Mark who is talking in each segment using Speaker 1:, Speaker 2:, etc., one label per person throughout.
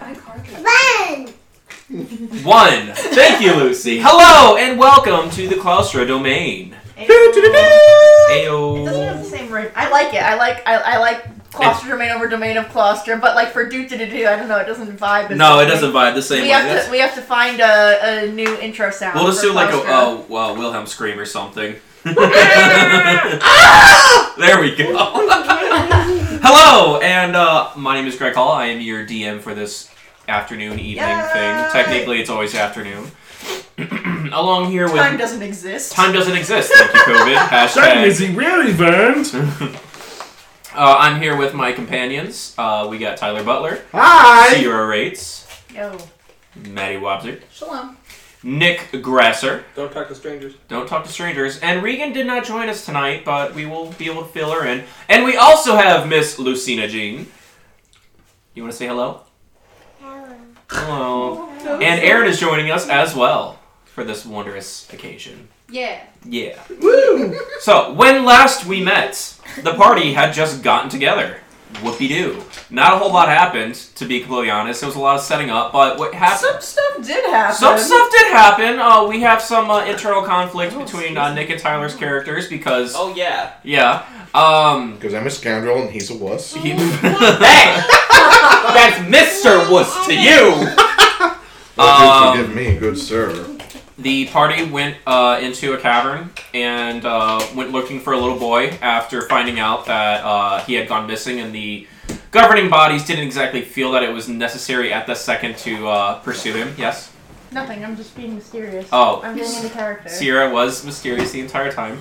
Speaker 1: My cartridge.
Speaker 2: One.
Speaker 3: One. Thank you, Lucy. Hello and welcome to the Claustra domain.
Speaker 4: It doesn't have the
Speaker 3: Ayo.
Speaker 4: same ring. I like it. I like I, I like cluster domain over domain of cluster, but like for do do do do, I don't know. It doesn't vibe. as-
Speaker 3: No, it doesn't vibe the same
Speaker 4: we
Speaker 3: way.
Speaker 4: have
Speaker 3: That's-
Speaker 4: to we have to find a, a new intro sound.
Speaker 3: We'll just
Speaker 4: for
Speaker 3: do like a,
Speaker 4: cluster.
Speaker 3: a, well, Wilhelm scream or something. there we go. Hello, and uh, my name is Greg Hall. I am your DM for this afternoon, evening
Speaker 4: Yay.
Speaker 3: thing. Technically, it's always afternoon. Along here with
Speaker 4: time doesn't exist.
Speaker 3: Time doesn't exist. Thank you, COVID. Hashtag.
Speaker 5: Time is irrelevant.
Speaker 3: uh, I'm here with my companions. Uh, we got Tyler Butler,
Speaker 5: Hi.
Speaker 3: Sierra Rates,
Speaker 4: Yo.
Speaker 3: Maddie Wobzer,
Speaker 4: Shalom.
Speaker 3: Nick Grasser.
Speaker 6: Don't talk to strangers.
Speaker 3: Don't talk to strangers. And Regan did not join us tonight, but we will be able to fill her in. And we also have Miss Lucina Jean. You want to say hello? Hello. And Aaron is joining us as well for this wondrous occasion.
Speaker 1: Yeah.
Speaker 3: Yeah. So, when last we met, the party had just gotten together. Whoopie doo. Not a whole lot happened, to be completely honest. It was a lot of setting up, but what happened?
Speaker 4: Some stuff did happen.
Speaker 3: Some stuff did happen. Uh, we have some uh, internal conflict between uh, Nick and Tyler's characters because,
Speaker 6: Oh yeah.
Speaker 3: yeah, um,
Speaker 5: Because I'm a scoundrel and he's a wuss.
Speaker 3: he- hey, that's Mister Wuss to you.
Speaker 5: Well,
Speaker 3: Um,
Speaker 5: do forgive me, good sir.
Speaker 3: The party went uh, into a cavern and uh, went looking for a little boy after finding out that uh, he had gone missing, and the governing bodies didn't exactly feel that it was necessary at the second to uh, pursue him. Yes,
Speaker 4: Nothing. I'm just being mysterious.
Speaker 3: Oh.
Speaker 4: I'm getting into character.
Speaker 3: Sierra was mysterious the entire time.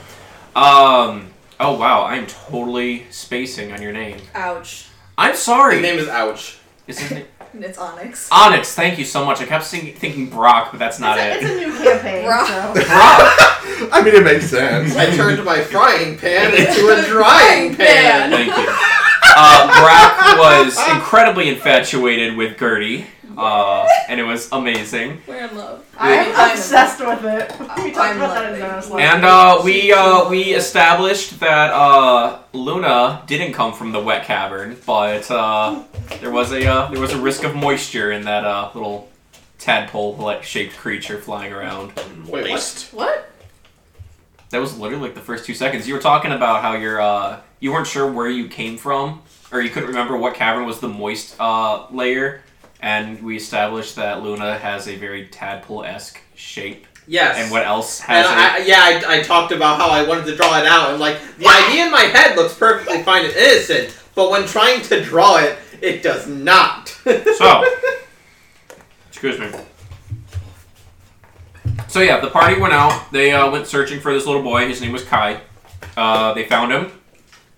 Speaker 3: Um, oh wow, I'm totally spacing on your name.
Speaker 1: Ouch.
Speaker 3: I'm
Speaker 6: His
Speaker 3: sorry.
Speaker 6: name is Ouch.
Speaker 3: Is his name-
Speaker 1: It's Onyx.
Speaker 3: Onyx, thank you so much. I kept sing- thinking Brock, but that's not
Speaker 4: it's, a,
Speaker 3: it.
Speaker 4: it's a new campaign.
Speaker 1: Rock.
Speaker 4: so.
Speaker 3: Brock.
Speaker 5: I mean, it makes sense.
Speaker 6: I turned my frying pan into a drying pan.
Speaker 3: Thank you. Uh, Brack was incredibly infatuated with Gertie, uh, and it was amazing.
Speaker 1: We're in love.
Speaker 4: I'm obsessed with it. We talked
Speaker 1: I'm
Speaker 4: about that in
Speaker 1: loving.
Speaker 4: Jonas Love.
Speaker 3: And uh, we uh, we established that uh, Luna didn't come from the wet cavern, but uh, there was a uh, there was a risk of moisture in that uh, little tadpole like shaped creature flying around.
Speaker 6: Wait, what?
Speaker 4: what?
Speaker 3: That was literally like the first two seconds. You were talking about how you're uh, you weren't sure where you came from, or you couldn't remember what cavern was the moist uh, layer, and we established that Luna has a very tadpole esque shape.
Speaker 6: Yes.
Speaker 3: And what else has
Speaker 6: And I, yeah, I, I talked about how I wanted to draw it out, and like the idea in my head looks perfectly fine and innocent, but when trying to draw it, it does not.
Speaker 3: it? So, excuse me. So yeah, the party went out. They uh, went searching for this little boy. His name was Kai. Uh, they found him.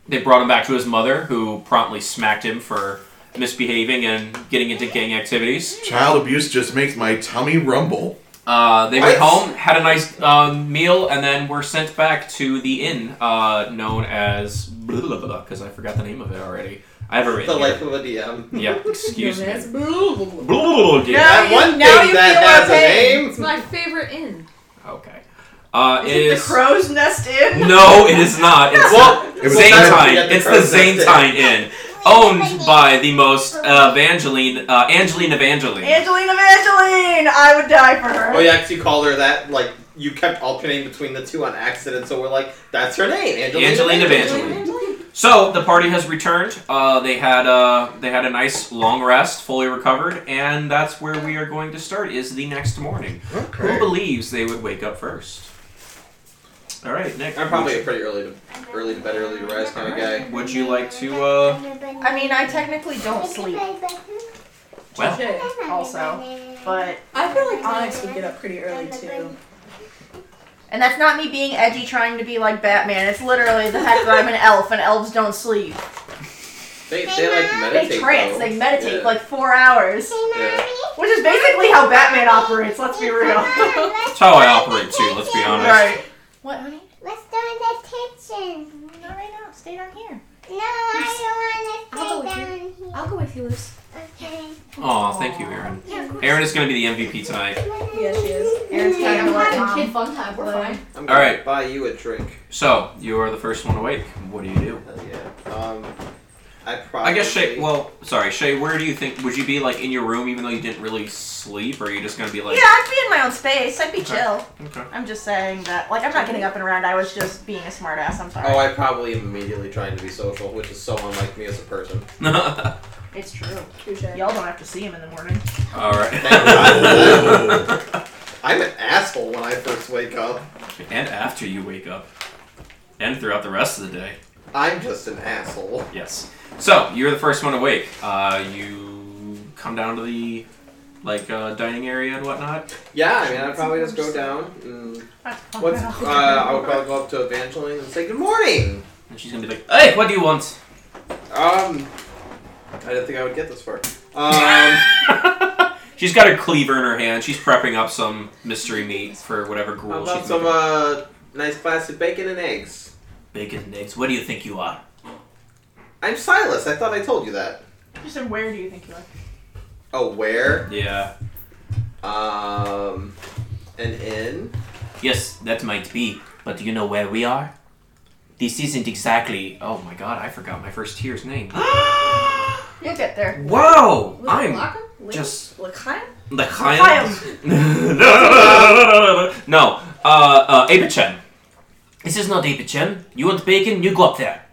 Speaker 3: They brought him back to his mother, who promptly smacked him for misbehaving and getting into gang activities.
Speaker 5: Child abuse just makes my tummy rumble.
Speaker 3: Uh, they went
Speaker 5: What?
Speaker 3: home, had a nice um, meal, and then were sent back to the inn uh, known as because I forgot the name of it already. I have it
Speaker 6: the
Speaker 3: written. here.
Speaker 6: life of a DM.
Speaker 3: Yeah, excuse me.
Speaker 1: It's blue.
Speaker 3: Yeah.
Speaker 6: That
Speaker 4: you-
Speaker 6: one
Speaker 4: now
Speaker 6: thing
Speaker 4: you
Speaker 6: that
Speaker 4: feel our
Speaker 6: has a
Speaker 4: pain.
Speaker 6: name.
Speaker 1: It's my favorite inn.
Speaker 3: Okay. Uh, it
Speaker 4: Is it
Speaker 3: is.
Speaker 4: the crow's nest in?
Speaker 3: No, it is not. It's
Speaker 6: Well,
Speaker 5: It was
Speaker 6: well, that's what
Speaker 3: Zantine.
Speaker 6: we have to
Speaker 3: It's the
Speaker 6: process it.
Speaker 3: Zantine Inn, owned by the most uh, Evangeline, uh, Angeline Evangeline.
Speaker 4: Angelina Evangeline! I would die for her.
Speaker 6: Oh yeah, 'cause you called her that. Like you kept alternating between the two on accident, so we're like, that's her name, Angelina.
Speaker 3: Angelina Evangeline. So the party has returned. Uh, they had uh, they had a nice long rest, fully recovered, and that's where we are going to start. Is the next morning. Who believes they would wake up first? All right, Nick.
Speaker 6: I'm probably a pretty early to early to bed, early to rise kind of guy.
Speaker 3: Would you like to? Uh,
Speaker 4: I mean, I technically don't sleep,
Speaker 3: well,
Speaker 4: also, but
Speaker 1: I feel like Onyx would get up pretty early too.
Speaker 4: and that's not me being edgy trying to be like Batman. It's literally the fact that I'm an elf and elves don't sleep.
Speaker 6: They, they like meditate.
Speaker 4: they trance,
Speaker 6: though.
Speaker 4: they meditate
Speaker 6: Yeah.
Speaker 4: like four hours,
Speaker 6: Yeah.
Speaker 4: which is basically how Batman operates. Let's be real.
Speaker 3: that's how I operate too. Let's be honest.
Speaker 4: right? What, honey?
Speaker 2: Let's go in the kitchen.
Speaker 4: Not right now. Stay down here.
Speaker 2: No, I
Speaker 1: I'll go
Speaker 2: don't want to
Speaker 1: with
Speaker 2: stay
Speaker 1: you.
Speaker 2: down here.
Speaker 1: I'll go with you, Luce.
Speaker 2: Okay.
Speaker 3: Aw, thank you, Aaron.
Speaker 2: Yeah, of course.
Speaker 3: Aaron is going to be the MVP tonight.
Speaker 1: Yeah, she is.
Speaker 4: Aaron's
Speaker 1: Hey,
Speaker 4: kind
Speaker 1: I'm
Speaker 4: of like,
Speaker 1: having
Speaker 4: Mom.
Speaker 1: kid fun time. um, We're
Speaker 4: Like-
Speaker 1: fine.
Speaker 6: I'm
Speaker 3: All
Speaker 6: gonna
Speaker 3: right.
Speaker 6: Buy you a drink.
Speaker 3: So you are the first one awake. What do you do?
Speaker 6: Hell yeah. Um, I probably.
Speaker 3: I guess Shay. Well, sorry, Shay. Where do you think would you be like in your room, even though you didn't really sleep, or are you just gonna be like?
Speaker 4: yeah, I'd be in my own space. I'd be
Speaker 3: Okay.
Speaker 4: chill.
Speaker 3: Okay.
Speaker 4: I'm just saying that. Like, I'm not getting up and around. I was just being a smartass. I'm sorry.
Speaker 6: Oh, I probably am immediately trying to be social, which is so unlike me as a person.
Speaker 4: it's true.
Speaker 1: Touche.
Speaker 4: Y'all don't have to see him in the morning.
Speaker 3: All
Speaker 6: Thank God.
Speaker 3: right.
Speaker 6: I'm an asshole when I first wake up.
Speaker 3: and after you wake up, and throughout the rest of the day.
Speaker 6: I'm just an asshole.
Speaker 3: Yes. So you're the first one awake. Uh, you come down to the like uh, dining area and whatnot.
Speaker 6: Yeah, I mean, I'd probably just go down. And
Speaker 4: Oh,
Speaker 6: what's, uh, I would probably go up to Evangeline and say, Good morning!
Speaker 3: And she's gonna be like, "Hey, what do you want?"
Speaker 6: Um, I didn't think I would get this far. Um,
Speaker 3: she's got her cleaver in her hand. She's prepping up some mystery meat for whatever
Speaker 6: how
Speaker 3: gruel
Speaker 6: about
Speaker 3: she's
Speaker 6: some
Speaker 3: making.
Speaker 6: uh, nice classic bacon and eggs?
Speaker 3: Bacon and eggs. What do you think you are?
Speaker 6: I'm Silas. I thought I told you that.
Speaker 4: Just said, where do you think you are?
Speaker 6: A where?
Speaker 3: Yeah.
Speaker 6: Um, an inn?
Speaker 3: Yes, that might be. But do you know where we are? This isn't exactly. Oh my god, I forgot my first tier's name.
Speaker 4: You'll get there.
Speaker 3: Whoa!
Speaker 1: Was it
Speaker 3: I'm
Speaker 1: Lachlan? Lin-
Speaker 3: just-
Speaker 1: Lachlan?
Speaker 3: the Chaim. no, uh, uh, Apichen. This is not Apichen. You want bacon? You go up there.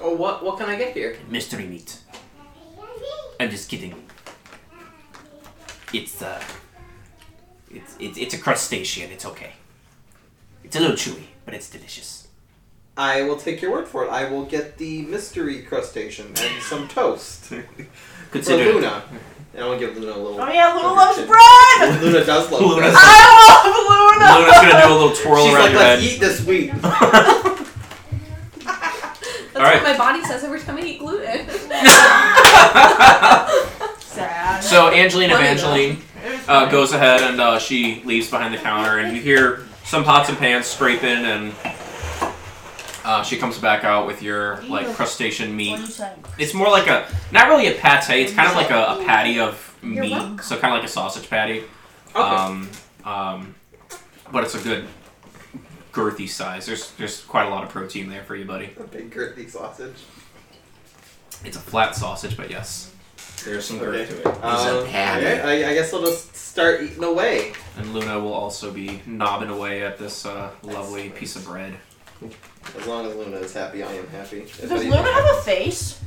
Speaker 6: Oh, what? What can I get here?
Speaker 3: Mystery meat. I'm just kidding. It's uh, it's it's, it's a crustacean. It's okay. It's a little chewy, but it's delicious.
Speaker 6: I will take your word for it. I will get the mystery crustacean and some toast for
Speaker 3: Consider
Speaker 6: Luna. And I'll give Luna a little.
Speaker 4: Oh yeah, Luna loves
Speaker 6: Luna-
Speaker 4: bread.
Speaker 6: Luna does love
Speaker 3: Luna's-
Speaker 6: bread.
Speaker 4: I
Speaker 3: Luna's
Speaker 4: love Luna.
Speaker 3: gonna do a little twirl
Speaker 6: She's
Speaker 3: around
Speaker 6: like,
Speaker 3: your
Speaker 6: let's
Speaker 3: head.
Speaker 6: eat this week.
Speaker 1: That's
Speaker 3: Alright.
Speaker 1: what my body says every time I eat gluten.
Speaker 4: Sad.
Speaker 3: so Angeline
Speaker 1: Let me
Speaker 3: Evangeline
Speaker 4: It was
Speaker 3: uh,
Speaker 4: funny.
Speaker 3: goes ahead and uh, she leaves behind the counter, and you hear some pots and pans scraping, and uh, she comes back out with your like crustacean
Speaker 4: What
Speaker 3: meat.
Speaker 4: do you say?
Speaker 3: It's more like a not really a pate. It's kind of like a, a patty of
Speaker 4: You're welcome.
Speaker 3: meat, so kind of like a sausage patty.
Speaker 6: Okay.
Speaker 3: Um, um, but it's a good girthy size. There's there's quite a lot of protein there for you, buddy.
Speaker 6: a big girthy sausage.
Speaker 3: It's a flat sausage, but yes, there's some girth
Speaker 6: Okay.
Speaker 3: to it.
Speaker 6: Um,
Speaker 5: patty.
Speaker 6: okay, I, I guess I'll just start eating away.
Speaker 3: And Luna will also be knobbing away at this uh, lovely piece of bread.
Speaker 6: As long as Luna is happy, I am happy. If
Speaker 4: Does
Speaker 6: anything-
Speaker 4: Luna have a face?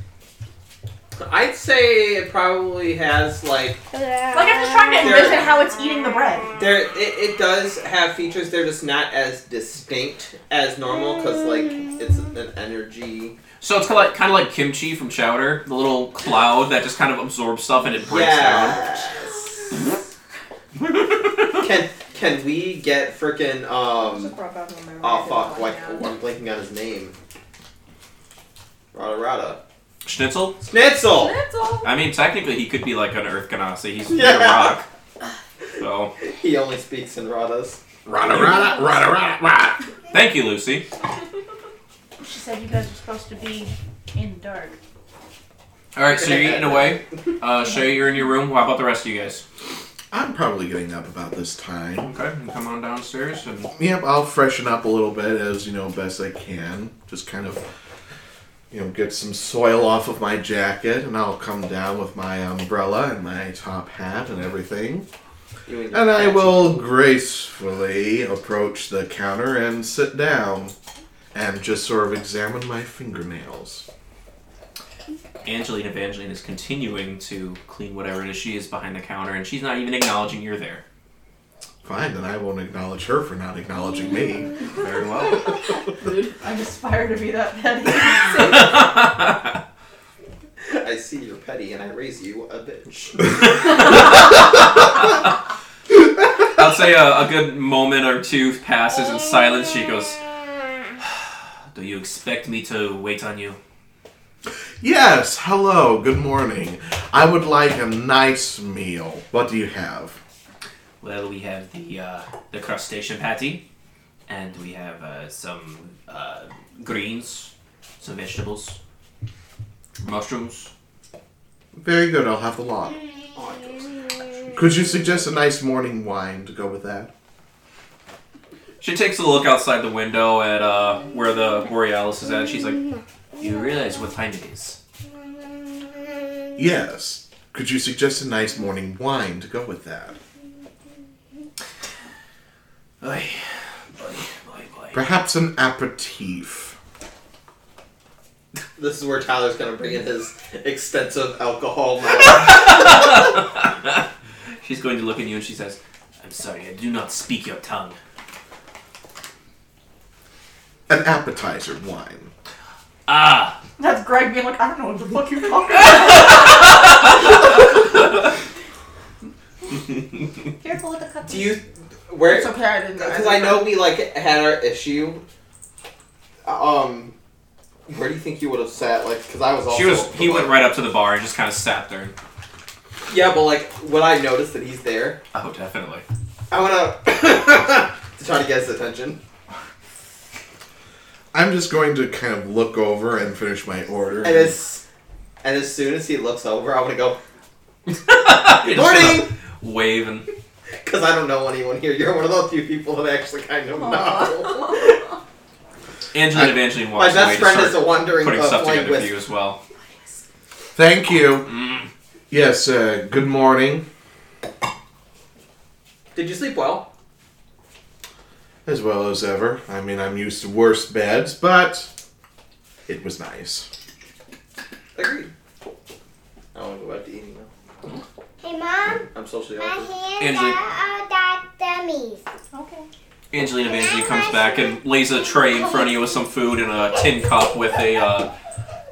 Speaker 6: I'd say it probably has like
Speaker 4: Like I'm just trying to
Speaker 6: There-
Speaker 4: envision how it's eating the bread.
Speaker 6: there. It, it does have features. They're just not as distinct as normal because like it's an energy.
Speaker 3: So it's kind of like, kind of like kimchi from Chowder, the little cloud that just kind of absorbs stuff and it breaks
Speaker 6: Yes.
Speaker 3: down.
Speaker 6: can can we get frickin' um?
Speaker 1: Just rub out on my
Speaker 6: Oh
Speaker 1: mouth.
Speaker 6: fuck! Like I'm blanking on his name. Rada Rada.
Speaker 3: Schnitzel?
Speaker 6: Schnitzel.
Speaker 1: That's all.
Speaker 3: I mean, technically, he could be like an Earth Ganassi. He's a
Speaker 6: Yeah.
Speaker 3: rock. So,
Speaker 6: He only speaks in Radas.
Speaker 5: Rada, rada, rada, rada, rada.
Speaker 3: thank you, Lucy.
Speaker 4: She said you guys are supposed to be in the dark.
Speaker 3: All right, so you're eating away. Uh, Shay, you're in your room. How about the rest of you guys?
Speaker 5: I'm probably getting up about this time.
Speaker 3: Okay, you come on downstairs and
Speaker 5: Yep, I'll freshen up a little bit as you know best I can. Just kind of, you know, get some soil off of my jacket, and I'll come down with my umbrella and my top hat and everything.
Speaker 6: You your
Speaker 5: And I
Speaker 6: fancy-
Speaker 5: will gracefully approach the counter and sit down, and just sort of examine my fingernails.
Speaker 3: Angeline Evangeline is continuing to clean whatever it is she is behind the counter, and she's not even acknowledging you're there.
Speaker 5: Fine, then I won't acknowledge her for not acknowledging me.
Speaker 3: Very well.
Speaker 4: I aspire to be that petty.
Speaker 6: I see you're petty and I raise you a bitch.
Speaker 3: I'll say a, a good moment or two passes in silence. She goes, Do you expect me to wait on you?
Speaker 5: Yes, hello, good morning. I would like a nice meal. What do you have?
Speaker 3: Well, we have the uh, the crustacean patty, and we have uh, some uh, greens, some vegetables, mushrooms.
Speaker 5: Very good, I'll have a lot. Could you suggest a nice morning wine to go with that?
Speaker 3: She takes a look outside the window at uh, where the Borealis is at. and She's like, "You realize what time it is?"
Speaker 5: Yes. Could you suggest a nice morning wine to go with that?
Speaker 3: Ay, boy, boy, boy.
Speaker 5: Perhaps an aperitif.
Speaker 6: This is where Tyler's gonna bring in his extensive alcohol knowledge.
Speaker 3: She's going to look at you and she says, I'm sorry, I do not speak your tongue.
Speaker 5: An appetizer wine.
Speaker 3: Ah!
Speaker 4: That's Greg being like, I don't know what the fuck you're talking about.
Speaker 7: Careful with the cup.
Speaker 6: Do you where?
Speaker 4: It's okay, I didn't
Speaker 6: Because I know we like had our issue. Um, where do you think you would have sat? Like, because I was also.
Speaker 3: She was. He went right up to the bar and just kind of sat there.
Speaker 6: Yeah, but like, would I notice that he's there?
Speaker 3: Oh, definitely.
Speaker 6: I wanna to try to get his attention.
Speaker 5: I'm just going to kind of look over and finish my order.
Speaker 6: And as and as soon as he looks over, I wanna go
Speaker 3: You're just gonna
Speaker 6: morning
Speaker 3: Wave and
Speaker 6: because I don't know anyone here. You're one of those few people that actually kind of know.
Speaker 3: Angela
Speaker 5: I-
Speaker 3: Evangeline
Speaker 6: My
Speaker 3: walks away
Speaker 6: best
Speaker 3: to
Speaker 6: friend is
Speaker 3: start
Speaker 6: a wandering
Speaker 3: putting
Speaker 6: uh,
Speaker 3: stuff
Speaker 6: blind
Speaker 3: together for you
Speaker 6: whisper.
Speaker 3: as well.
Speaker 5: Thank you.
Speaker 3: Mm.
Speaker 5: Yes, uh, good morning.
Speaker 6: Did you sleep well?
Speaker 5: As well as ever. I mean, I'm used to worse beds, but it was nice.
Speaker 6: Agreed. I don't want to go back to eating now.
Speaker 2: Hey, Mom,
Speaker 6: I'm socially
Speaker 2: my
Speaker 6: awkward.
Speaker 2: hands
Speaker 3: Angela.
Speaker 2: are all that dummies.
Speaker 4: Okay.
Speaker 3: Angelina Vansley comes back and lays a tray in front of you with some food and a tin cup with a. Uh,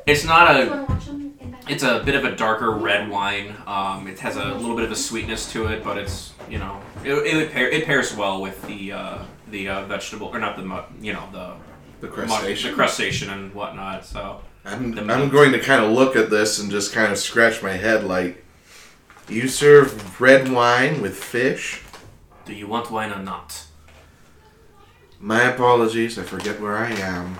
Speaker 3: it's not
Speaker 7: You
Speaker 3: a.
Speaker 7: wanna watch them in back?
Speaker 3: It's a bit of a darker red wine. Um, it has a little bit of a sweetness to it, but it's you know it, it would pair it pairs well with the uh, the uh, vegetable or not the mu- you know the
Speaker 5: The
Speaker 3: mu-
Speaker 5: crustacean.
Speaker 3: the crustacean and whatnot. So
Speaker 5: I'm,
Speaker 3: The
Speaker 5: I'm
Speaker 3: meat.
Speaker 5: going to kind of look at this and just kind of scratch my head like, you serve red wine with fish?
Speaker 3: do you want wine or not?
Speaker 5: My apologies, I forget where I am.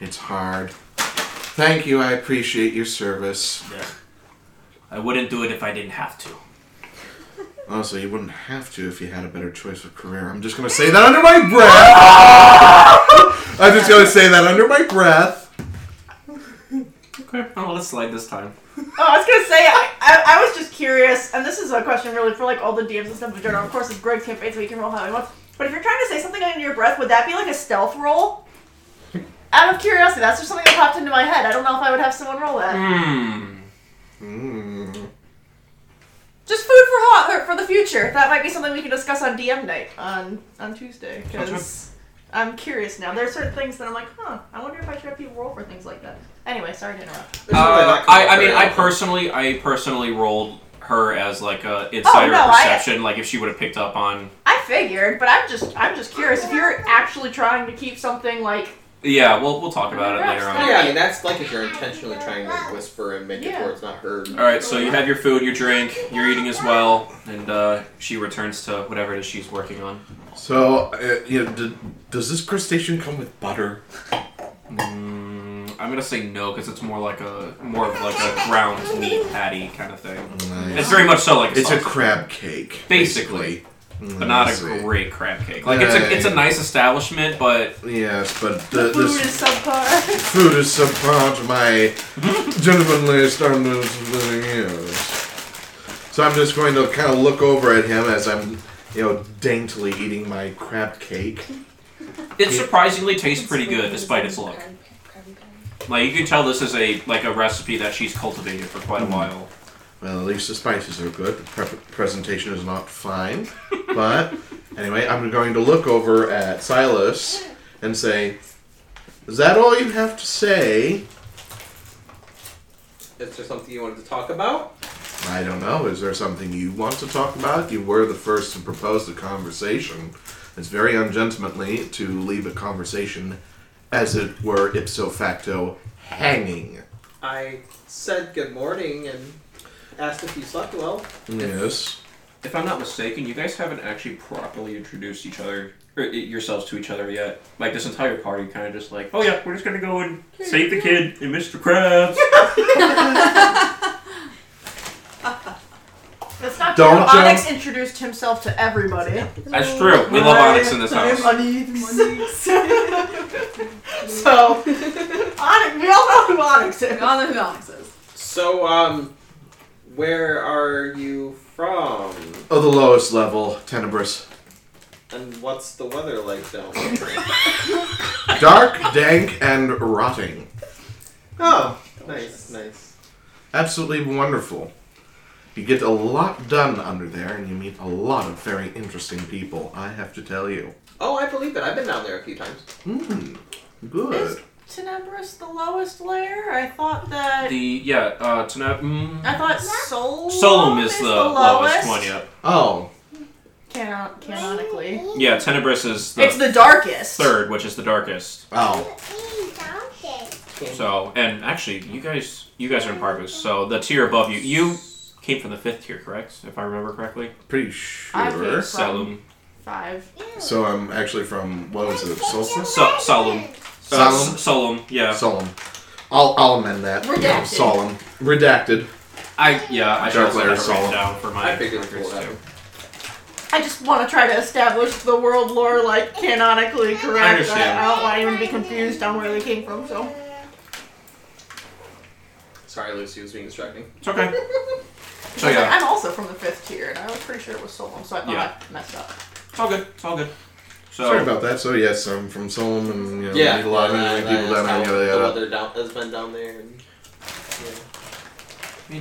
Speaker 5: It's hard. Thank you, I appreciate your service.
Speaker 3: Yeah. I wouldn't do it if I didn't have to.
Speaker 5: Also, you wouldn't have to if you had a better choice of career. I'm just going to say that under my breath! I'm just going to say that under my breath.
Speaker 3: Okay, well let's slide this time.
Speaker 4: Oh, I was gonna say, I, I, I was just curious, and this is a question really for like all the DMs and stuff in general. Of course, it's Greg's campaign, so you can roll how he wants. But if you're trying to say something under your breath, would that be like a stealth roll? Out of curiosity, that's just something that popped into my head. I don't know if I would have someone roll that.
Speaker 3: Hmm.
Speaker 5: Mm.
Speaker 4: Just food for thought for the future. That might be something we can discuss on DM night on on Tuesday because I'm curious now. There's certain things that I'm like, huh? I wonder if I should have people roll for things like that. Anyway, sorry to interrupt.
Speaker 3: Uh, I, I mean, I personally, I personally rolled her as like a insider
Speaker 4: Oh, no, I-
Speaker 3: perception. Like if she would have picked up on,
Speaker 4: I figured, but I'm just I'm just curious if you're actually trying to keep something like
Speaker 3: yeah, we'll we'll talk about it
Speaker 4: Yeah,
Speaker 3: later on.
Speaker 6: Yeah, I mean that's like if you're intentionally trying to whisper and make it
Speaker 4: Yeah.
Speaker 6: where it's not heard.
Speaker 3: All right, so you have your food, your drink, you're eating as well, and uh, she returns to whatever it is she's working on.
Speaker 5: So, uh, you know, d- does this crustacean come with butter?
Speaker 3: Mm, I'm gonna say no because it's more like a more of like a ground meat patty kind of thing.
Speaker 5: Nice.
Speaker 3: It's very much so like a
Speaker 5: It's a
Speaker 3: sausage,
Speaker 5: crab cake,
Speaker 3: Basically.
Speaker 5: Mm,
Speaker 3: but not
Speaker 5: I
Speaker 3: a
Speaker 5: see.
Speaker 3: great crab cake. Like it's a it's a
Speaker 5: Yeah.
Speaker 3: nice establishment, but
Speaker 5: Yes, but
Speaker 4: the
Speaker 5: the,
Speaker 4: food
Speaker 5: this
Speaker 4: is subpar.
Speaker 5: food is subpar to my gentlemanly standards of living years. So I'm just going to kind of look over at him as I'm, you know, daintily eating my crab cake.
Speaker 3: it surprisingly tastes pretty good despite its look. Like you can tell this is a like a recipe that she's cultivated for quite a while.
Speaker 5: Well, at least the spices are good. The pre- presentation is not fine. But anyway, I'm going to look over at Silas and say, "Is that all you have to say?"
Speaker 6: Is there something you wanted to talk about?
Speaker 5: I don't know. Is there something you want to talk about? You were the first to propose the conversation. It's very ungentlemanly to leave a conversation, as it were, ipso facto, hanging.
Speaker 6: I said good morning and asked if you slept well.
Speaker 5: Yes.
Speaker 3: If I'm not mistaken, you guys haven't actually properly introduced each other or i- yourselves to each other yet. Like this entire party, kind of just like, oh yeah, we're just gonna go and save the kid and Mr. Krabs.
Speaker 4: That's not
Speaker 5: Don't
Speaker 4: true. Onyx
Speaker 5: jump.
Speaker 4: introduced himself to everybody.
Speaker 3: That's true. We love Onyx in this house.
Speaker 4: so Onyx, we all know who Onyx is.
Speaker 7: We all know who Alex is.
Speaker 6: So um, Where are you from?
Speaker 5: Oh, the lowest level, Tenebris.
Speaker 6: And what's the weather like down there?
Speaker 5: Dark, dank, and rotting.
Speaker 6: Oh, nice, nice.
Speaker 5: Absolutely wonderful. You get a lot done under there, and you meet a lot of very interesting people, I have to tell you.
Speaker 6: Oh, I believe it. I've been down there a few times.
Speaker 5: Mmm,
Speaker 4: Is
Speaker 5: good.
Speaker 4: Tenebris the lowest layer? I thought that.
Speaker 3: The yeah, uh, Tene- mm,
Speaker 4: I thought Solom,
Speaker 3: Solom is, the, lowest.
Speaker 4: lowest
Speaker 3: one. Yeah,
Speaker 5: Oh,
Speaker 4: Canon- canonically,
Speaker 3: yeah. Tenebris is
Speaker 4: it's
Speaker 3: the
Speaker 4: the darkest.
Speaker 3: third, which is the darkest.
Speaker 5: oh.
Speaker 3: So, and actually, you guys, you guys are in Parvus. So the tier above you, you came from the fifth tier, correct? If I remember correctly.
Speaker 5: Pretty
Speaker 4: I think
Speaker 5: sure.
Speaker 4: so.
Speaker 3: Solom.
Speaker 4: Five.
Speaker 5: So I'm actually from, what was it, Solstice?
Speaker 3: So- solemn. Uh, S-
Speaker 5: Solom?
Speaker 3: Solom. Yeah.
Speaker 5: Solemn. I'll, I'll amend that.
Speaker 4: Redacted.
Speaker 5: Solemn. Redacted.
Speaker 3: I yeah. I should
Speaker 5: Dark
Speaker 3: also
Speaker 5: layer
Speaker 3: have it written
Speaker 5: Solom.
Speaker 3: down for my
Speaker 6: I figured we'd
Speaker 3: records
Speaker 6: pull that
Speaker 3: too.
Speaker 4: I just want to try to establish the world lore like canonically correct.
Speaker 3: I understand.
Speaker 4: I, don't want anyone to be confused on where they came from. So
Speaker 6: Sorry, Lucy was being distracting.
Speaker 3: It's okay. So
Speaker 4: I was like,
Speaker 3: Oh, yeah,
Speaker 4: I'm also from the fifth tier, and I was pretty sure it was Solom, so I thought
Speaker 3: Yeah.
Speaker 4: I messed up.
Speaker 3: it's all good. It's all good. So
Speaker 5: Sorry about that. So yes, I'm from Solomon. and, You know,
Speaker 6: Yeah,
Speaker 5: meet a lot of
Speaker 6: yeah,
Speaker 5: interesting
Speaker 6: yeah,
Speaker 5: people down there.
Speaker 6: yeah,
Speaker 5: Yada
Speaker 6: the
Speaker 5: yada.
Speaker 6: weather down, has been down there. And, yeah.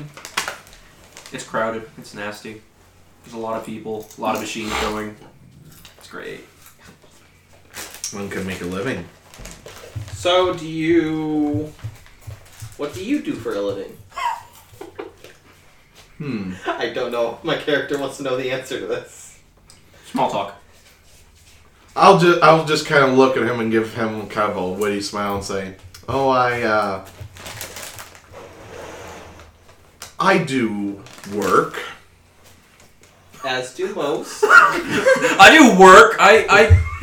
Speaker 3: it's crowded. It's nasty. There's a lot of people. A lot of machines going. It's great.
Speaker 5: One can make a living.
Speaker 6: So, do you? What do you do for a living?
Speaker 5: Hmm.
Speaker 6: I don't know. My character wants to know the answer to this.
Speaker 3: Small talk.
Speaker 5: I'll just I'll just kind of look at him and give him kind of a witty smile and say, "Oh, I uh, I do work.
Speaker 6: As do most.
Speaker 3: I do work. I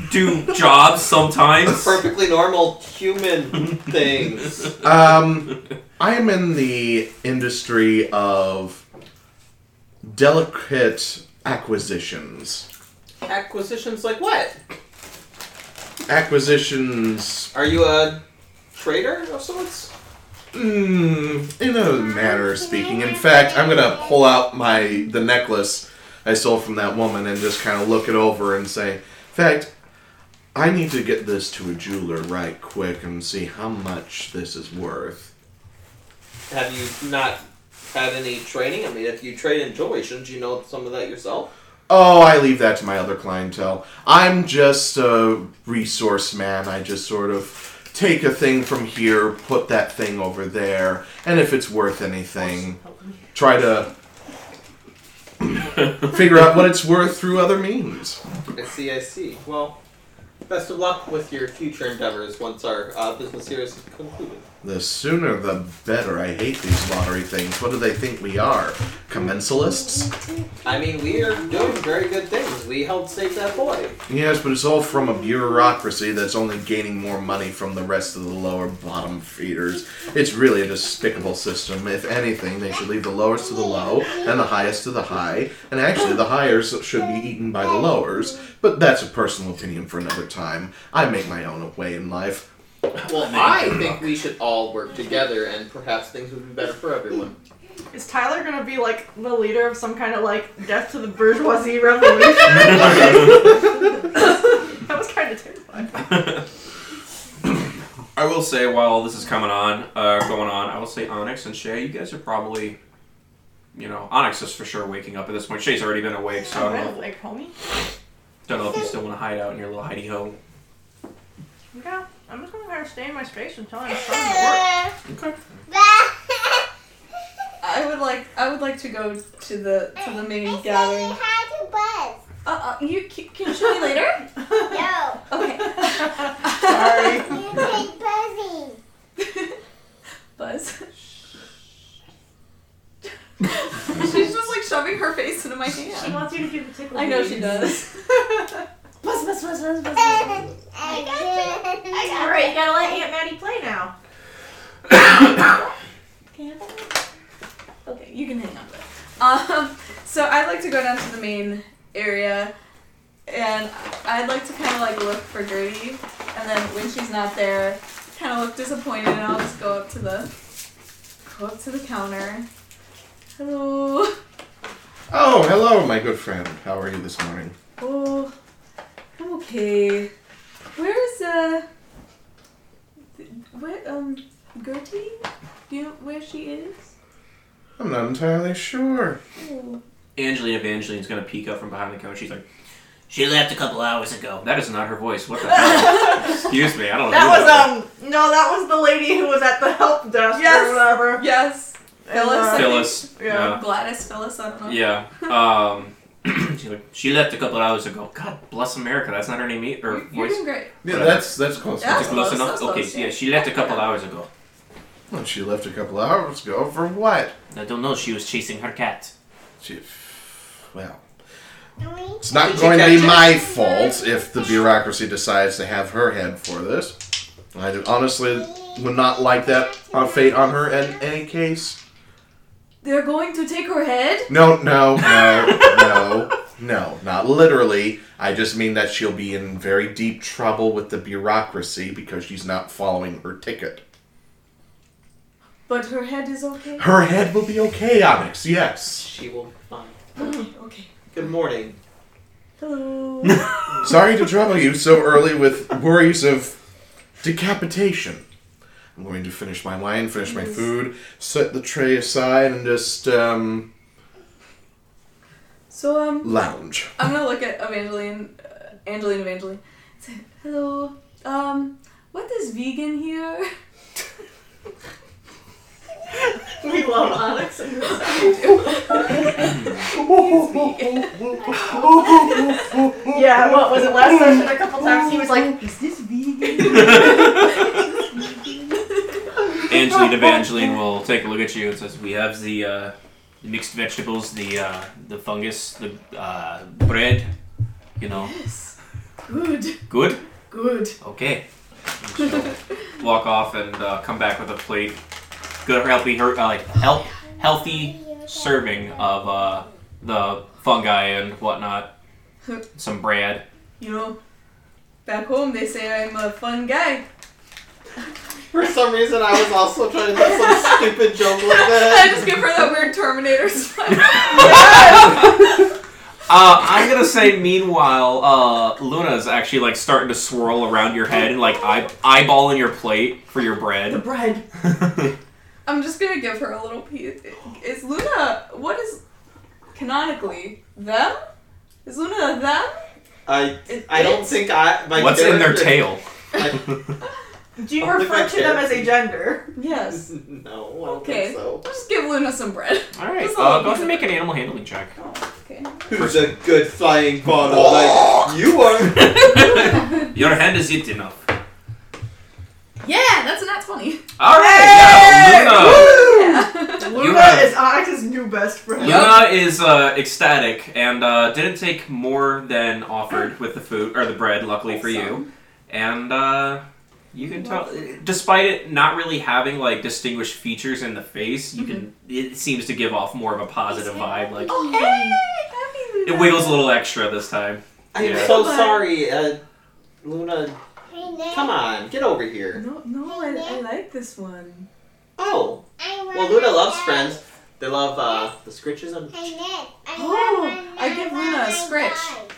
Speaker 3: I do jobs sometimes.
Speaker 6: Perfectly normal human things.
Speaker 5: Um, I am in the industry of delicate acquisitions.
Speaker 6: Acquisitions like what?
Speaker 5: Acquisitions,
Speaker 6: Are you a trader of sorts?
Speaker 5: mm, in a manner of speaking. In fact, I'm gonna pull out my the necklace." I stole from that woman and just kind of look it over and say, in fact, I need to get this to a jeweler right quick and see how much this is worth.
Speaker 6: Have you not had any training? I mean, if you trade in jewelry, shouldn't you know some of that yourself?
Speaker 5: Oh, I leave that to my other clientele. I'm just a resource man. I just sort of take a thing from here, put that thing over there, and if it's worth anything, try to figure out what it's worth through other means.
Speaker 6: I see, I see. Well, best of luck with your future endeavors once our uh, business here is concluded.
Speaker 5: The sooner the better. I hate these lottery things. What do they think we are? Commensalists?
Speaker 6: I mean, we are doing very good things. We helped save that boy.
Speaker 5: Yes, but it's all from a bureaucracy that's only gaining more money from the rest of the lower bottom feeders. It's really a despicable system. If anything, they should leave the lowest to the low and the highest to the high, and actually the highers should be eaten by the lowers. But that's a personal opinion for another time. I make my own way in life.
Speaker 6: Well, I think we should all work together, and perhaps things would be better for everyone.
Speaker 4: Is Tyler gonna be like the leader of some kind of like death to the bourgeoisie revolution? that was kind of terrifying.
Speaker 3: I will say while all this is coming on, uh, going on, I will say Onyx and Shay, you guys are probably, you know, Onyx is for sure waking up at this point. Shay's already been awake, so I
Speaker 4: I'm
Speaker 3: don't
Speaker 4: gonna
Speaker 3: know,
Speaker 4: like, homie.
Speaker 3: don't know if you still want to hide out in your little hidey hole.
Speaker 4: Yeah, I'm just gonna let her stay in my space until I'm starting to work.
Speaker 3: Okay.
Speaker 1: I would like I would like to go to the to the main gathering. Uh, uh you c- can you show me later? Okay.
Speaker 4: Sorry.
Speaker 1: Buzz. She's just like shoving her face into my
Speaker 4: She
Speaker 1: hand.
Speaker 4: wants you to do the tickle.
Speaker 1: I know she does. Buzz, buzz, buzz, buzz, buzz.
Speaker 4: All right, you gotta let Aunt Maddie play now.
Speaker 1: Can I- Okay, you can hang on to it. Um, so I'd like to go down to the main area, and I'd like to kind of like look for Gertie, and then when she's not there, kind of look disappointed, and I'll just go up to the go up to the counter, Hello.
Speaker 5: Oh, hello, my good friend. How are you this morning?
Speaker 1: Oh, I'm okay. Where's uh, th- where um, Gertie? Do you know where she is?
Speaker 5: I'm not entirely sure.
Speaker 1: Oh,
Speaker 3: Angeline Evangeline's gonna peek up from behind the couch. She's like, she left a couple hours ago. That is not her voice. What the hell? Excuse me, I don't know.
Speaker 4: That
Speaker 3: who
Speaker 4: was um no, that was the lady who was at the help desk
Speaker 1: Yes.
Speaker 4: or whatever.
Speaker 1: yes, Phyllis.
Speaker 4: uh,
Speaker 1: I think.
Speaker 3: Phyllis.
Speaker 4: Yeah.
Speaker 1: Gladys Phyllis. I don't know.
Speaker 3: Yeah. yeah. Um, she's like, she left a couple hours ago. God bless America. That's not her name e- or
Speaker 1: You're, you're
Speaker 3: voice.
Speaker 1: doing great.
Speaker 5: Yeah, that's that's close.
Speaker 3: Is
Speaker 1: Yeah.
Speaker 3: it close
Speaker 1: That's
Speaker 3: enough?
Speaker 1: close,
Speaker 3: okay,
Speaker 1: that's
Speaker 3: yeah,
Speaker 1: close.
Speaker 3: she left a couple hours ago.
Speaker 5: Well, she left a couple hours ago for what?
Speaker 3: I don't know. She was chasing her cat.
Speaker 5: She, well,
Speaker 2: Doink.
Speaker 5: it's not
Speaker 6: Did she
Speaker 5: going to be
Speaker 6: catch it?
Speaker 5: my fault if the bureaucracy decides to have her head for this. I do- honestly would not like that uh, fate on her in any case.
Speaker 1: They're going to take her head.
Speaker 5: No, no, no, no, no, not literally. I just mean that she'll be in very deep trouble with the bureaucracy because she's not following her ticket.
Speaker 1: But her head is okay.
Speaker 5: Her head will be okay, Onyx, yes.
Speaker 6: She will find.
Speaker 1: okay, okay.
Speaker 6: Good morning.
Speaker 1: Hello.
Speaker 5: Sorry to trouble you so early with worries of decapitation. I'm going to finish my wine, finish my food, set the tray aside, and just um,
Speaker 1: so um,
Speaker 5: lounge.
Speaker 1: I'm gonna look at Evangeline, uh, Angeline Evangeline. Say, hello. Um, what is vegan here?
Speaker 4: We love Onyx and her
Speaker 5: Oh,
Speaker 4: Yeah, what was it last session? A couple times he was like, "Is this vegan?"
Speaker 3: Angeline Evangeline will take a look at you and says, "We have the uh, mixed vegetables, the uh, the fungus, the uh, bread. You know,
Speaker 1: Yes. Good.
Speaker 3: good.
Speaker 1: Good.
Speaker 3: Okay." And she'll walk off and uh, come back with a plate. Good healthy, her, uh, like help, healthy serving of uh, the fungi and whatnot. Some bread.
Speaker 1: You know, back home they say I'm a fun guy.
Speaker 6: For some reason, I was also trying to make some stupid joke like
Speaker 1: I
Speaker 6: that.
Speaker 1: just give her that weird Terminator smile.
Speaker 3: Uh, I'm gonna say. Meanwhile, uh, Luna's actually like starting to swirl around your head and like eye- eyeballing your plate for your
Speaker 4: The
Speaker 3: bread.
Speaker 4: bread.
Speaker 1: I'm just gonna give her a little piece. Is Luna? What is canonically them? Is Luna them?
Speaker 6: I,
Speaker 1: It-
Speaker 6: I don't
Speaker 1: it's-
Speaker 6: think I. My
Speaker 3: What's in their
Speaker 6: character-
Speaker 3: tail?
Speaker 4: Do you
Speaker 6: I'll look
Speaker 4: refer
Speaker 6: like
Speaker 4: to them
Speaker 6: that.
Speaker 4: as a gender?
Speaker 1: Yes.
Speaker 6: No, I don't
Speaker 1: Okay.
Speaker 6: think so.
Speaker 1: Just give Luna some bread.
Speaker 3: All right.
Speaker 1: It's a little
Speaker 3: Uh, go ahead
Speaker 1: piece
Speaker 3: and
Speaker 1: of-
Speaker 3: make an animal handling check.
Speaker 1: Okay.
Speaker 6: Who's a good flying father like you are?
Speaker 3: Your hand is it enough.
Speaker 1: Yeah, that's a nat twenty.
Speaker 3: All
Speaker 4: Hey!
Speaker 3: right. now,
Speaker 1: Yeah.
Speaker 4: Luna
Speaker 3: have-
Speaker 4: is Onyx's new best friend.
Speaker 3: Luna. Luna is uh, ecstatic and uh, didn't take more than offered with the food or the bread. Luckily for you. and uh, you can tell uh, despite it not really having like distinguished features in the face you can
Speaker 1: Mm-hmm.
Speaker 3: it seems to give off more of a positive vibe like
Speaker 1: Oh, hey, happy Luna.
Speaker 3: it wiggles a little extra this time
Speaker 6: I'm
Speaker 3: Yeah.
Speaker 6: so sorry, uh, Luna.
Speaker 2: Hey, Nick.
Speaker 6: Come on, get over here.
Speaker 1: No, no, I, I like this one.
Speaker 6: Oh,
Speaker 2: I
Speaker 6: well,
Speaker 2: want
Speaker 6: Luna
Speaker 2: a
Speaker 6: loves
Speaker 2: nap.
Speaker 6: friends. They love uh, the scritches on.
Speaker 2: Hey, Nick. I
Speaker 1: Oh,
Speaker 2: want a
Speaker 1: I
Speaker 2: nap
Speaker 1: give
Speaker 2: on
Speaker 1: Luna a
Speaker 2: my
Speaker 1: scratch.
Speaker 2: bike.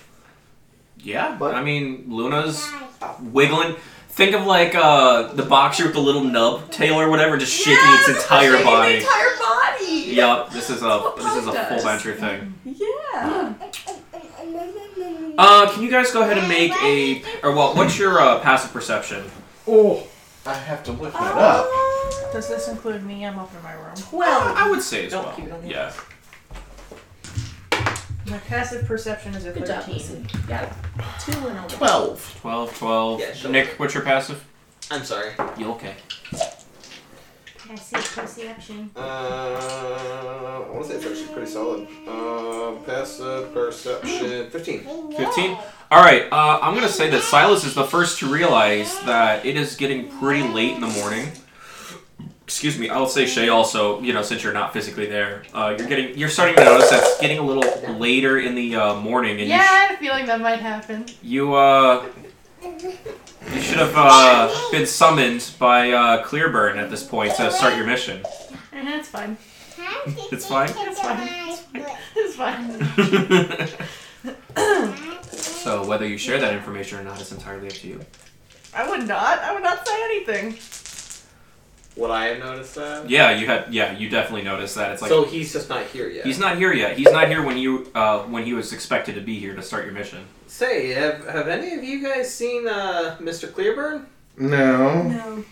Speaker 3: yeah
Speaker 6: What?
Speaker 3: i mean luna's
Speaker 2: Bike.
Speaker 3: wiggling think of like uh, the boxer with the little nub tail or whatever just shaking
Speaker 1: Yes,
Speaker 3: its entire
Speaker 1: shaking
Speaker 3: body
Speaker 1: The entire body.
Speaker 3: Yup, this is a
Speaker 1: what
Speaker 3: this is a
Speaker 1: Pug
Speaker 3: full
Speaker 1: does.
Speaker 3: venture thing.
Speaker 1: Yeah.
Speaker 3: Uh, can you guys go ahead and make a or well, what's your uh, passive perception?
Speaker 5: Oh, I have to look that up.
Speaker 4: Does this include me? I'm up in my room.
Speaker 3: Well, I would say as
Speaker 6: Don't
Speaker 3: well.
Speaker 6: keep it on the-
Speaker 3: Yeah,
Speaker 4: My passive perception is a
Speaker 1: Good job, Lucy. Got it. Two and a one.
Speaker 5: Twelve.
Speaker 3: 12, 12.
Speaker 6: Yeah, sure.
Speaker 3: Nick, what's your passive?
Speaker 6: I'm sorry.
Speaker 3: You okay?
Speaker 2: Passive perception.
Speaker 6: Uh, I want to say it's actually pretty solid. Uh, passive perception, fifteen.
Speaker 2: Hey, Nick.
Speaker 3: 15? All right, uh, I'm going to say that Silas is the first to realize that it is getting pretty late in the morning. Excuse me, I'll say Shay also, you know, since you're not physically there, uh, you're getting, you're starting to notice that it's getting a little later in the uh, morning, and
Speaker 4: Yeah, I had a feeling that might happen.
Speaker 3: you, sh- you, uh, you should have uh, been summoned by uh, Clearburn at this point to start your mission.
Speaker 4: Uh-huh, it's fine.
Speaker 3: It's fine.
Speaker 2: It's fine.
Speaker 4: It's fine.
Speaker 3: so whether you share that information or not is entirely up to you.
Speaker 4: I would not. I would not say anything.
Speaker 6: Would I have noticed that?
Speaker 3: Yeah, you had. Yeah, you definitely noticed that. It's like
Speaker 6: so he's just not here yet.
Speaker 3: he's not here yet. He's not here when you uh, when he was expected to be here to start your mission.
Speaker 6: Say, have, have any of you guys seen uh, Mr. Clearburn?
Speaker 5: No.
Speaker 1: No.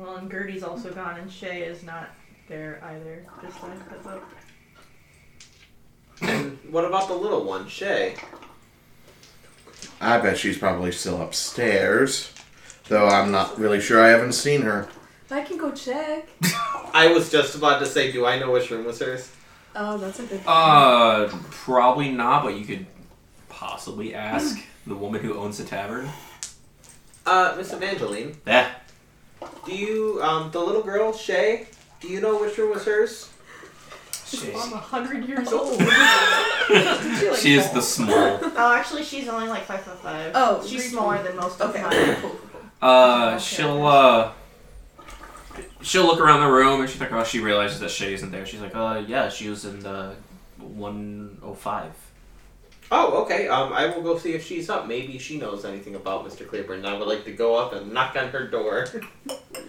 Speaker 4: Well, and Gertie's also gone, and Shay is not there either. This time, but
Speaker 6: And what about the little one, Shay?
Speaker 5: I bet she's probably still upstairs. Though I'm not really sure. I haven't seen her.
Speaker 1: I can go check.
Speaker 6: I was just about to say, do I know which room was hers?
Speaker 1: Oh, that's a good.
Speaker 3: Uh, probably not. But you could possibly ask the woman who owns the tavern.
Speaker 6: Uh, Miss Evangeline,
Speaker 3: Yeah.
Speaker 6: do you, um, the little girl, Shay, do you know which room was hers?
Speaker 3: She,
Speaker 4: I'm a hundred years old.
Speaker 3: she is the small.
Speaker 4: Oh, actually, she's only like five foot five.
Speaker 1: Oh,
Speaker 4: she's
Speaker 1: reasonable.
Speaker 4: smaller than most of
Speaker 1: okay.
Speaker 4: mine.
Speaker 1: cool, cool, cool.
Speaker 3: Uh, she'll uh, she'll look around the room and she's like, oh, she realizes that Shay isn't there. She's like, uh, yeah, she was in the one oh five.
Speaker 6: Oh, okay. Um, I will go see if she's up. Maybe she knows anything about Mr. Clearburn. I would like to go up and knock on her door.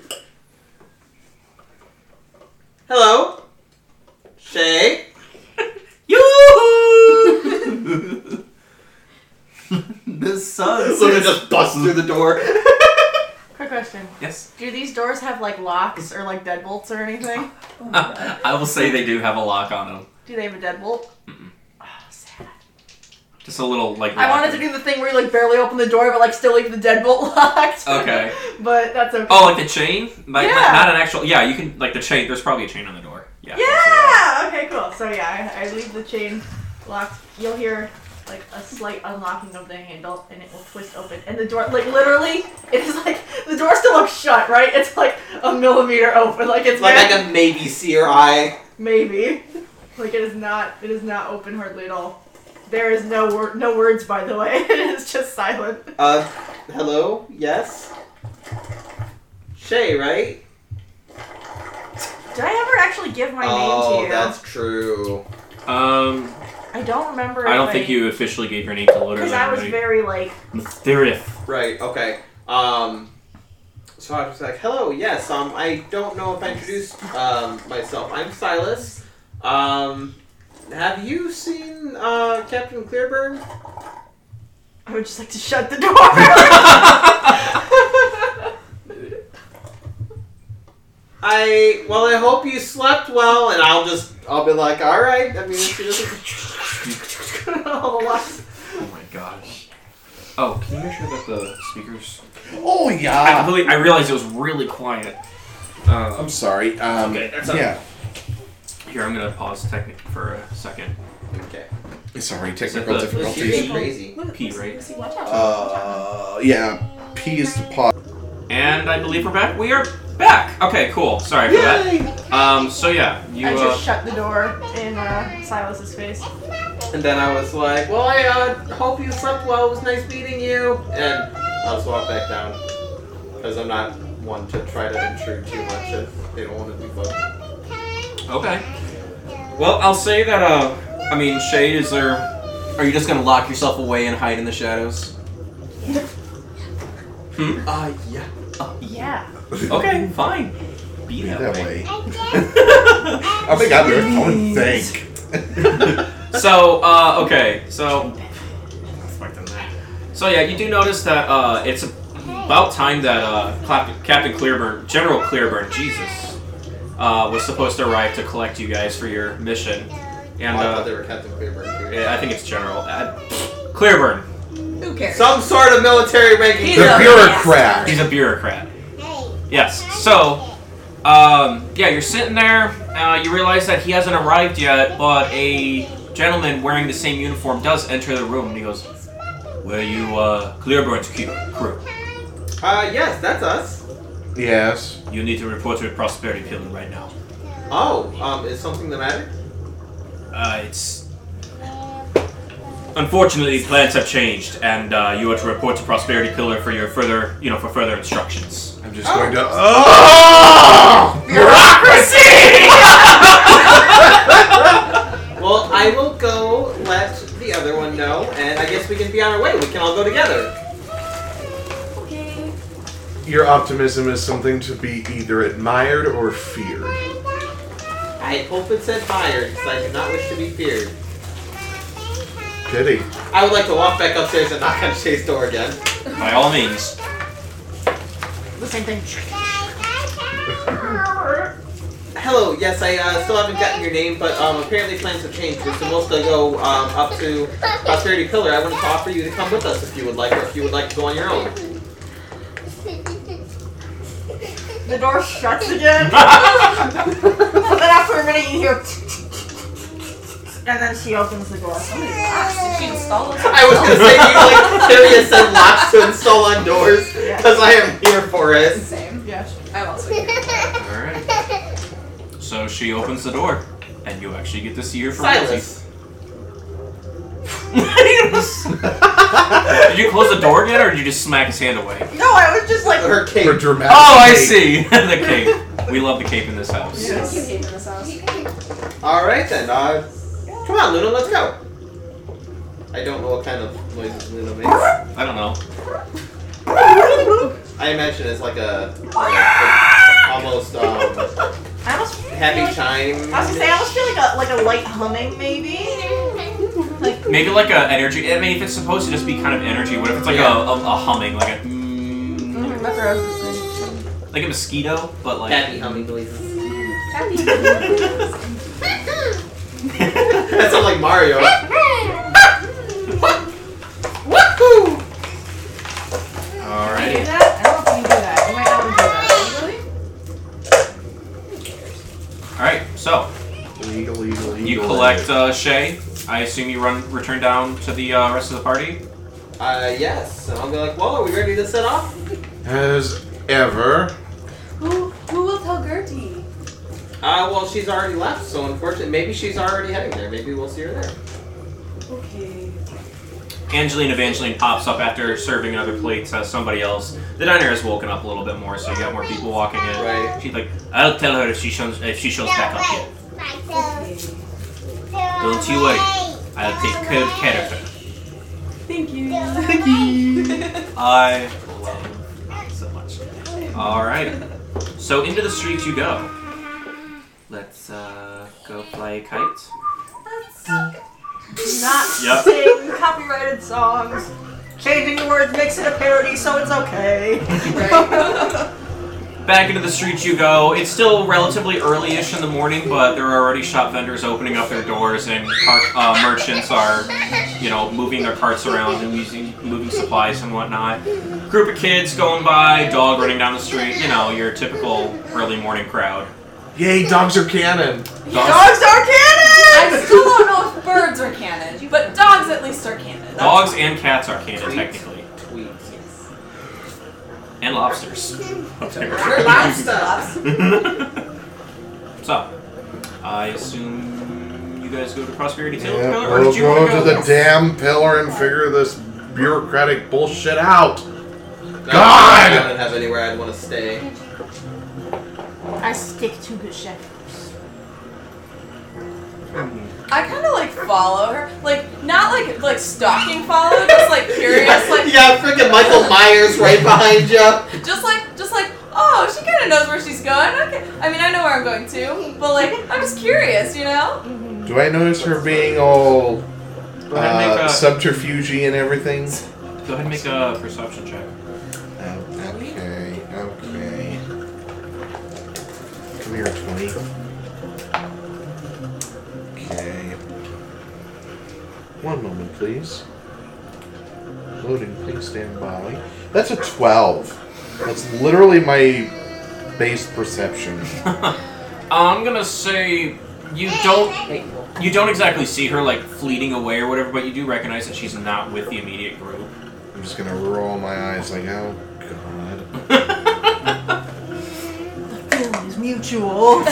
Speaker 6: Hello? Shay?
Speaker 3: Yoo-hoo! this sucks.
Speaker 6: Someone just busts through the door.
Speaker 4: Quick question:
Speaker 3: yes,
Speaker 4: Do these doors have like locks or like deadbolts or anything?
Speaker 1: Oh my God.
Speaker 3: I will say they do have a lock on them.
Speaker 4: Do they have a deadbolt?
Speaker 3: Mm-mm.
Speaker 4: Oh, sad.
Speaker 3: Just a little like.
Speaker 4: I wanted to
Speaker 3: locker.
Speaker 4: do the thing where you like barely open the door, but like still leave the deadbolt locked.
Speaker 3: Okay.
Speaker 4: but that's okay.
Speaker 3: Oh, like the chain? Like,
Speaker 4: Yeah.
Speaker 3: like, not an actual. Yeah, you can like the chain. There's probably a chain on the door. Yeah.
Speaker 4: Yeah. Okay. Cool. So yeah, I, I leave the chain locked. You'll hear like a slight unlocking of the handle, and it will twist open, and the door like literally, it is like the door still looks shut, right? It's like a millimeter open, like it's
Speaker 6: Like I
Speaker 4: very-
Speaker 6: can maybe see her eye.
Speaker 4: maybe, like it is not, it is not open hardly at all. There is no word, no words by the way. it is just silent.
Speaker 6: Uh, hello? Yes? Shay, right?
Speaker 4: Did I ever actually give my name to
Speaker 6: oh,
Speaker 4: you?
Speaker 6: that's true.
Speaker 3: Um,
Speaker 4: I don't remember.
Speaker 3: I
Speaker 4: if
Speaker 3: don't think you officially gave your name to Loder.
Speaker 4: Because I was very like,
Speaker 3: Mysterious.
Speaker 6: Right, okay. Um, so I was like, hello, yes, um, I don't know if I introduced um, myself. I'm Silas. Um, have you seen uh, Captain Clearburn?
Speaker 4: I would just like to shut the
Speaker 3: Oh
Speaker 4: door.
Speaker 6: I, well, I hope you slept well, and I'll just, I'll be like, alright. I mean, she doesn't.
Speaker 4: All the locks.
Speaker 3: Oh my gosh. Oh, can you make sure that the speakers?
Speaker 5: Oh
Speaker 3: I
Speaker 5: yeah.
Speaker 3: completely. I realized it was really quiet. Um,
Speaker 5: I'm sorry. Um,
Speaker 3: Okay, that's
Speaker 5: yeah.
Speaker 3: Here, I'm gonna pause technic for a second.
Speaker 6: Okay.
Speaker 5: Sorry, technical
Speaker 3: Is it the-
Speaker 6: She's being
Speaker 5: difficulties.
Speaker 6: crazy.
Speaker 1: Look,
Speaker 3: P,
Speaker 1: Lucy,
Speaker 3: right?
Speaker 1: Lucy, watch out.
Speaker 5: Uh, yeah. P is to pause.
Speaker 3: And I believe we're back. We are back. Okay, cool. Sorry for that. Um, so yeah, you.
Speaker 4: I
Speaker 3: Uh,
Speaker 4: just shut the door in uh, Silas's face.
Speaker 6: And then I was like, well, I uh, hope you slept well. It was nice meeting you. And I'll just walk back down. Because I'm not one to try to intrude too much if they don't want to be close.
Speaker 3: okay. Well, I'll say that. Uh, I mean, Shay, is there? Are you just gonna lock yourself away and hide in the shadows? Hmm?
Speaker 6: Uh, yeah.
Speaker 4: Yeah.
Speaker 3: Okay, fine. Be that,
Speaker 5: That
Speaker 3: way.
Speaker 5: way.
Speaker 2: I
Speaker 5: I think I'm doing. I would think.
Speaker 3: so, uh, okay, so. So yeah, you do notice that uh, it's about time that uh, Clap- Captain Clearburn, General Clearburn, Jesus, uh, was supposed to arrive to collect you guys for your mission. And
Speaker 6: oh, I thought
Speaker 3: uh,
Speaker 6: they were Captain Clearburn too.
Speaker 3: yeah, I think it's General uh, Clearburn.
Speaker 1: Who cares?
Speaker 6: Some sort of military ranking.
Speaker 1: He's
Speaker 5: The
Speaker 1: a-
Speaker 5: bureaucrat.
Speaker 3: He's a bureaucrat.
Speaker 2: Hey.
Speaker 3: Yes. So, um, yeah, you're sitting there. Uh, you realize that he hasn't arrived yet, but a gentleman wearing the same uniform does enter the room, and he goes, "Where you, uh, Clearburn's cu- crew?
Speaker 6: Uh, yes, that's us.
Speaker 5: Yes.
Speaker 3: You need to report to the Prosperity Pillar right now.
Speaker 6: Oh, um, is something the matter?
Speaker 3: Uh, it's unfortunately plans have changed, and uh, you are to report to Prosperity Pillar for your further, you know, for further instructions."
Speaker 5: I'm just
Speaker 6: Oh.
Speaker 5: going to. Oh!
Speaker 3: Bureaucracy!
Speaker 6: Well, I will go let the other one know, and I guess we can be on our way. We can all go together.
Speaker 1: Okay.
Speaker 5: Your optimism is something to be either admired or feared.
Speaker 6: I hope it said fired, because I do not wish to be feared.
Speaker 5: Pity.
Speaker 6: I would like to walk back upstairs and knock on Shay's door again.
Speaker 3: By all means.
Speaker 4: The same thing.
Speaker 6: Hello, yes, I uh, still haven't gotten your name, but um, apparently plans have changed. We're supposed to go um, up to Prosperity Pillar. I wanted to offer you to come with us if you would like, or if you would like to go on your own.
Speaker 4: The door shuts again. and then after a minute, you hear. And then she opens the door.
Speaker 1: Somebody's asked if she installed it.
Speaker 6: I was gonna say, do you like Tyrion said locks to install on doors?
Speaker 4: Yeah.
Speaker 6: Because I am here for it.
Speaker 1: Same.
Speaker 4: Yes.
Speaker 1: I'm also here.
Speaker 3: Alright. So she opens the door, and you actually get to see her from
Speaker 6: Silas.
Speaker 3: Did you close the door again, or did you just smack his hand away?
Speaker 4: No, I was just like.
Speaker 6: Her cape.
Speaker 5: For dramatic.
Speaker 3: Oh, I
Speaker 5: sake.
Speaker 3: see. the cape. We love the cape in this house.
Speaker 4: Yeah.
Speaker 1: You came in this house.
Speaker 6: All right then. Uh, come on, Luna, let's go. I don't know what kind of noises Luna makes.
Speaker 3: I don't know.
Speaker 6: I imagine it's like a, like a- almost um,
Speaker 4: I almost feel
Speaker 6: happy
Speaker 4: like,
Speaker 6: chime.
Speaker 4: I was gonna say I almost feel like a like a light humming maybe.
Speaker 3: Maybe like a energy. I mean, if it's supposed to just be kind of energy, what if it's like a,
Speaker 6: Yeah.
Speaker 3: a, a humming, like a mm,
Speaker 4: That's what I was just saying.
Speaker 3: like a mosquito, but like
Speaker 6: Happy humming noises.
Speaker 1: Happy-
Speaker 6: that sounds like Mario.
Speaker 4: Woohoo!
Speaker 5: All
Speaker 4: Can you do
Speaker 5: right.
Speaker 4: that? I don't know if you can do that. You might not want to do that.
Speaker 3: All right. So
Speaker 5: Legal, legal, legal.
Speaker 3: you collect uh, Shay. I assume you run return down to the uh, rest of the party.
Speaker 6: Uh, yes. And I'll be like, well, are we ready to set off?
Speaker 5: As ever.
Speaker 1: who, who will tell Gertie?
Speaker 6: Uh, well, she's already left, so unfortunately, maybe she's already heading there. Maybe we'll see her there.
Speaker 1: Okay.
Speaker 3: Angeline Evangeline pops up after serving another plate to somebody else. The diner has woken up a little bit more, so you got more people walking in.
Speaker 6: Right.
Speaker 3: She's like, I'll tell her if she shows if she shows back up here.
Speaker 2: Don't you worry.
Speaker 3: I'll take good care of her.
Speaker 1: Thank you.
Speaker 2: Thank
Speaker 3: I love that so much. All right. So into the streets you go. Let's uh, go fly a kite.
Speaker 4: Not
Speaker 3: Yep.
Speaker 4: sing copyrighted songs. Changing the words makes it a parody, so it's okay.
Speaker 1: Right.
Speaker 3: Back into the streets you go. It's still relatively early-ish in the morning, but there are already shop vendors opening up their doors, and cart, uh, merchants are, you know, moving their carts around and using, moving supplies and whatnot. Group of kids going by, dog running down the street. You know, your typical early morning crowd.
Speaker 5: Yay, dogs are cannon.
Speaker 3: Dogs,
Speaker 4: Dogs are
Speaker 1: I
Speaker 4: canon!
Speaker 1: still don't know if birds are canon, but dogs at least are canon.
Speaker 3: dogs and cats are canon technically,
Speaker 6: Tweet.
Speaker 3: and lobsters. Up there.
Speaker 1: We're livestock.
Speaker 3: so, I assume you guys go to Prosperity Taylor,
Speaker 5: Yeah,
Speaker 3: or
Speaker 5: we'll
Speaker 3: did you
Speaker 5: go
Speaker 3: want to
Speaker 5: to
Speaker 3: go?
Speaker 5: the damn pillar and figure this bureaucratic bullshit out. God!
Speaker 6: I don't have anywhere I'd want to stay.
Speaker 4: I stick to good shepherds.
Speaker 1: I kind of like follow her, like not like like stalking follow, just like curious, like
Speaker 6: yeah, freaking Michael Myers right behind you.
Speaker 1: just like just like oh she kind of knows where she's going. Okay, I mean I know where I'm going to, but like I'm just curious, you know?
Speaker 5: Do I notice her being all
Speaker 3: Go ahead and make
Speaker 5: uh,
Speaker 3: a-
Speaker 5: subterfuge and everything?
Speaker 3: Go ahead and make a perception check.
Speaker 5: Oh, Okay, okay. Come here, 20. Okay. One moment, please. Loading, please stand by. That's a 12. That's literally my base perception.
Speaker 3: I'm gonna say you don't you don't exactly see her like fleeting away or whatever, but you do recognize that she's not with the immediate group.
Speaker 5: I'm just gonna roll my eyes like, oh god.
Speaker 4: It's mutual.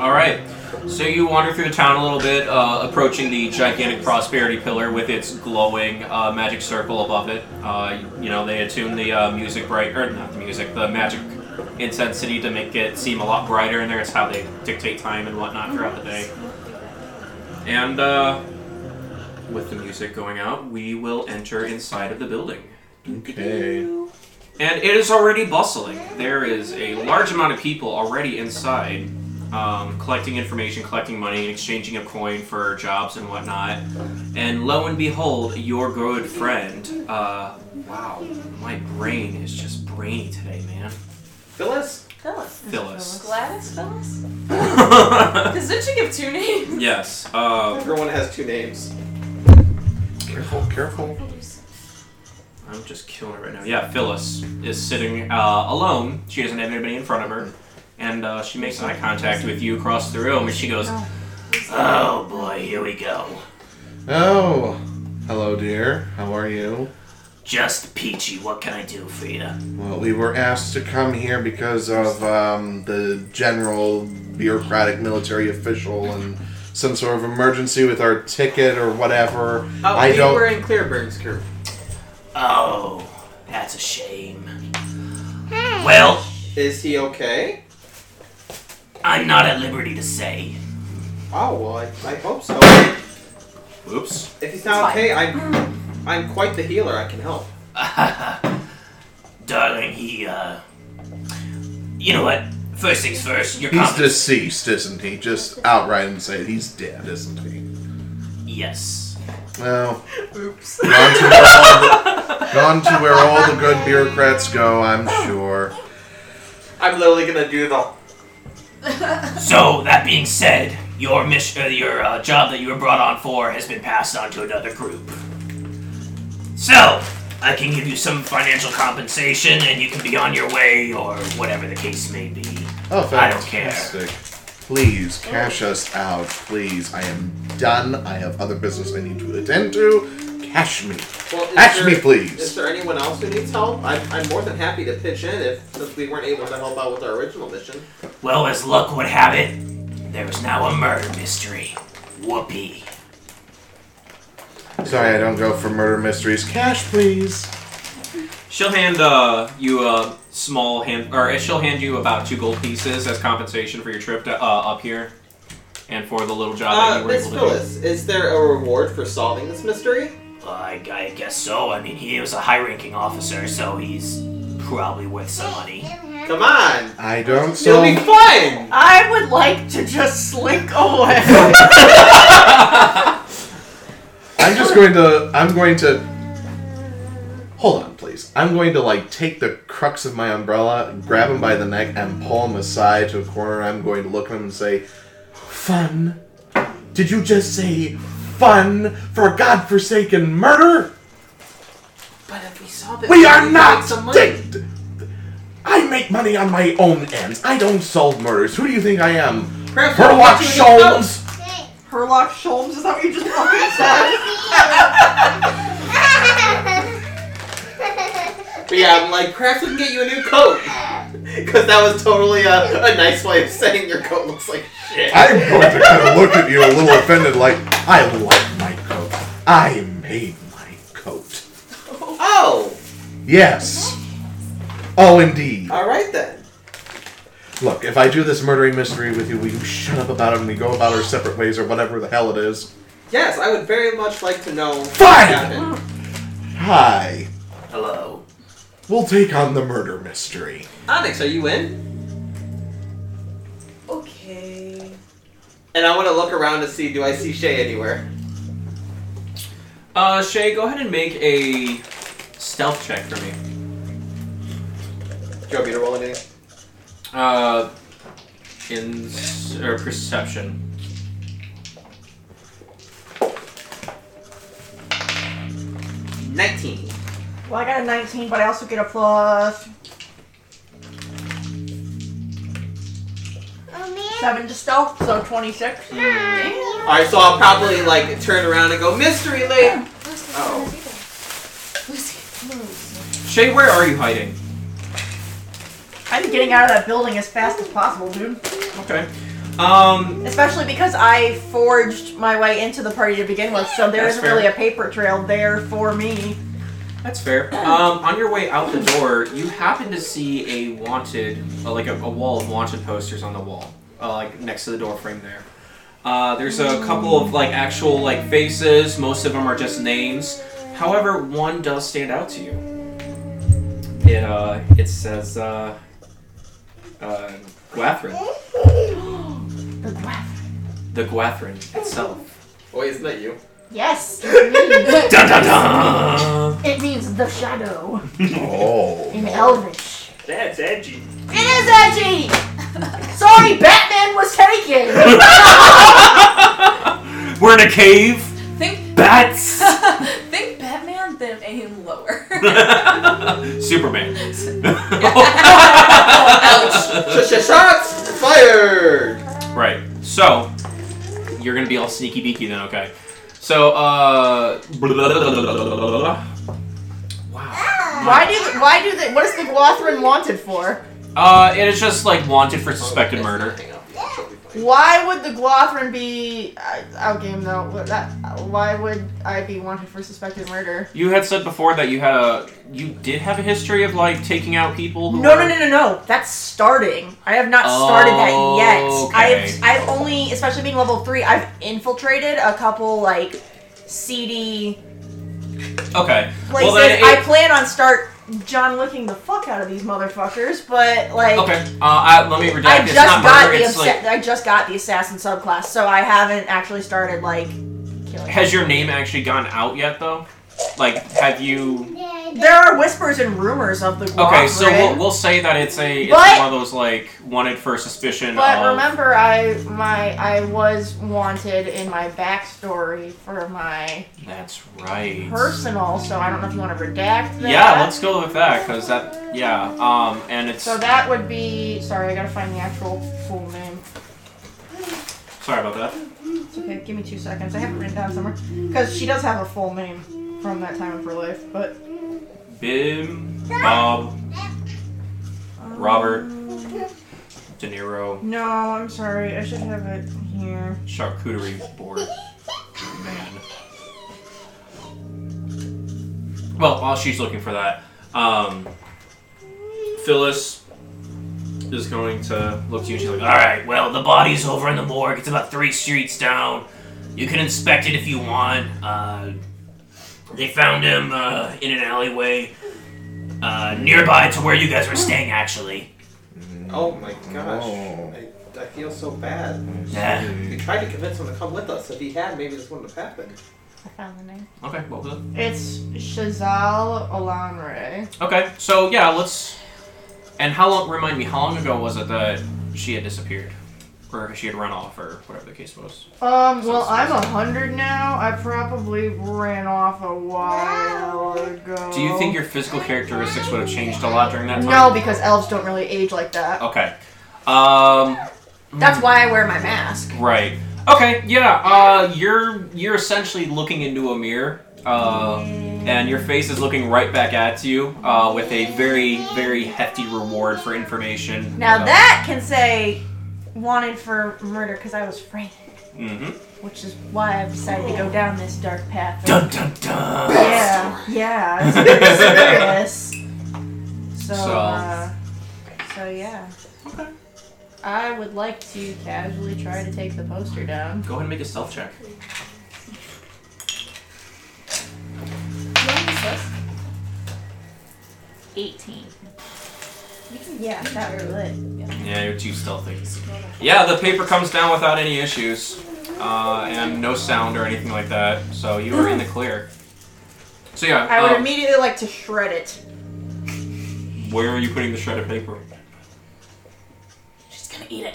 Speaker 3: All right. So you wander through the town a little bit, uh, approaching the gigantic prosperity pillar with its glowing uh, magic circle above it. Uh, you know they attune the uh, music bright, or not the music, the magic intensity to make it seem a lot brighter in there. It's how they dictate time and whatnot throughout the day. And uh, with the music going out, we will enter inside of the building.
Speaker 5: Okay.
Speaker 3: And it is already bustling. There is a large amount of people already inside, um, collecting information, collecting money, and exchanging a coin for jobs and whatnot. And lo and behold, your good friend. Uh, wow, my brain is just brainy today, man.
Speaker 6: Phyllis?
Speaker 4: Phyllis.
Speaker 3: Phyllis.
Speaker 1: Gladys Phyllis? Because didn't she give two names?
Speaker 3: yes. Uh,
Speaker 6: Everyone has two names.
Speaker 5: Careful, careful.
Speaker 3: I'm just killing it right now. Yeah, Phyllis is sitting uh, alone. She doesn't have anybody in front of her, and uh, she makes eye contact with you across the room, and she goes, "Oh boy, here we go."
Speaker 5: Oh, hello, dear. How are you?
Speaker 3: Just Peachy, what can I do for you?
Speaker 5: Well, we were asked to come here because of um, the general bureaucratic military official and some sort of emergency with our ticket or whatever.
Speaker 6: Oh,
Speaker 5: I
Speaker 6: we
Speaker 5: don't.
Speaker 6: were in Clearburn's crew.
Speaker 3: Oh, that's a shame. Well,
Speaker 6: Is he okay?
Speaker 3: I'm not at liberty to say.
Speaker 6: Oh, well, I, I hope so.
Speaker 3: Oops.
Speaker 6: If he's
Speaker 4: It's fine.
Speaker 6: not okay, I'm, I'm quite the healer. I can help.
Speaker 3: Darling, he, uh. You know what? First things first, your
Speaker 5: He's
Speaker 3: comments.
Speaker 5: deceased, isn't he? Just outright and say he's dead, isn't he?
Speaker 3: Yes.
Speaker 5: Well,
Speaker 4: Oops.
Speaker 5: gone to where all the, gone to where all the good bureaucrats go, I'm sure.
Speaker 6: I'm literally gonna do the.
Speaker 3: So, that being said, your mission, uh, your uh, job that you were brought on for has been passed on to another group. So, I can give you some financial compensation and you can be on your way or whatever the case may be.
Speaker 5: Oh,
Speaker 3: I don't care.
Speaker 5: fantastic. Please cash us out, please. I am done. I have other business I need to attend to. Cash me.
Speaker 6: Well, is
Speaker 5: Catch
Speaker 6: there-
Speaker 5: me, please.
Speaker 6: Is there anyone else who needs help? I'm, I'm more than happy to pitch in if since we weren't able to help out with our original mission.
Speaker 3: Well, as luck would have it, there is now a murder mystery. Whoopee.
Speaker 5: Sorry, I don't go for murder mysteries. Cash, please.
Speaker 3: She'll hand uh, you a small hand, or she'll hand you about two gold pieces as compensation for your trip to, uh, up here, and for the little job that
Speaker 6: Uh,
Speaker 3: you were
Speaker 6: Miss
Speaker 3: able to do.
Speaker 6: Phyllis, is there a reward for solving this mystery?
Speaker 3: I, I guess so. I mean, he was a high-ranking officer, so he's probably worth some money.
Speaker 6: Come on,
Speaker 5: I don't
Speaker 6: it'll be
Speaker 5: solve.
Speaker 6: fun.
Speaker 4: I would like to just slink away.
Speaker 5: I'm just going to. I'm going to. Hold on, please. I'm going to like take the crux of my umbrella, grab him by the neck, and pull him aside to a corner. I'm going to look at him and say, "Fun? Did you just say fun for a godforsaken murder?
Speaker 6: But if we solve it,
Speaker 5: We are
Speaker 6: can make
Speaker 5: not
Speaker 6: some money.
Speaker 5: dick. I make money on my own ends. I don't solve murders. Who do you think I am?
Speaker 6: Perhaps we can
Speaker 5: Herlock
Speaker 6: get you in the
Speaker 5: Sholmes."
Speaker 4: Herlock Sholmes, is that what you just fucking said?
Speaker 6: coat. But yeah, I'm like, perhaps we can get you a new coat. Because that was totally a, a nice way of saying your coat looks like shit.
Speaker 5: I'm going to kind of look at you a little offended, like, I like my coat. I made my coat.
Speaker 6: oh,
Speaker 5: Yes. Oh, indeed.
Speaker 6: all right then.
Speaker 5: Look, if I do this murdering mystery with you, will you shut up about it and we go about our separate ways or whatever the hell it is?
Speaker 6: Yes, I would very much like to know
Speaker 5: Fine.
Speaker 6: what happened.
Speaker 5: Hi.
Speaker 3: Hello.
Speaker 5: We'll take on the murder mystery.
Speaker 6: Onyx, are you in?
Speaker 1: Okay.
Speaker 6: And I want to look around to see do I see Shay anywhere.
Speaker 3: Uh, Shay, go ahead and make a stealth check for me.
Speaker 6: Do you want me to roll anything?
Speaker 3: Uh, in or perception.
Speaker 6: Nineteen.
Speaker 4: Well, I got a 19, but I also get a plus 7 to stealth, so 26. Hmm.
Speaker 6: All right, so I'll probably like turn around and go mystery lady. Oh.
Speaker 1: Lucy, move.
Speaker 3: Shay, where are you hiding?
Speaker 4: I'm getting out of that building as fast as possible, dude.
Speaker 3: Okay. Um,
Speaker 4: Especially because I forged my way into the party to begin with, so there
Speaker 3: That's
Speaker 4: isn't
Speaker 3: fair.
Speaker 4: really a paper trail there for me.
Speaker 3: That's fair. Um, on your way out the door, you happen to see a wanted, uh, like a, a wall of wanted posters on the wall, uh, like next to the door frame there. Uh, there's a couple of like actual like faces. Most of them are just names. However, one does stand out to you. It uh, it says uh, uh, Gwathrin. the Gwathrin. The Gwathrin itself.
Speaker 6: Oh, isn't that you?
Speaker 8: Yes, it means,
Speaker 3: Dun dun dun.
Speaker 8: it means the shadow
Speaker 5: Oh.
Speaker 8: in Elvish.
Speaker 6: That's edgy.
Speaker 8: It is edgy! Sorry, Batman was taken!
Speaker 3: We're in a cave.
Speaker 1: Think
Speaker 3: Bats.
Speaker 1: think Batman, then aim lower.
Speaker 3: Superman.
Speaker 6: Shots fired.
Speaker 3: right. So you're gonna be all sneaky beaky then, okay? So uh. Wow.
Speaker 4: Why do why do they? What is the Glothrin wanted for?
Speaker 3: Uh, it is just like wanted for suspected murder.
Speaker 6: Oh, Hang on. She'll be fine.
Speaker 4: Why would the Glothrin be uh, outgame though? What- That why would I be wanted for suspected murder?
Speaker 3: You had said before that you had a you did have a history of like taking out people. Who
Speaker 4: No,
Speaker 3: were-
Speaker 4: no, no, no, no. That's starting. I have not
Speaker 3: Oh,
Speaker 4: started that yet.
Speaker 3: okay.
Speaker 4: I've, I've only, especially being level three, I've infiltrated a couple like seedy
Speaker 3: Okay.
Speaker 4: places.
Speaker 3: Well, then
Speaker 4: I
Speaker 3: it-
Speaker 4: plan on start John licking the fuck out of these motherfuckers, but like.
Speaker 3: Okay. Uh, I, let me redact.
Speaker 4: I
Speaker 3: it's
Speaker 4: just
Speaker 3: not
Speaker 4: got
Speaker 3: murder.
Speaker 4: the
Speaker 3: It's like
Speaker 4: absa- I just got the assassin subclass, so I haven't actually started like killing.
Speaker 3: has your name actually gone out yet though? Like, have you?
Speaker 4: There are whispers and rumors of the
Speaker 3: Okay, so
Speaker 4: Gwatrin.
Speaker 3: we'll, we'll say that it's a it's
Speaker 4: But-
Speaker 3: one of those like wanted for suspicion.
Speaker 4: But
Speaker 3: of,
Speaker 4: remember, I my I was wanted in my backstory for my
Speaker 3: That's right.
Speaker 4: personal, so I don't know if you want to redact that.
Speaker 3: Yeah, let's go with that because that yeah. Um, and it's
Speaker 4: So that would be. Sorry, I gotta find the actual full name.
Speaker 3: sorry about that.
Speaker 4: It's okay. Give me two seconds. I have it written down somewhere because she does have a full name from that time of her life. But
Speaker 3: Bim, Bob, Robert, De Niro,
Speaker 4: um, no, I'm sorry. I should have it here.
Speaker 3: charcuterie board man. Well, while she's looking for that, um, Phyllis is going to look to you. and She's like, "All right, well, the body's over in the morgue. It's about three streets down. You can inspect it if you want. Uh, they found him uh, in an alleyway uh, nearby to where you guys were staying, actually.
Speaker 6: Oh my gosh.
Speaker 5: Oh.
Speaker 6: I, I feel so bad.
Speaker 3: Yeah.
Speaker 6: We tried to convince him to come with us. If he had, maybe this wouldn't have happened.
Speaker 4: I found the name.
Speaker 3: Okay, what was it?
Speaker 4: It's Shazal Olanre.
Speaker 3: Okay, so yeah, let's. And how long? Remind me, how long ago was it that she had disappeared, or she had run off, or whatever the case was?
Speaker 4: Um, well, I'm a hundred now. I probably ran off a while ago.
Speaker 3: Do you think your physical characteristics would have changed a lot during that time?
Speaker 4: No, because elves don't really age like that.
Speaker 3: Okay. Um.
Speaker 4: That's why I wear my mask.
Speaker 3: Right. Okay. Yeah. Uh. You're you're essentially looking into a mirror. Uh. And your face is looking right back at you. Uh. With a very very hefty reward for information.
Speaker 4: Now that can say wanted for murder because I was framed,
Speaker 3: Mm-hmm.
Speaker 4: which is why I've decided to go down this dark path.
Speaker 3: Dun dun dun.
Speaker 4: Yeah, yeah, it's very serious. So,
Speaker 3: So.
Speaker 4: Uh, so yeah. Okay. I would like to casually try to take the poster down.
Speaker 3: Go ahead and make a stealth check.
Speaker 1: What is this?
Speaker 4: 18.
Speaker 1: Yeah,
Speaker 4: That would lit.
Speaker 3: Yeah, you're too stealthy. Yeah, the paper comes down without any issues, uh, and no sound or anything like that. So you are in the clear. So yeah,
Speaker 4: I
Speaker 1: Oh.
Speaker 4: would
Speaker 3: um,
Speaker 4: immediately like to shred it.
Speaker 3: where are you putting the shredded paper?
Speaker 1: She's gonna eat it.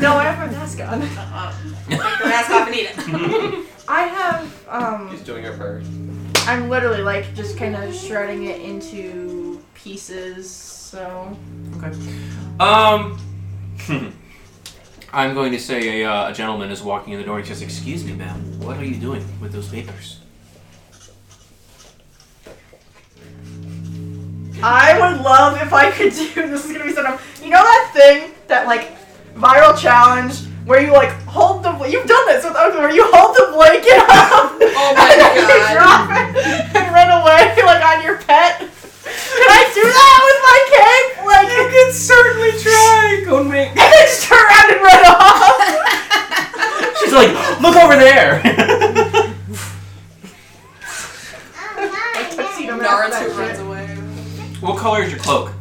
Speaker 4: No, I have my mask on.
Speaker 1: Take her Uh-uh. mask off and eat it.
Speaker 4: I have,
Speaker 6: He's
Speaker 4: um,
Speaker 6: doing her first.
Speaker 4: I'm literally like just kind of shredding it into pieces. So
Speaker 3: Um, I'm going to say a, uh, a gentleman is walking in the door and says, "Excuse me, ma'am, what are you doing with those papers?"
Speaker 4: I would love if I could do. This is gonna be so dumb. You know that thing that like viral challenge where you like hold the. You've done this with others where you hold the blanket up.
Speaker 1: Oh my
Speaker 4: and then you
Speaker 1: God.
Speaker 4: drop it and run away.
Speaker 3: color is your cloak?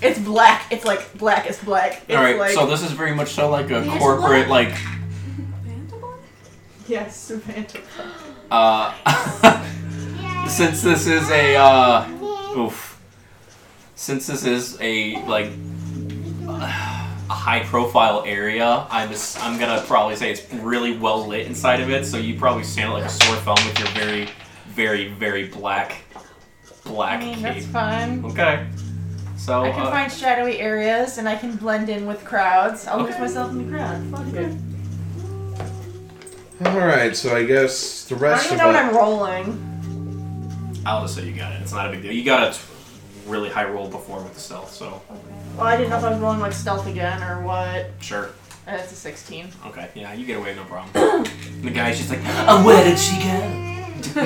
Speaker 4: It's black. It's like black is black. It's
Speaker 3: All right,
Speaker 4: like
Speaker 3: so this is very much so like a
Speaker 9: Yes, what?
Speaker 3: corporate like.
Speaker 1: Vantablack?
Speaker 4: yes, Samantha.
Speaker 3: Uh, since this is a uh, oof, since this is a like a high profile area, I'm just, I'm gonna probably say it's really well lit inside of it. So you probably stand out like a sore thumb with your very, very, very black,
Speaker 4: I
Speaker 3: black
Speaker 4: mean,
Speaker 3: cape.
Speaker 4: that's fine.
Speaker 3: Okay, so
Speaker 4: I can
Speaker 3: uh,
Speaker 4: find shadowy areas and I can blend in with crowds. I'll lose
Speaker 3: Okay.
Speaker 4: myself in the crowd. Fuck it.
Speaker 5: All right, so I guess the
Speaker 4: I don't
Speaker 5: rest
Speaker 4: even know
Speaker 5: of
Speaker 4: what
Speaker 5: us.
Speaker 4: I'm rolling.
Speaker 3: I'll just say you got it. It's not a big deal. You got a t- really high roll before with the stealth, so
Speaker 4: Well, I didn't know if I was rolling like stealth again or what.
Speaker 3: sure.
Speaker 4: And it's a 16.
Speaker 3: Okay, yeah, you get away, no problem. the guy's just like, oh, where did she go?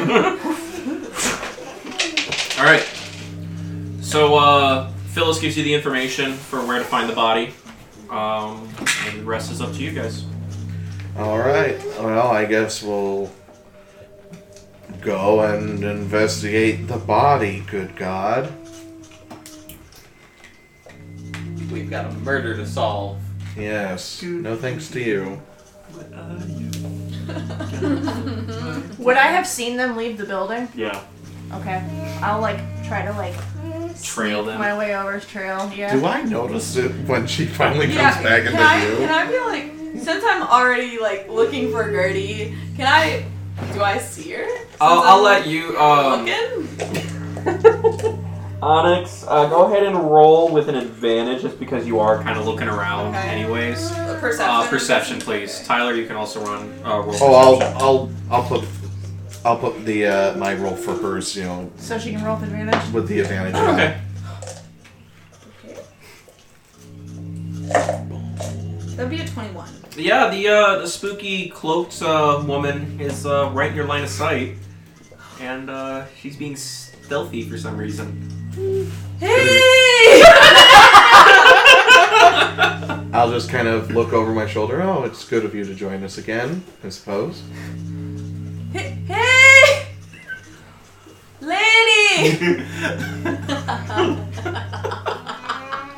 Speaker 3: All right. So uh, Phyllis gives you the information for where to find the body. Um, and the rest is up to you guys.
Speaker 5: All right. Well, I guess we'll go and investigate the body. Good God.
Speaker 6: We've got a murder to solve.
Speaker 5: Yes. No thanks to you.
Speaker 4: Would I have seen them leave the building?
Speaker 3: Yeah.
Speaker 4: Okay. I'll like try to like
Speaker 3: Trail them.
Speaker 4: my way over trail. Yeah.
Speaker 5: Do I notice it when she finally comes
Speaker 1: Yeah,
Speaker 5: back
Speaker 1: can
Speaker 5: into
Speaker 1: I,
Speaker 5: view?
Speaker 1: Can I be like, since I'm already like looking for Gertie, can I? Do I see her? Since
Speaker 3: I'll,
Speaker 1: I'm
Speaker 3: I'll let you. Um,
Speaker 1: Looking.
Speaker 3: Onyx, uh, go ahead and roll with an advantage just because you are kind of looking around,
Speaker 1: Okay.
Speaker 3: anyways.
Speaker 1: A Perception.
Speaker 3: Uh, perception, please. Tyler, you can also run. Uh, roll
Speaker 5: Oh, I'll
Speaker 3: perception.
Speaker 5: I'll I'll put I'll put the uh, my roll for hers. You know,
Speaker 4: So she can roll with advantage.
Speaker 5: with the advantage.
Speaker 3: Okay.
Speaker 1: That'd be a 21.
Speaker 3: Yeah, the uh, the spooky cloaked uh, woman is uh, right in your line of sight, and uh, she's being stealthy for some reason.
Speaker 1: Hey!
Speaker 5: I'll just kind of look over my shoulder. Oh, it's good of you to join us again. I suppose.
Speaker 1: hey! Hey! Lady!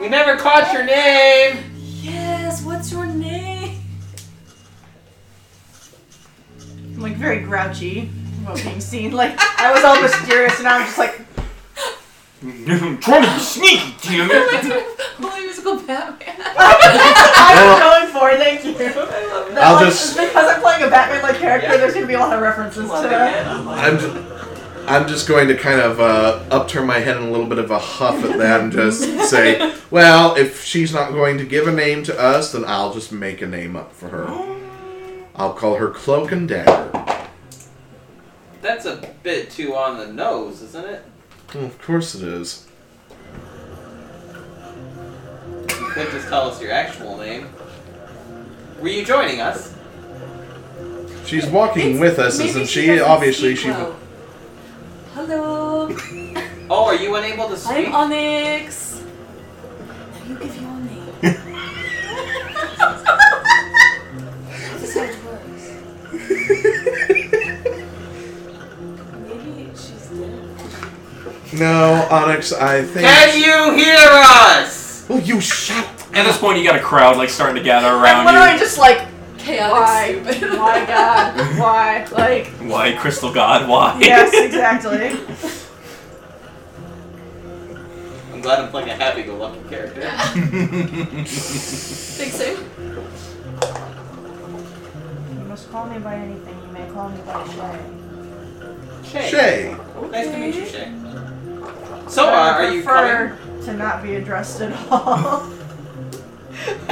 Speaker 6: We never caught your name.
Speaker 1: yes, what's your name?
Speaker 4: I'm like very grouchy about being seen. Like I was all mysterious and now I'm just like
Speaker 3: I'm trying to be sneaky, damn it!
Speaker 1: Holy musical Batman.
Speaker 4: I was going for it, thank you. That,
Speaker 5: I'll
Speaker 4: like,
Speaker 5: just-
Speaker 4: because I'm playing a Batman like character,
Speaker 6: Yeah.
Speaker 4: there's gonna be a lot of references to that.
Speaker 5: I'm just, I'm just going to kind of uh, upturn my head in a little bit of a huff at that and just say, well, if she's not going to give a name to us, then I'll just make a name up for
Speaker 1: Oh.
Speaker 5: her. I'll call her Cloak and Dagger.
Speaker 6: That's a bit too on the nose, isn't it?
Speaker 5: Well, of course it is.
Speaker 6: You could just tell us your actual name. Were you joining us?
Speaker 5: She's walking
Speaker 1: It's-
Speaker 5: with us,
Speaker 1: maybe
Speaker 5: isn't
Speaker 1: she
Speaker 5: she?
Speaker 1: doesn't
Speaker 5: Obviously,
Speaker 1: speak
Speaker 5: she.
Speaker 1: well. Hello,
Speaker 6: Oh, are you unable to speak?
Speaker 1: I'm Onyx. Now you give your name. this is how it works. Maybe she's dead.
Speaker 5: No, Onyx, I think.
Speaker 6: Can you hear us?
Speaker 5: Will you shut
Speaker 3: At this point, you got a crowd like starting to gather
Speaker 4: Like,
Speaker 3: around
Speaker 4: what do I
Speaker 3: you.
Speaker 4: just like?
Speaker 1: Chaotic stupid.
Speaker 4: Why God? Why? Like
Speaker 3: Why, Crystal God? Why?
Speaker 4: yes, exactly.
Speaker 6: I'm glad I'm playing a happy-go-lucky character.
Speaker 1: Think so?
Speaker 4: You must call me by anything. You may call me by Shay.
Speaker 6: Shay.
Speaker 5: Shay?
Speaker 6: Nice to meet you, Shay. So, uh, are you coming?
Speaker 4: prefer to not be addressed at all.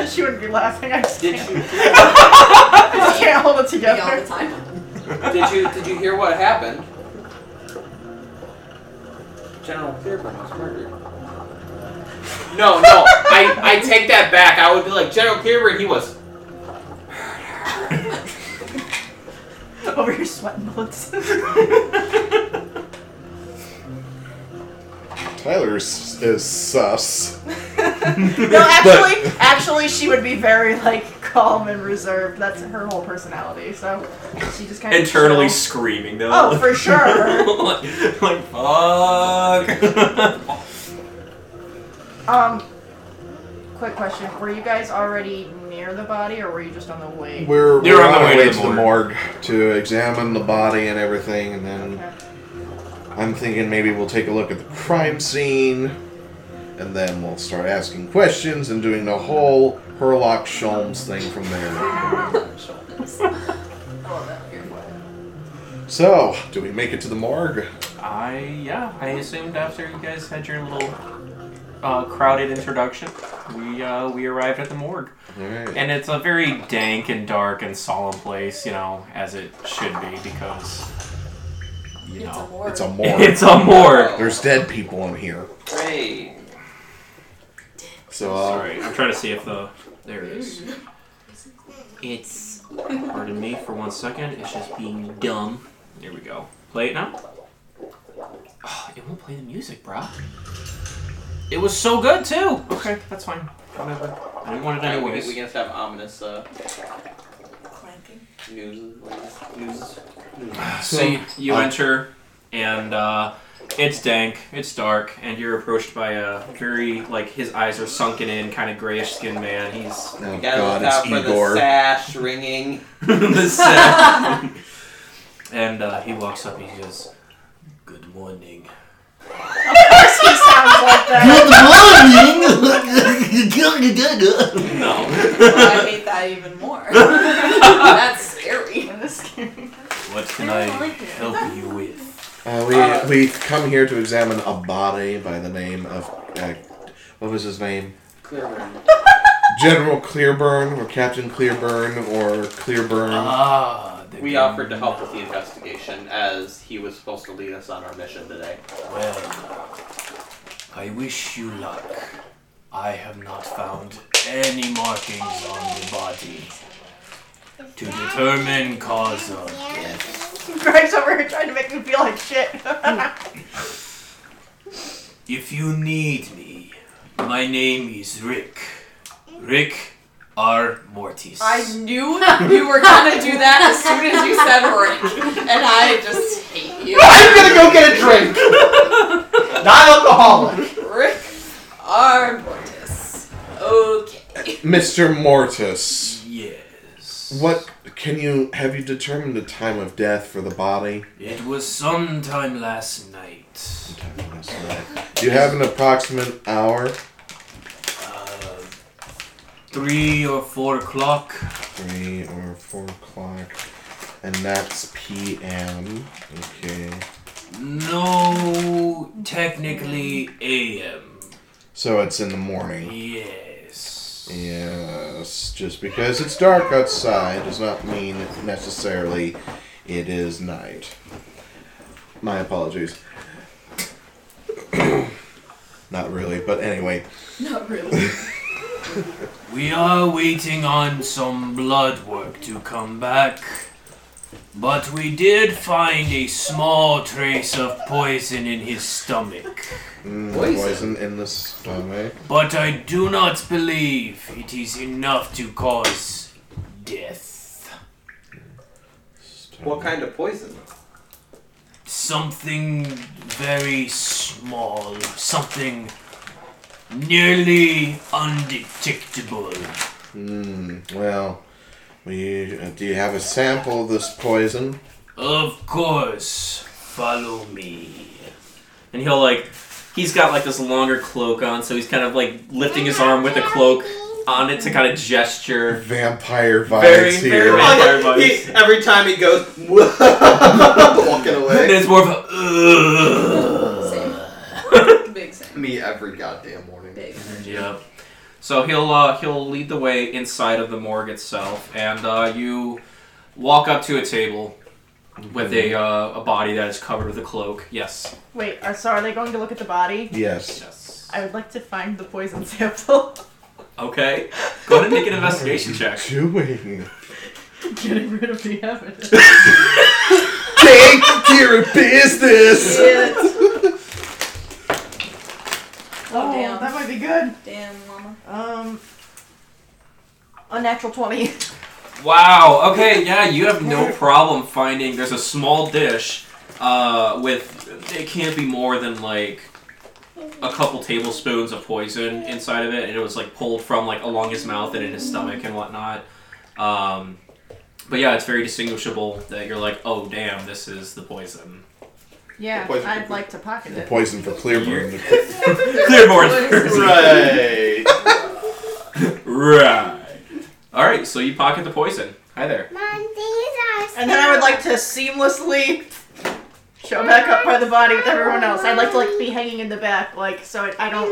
Speaker 4: she wouldn't be laughing. I just
Speaker 6: Did
Speaker 4: can't,
Speaker 6: you
Speaker 4: I just can't hold it
Speaker 1: Me all the
Speaker 4: together.
Speaker 1: time.
Speaker 6: did you did you hear what happened? General Clearburn was murdered. No, no, I, I take that back. I would be like General Clearburn. He was.
Speaker 4: Over here sweating bullets.
Speaker 5: Tyler is, is sus.
Speaker 4: No, actually, actually, she would be very like calm and reserved. That's her whole personality. So she just kind of
Speaker 3: Internally screaming though.
Speaker 4: Oh, for sure.
Speaker 3: like, like, fuck.
Speaker 4: Um, quick question: Were you guys already near the body, or were you just on the way?
Speaker 5: We're,
Speaker 8: You're
Speaker 5: we're
Speaker 8: on the way to the
Speaker 5: to the morgue to examine the body and everything, and then
Speaker 4: Okay.
Speaker 5: I'm thinking maybe we'll take a look at the crime scene, and then we'll start asking questions and doing the whole Herlock Sholmes thing from there.
Speaker 1: I love that. You're quiet.
Speaker 5: so, do we make it to the morgue?
Speaker 8: I yeah, I assumed after you guys had your little uh, crowded introduction, we uh, we arrived at the morgue,
Speaker 5: Alright.
Speaker 8: and it's a very dank and dark and solemn place, you know, as it should be because you
Speaker 1: It's a
Speaker 8: know
Speaker 1: war.
Speaker 5: It's a morgue.
Speaker 8: it's a morgue.
Speaker 5: There's dead people in here.
Speaker 6: Hey.
Speaker 5: So, uh,
Speaker 8: Sorry, I'm trying to see if the there it is. It's pardon me for one second. It's just being dumb. There we go. Play it now. Oh, it won't play the music, bro. It was so good too. Okay, that's fine. Whatever. I didn't want it
Speaker 6: Alright, we,
Speaker 8: anyways.
Speaker 6: we can just have ominous uh,
Speaker 1: Clanking.
Speaker 6: news. news.
Speaker 8: So you, you enter, and uh, it's dank, it's dark, and you're approached by a very like his eyes are sunken in, kind of grayish skinned man. He's
Speaker 5: oh
Speaker 6: Gotta
Speaker 5: god,
Speaker 6: look out
Speaker 5: it's
Speaker 6: for
Speaker 5: Igor.
Speaker 6: the sash ringing.
Speaker 8: this, uh, and uh, he walks up. and He goes, "Good morning."
Speaker 4: he sounds like that.
Speaker 10: Good morning!
Speaker 8: No.
Speaker 1: Well, I hate that even more. That's scary.
Speaker 4: This is scary.
Speaker 8: What can I help you with?
Speaker 5: Uh, we
Speaker 6: Uh,
Speaker 5: we come here to examine a body by the name of uh, what was his name?
Speaker 6: Clear
Speaker 5: General Clearburn or Captain Clearburn or Clearburn.
Speaker 8: Ah, the
Speaker 6: We
Speaker 8: good-
Speaker 6: offered to help with the investigation as he was supposed to lead us on our mission today.
Speaker 8: Well, I wish you luck. I have not found any markings on the body to determine cause of death.
Speaker 4: Greg's over here trying to make me feel like shit.
Speaker 8: If you need me, my name is Rick. Rick R. Mortis.
Speaker 1: I knew you were gonna do that as soon as you said Rick, and I just hate you.
Speaker 10: I'm gonna go get a drink! Not alcoholic!
Speaker 1: Rick R. Mortis. Okay.
Speaker 5: Mr. Mortis.
Speaker 8: Yes.
Speaker 5: What can you have you determined the time of death for the body?
Speaker 8: It was sometime last night.
Speaker 5: Do you have an approximate hour?
Speaker 8: Uh, three or four o'clock.
Speaker 5: Three or four o'clock. And that's PM. Okay.
Speaker 8: No, technically AM.
Speaker 5: So it's in the morning.
Speaker 8: Yes.
Speaker 5: Yes. Just because it's dark outside does not mean necessarily it is night. My apologies. not really, but anyway.
Speaker 1: Not really.
Speaker 8: We are waiting on some blood work to come back. But we did find a small trace of poison in his stomach.
Speaker 5: Mm,
Speaker 6: Poison.
Speaker 5: poison in the stomach.
Speaker 8: But I do not believe it is enough to cause death.
Speaker 6: What kind of poison?
Speaker 8: Something very small, something nearly undetectable.
Speaker 5: Mm, well, we uh, do you have a sample of this poison?
Speaker 8: Of course, follow me. And he'll like, he's got like this longer cloak on, so he's kind of like lifting his arm with the cloak on it to kind of gesture.
Speaker 5: Vampire vibes
Speaker 8: Very,
Speaker 5: here.
Speaker 8: very much. Everybody's-
Speaker 6: He- every time he goes, walking
Speaker 8: And
Speaker 6: away.
Speaker 8: it's more of a. "Ugh."
Speaker 1: Same. Big same.
Speaker 6: Me every goddamn morning.
Speaker 1: Big.
Speaker 8: Yep. So he'll uh, he'll lead the way inside of the morgue itself, and uh, you walk up to a table with a uh, a body that is covered with a cloak. Yes.
Speaker 4: Wait, uh, so are they going to look at the body?
Speaker 5: Yes.
Speaker 8: Yes.
Speaker 4: I would like to find the poison sample.
Speaker 8: Okay. Go ahead and make an investigation check.
Speaker 5: Doing.
Speaker 4: Getting rid of the evidence.
Speaker 5: Take care of business.
Speaker 1: Oh, damn.
Speaker 4: that might be good.
Speaker 1: Damn, mama.
Speaker 4: Um, a natural twenty.
Speaker 8: Wow. Okay. Yeah, you have no problem finding. There's a small dish uh, with. It can't be more than like a couple tablespoons of poison inside of it, and it was like pulled from like along his mouth and in his stomach and whatnot. Um, but yeah, it's very distinguishable that you're like, oh damn, this is the poison.
Speaker 4: Yeah,
Speaker 5: Poison
Speaker 4: I'd
Speaker 5: cookie.
Speaker 4: like to pocket
Speaker 5: The
Speaker 4: it.
Speaker 5: poison for Clearburn.
Speaker 8: Clearborn Thursday.
Speaker 10: Right.
Speaker 8: Right. All right, so you pocket the poison. Hi there.
Speaker 2: Mom, these are.
Speaker 4: And then I would like to seamlessly show back up by the body with everyone else. I'd like to like be hanging in the back, like so it, I don't.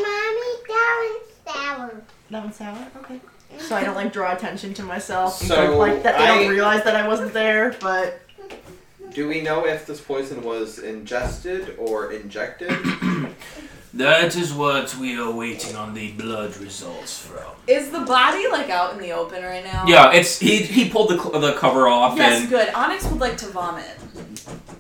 Speaker 2: Mommy, that one's sour.
Speaker 4: That one's sour. Okay. So I don't like draw attention to myself.
Speaker 6: So,
Speaker 4: like that they
Speaker 6: I-
Speaker 4: don't realize that I wasn't there, but
Speaker 6: Do we know if this poison was ingested or injected?
Speaker 8: That is what we are waiting on the blood results from.
Speaker 1: Is the body like out in the open right now?
Speaker 8: Yeah, it's he. He pulled the cl- the cover off,
Speaker 1: Yes,
Speaker 8: and
Speaker 1: good. Onyx would like to vomit.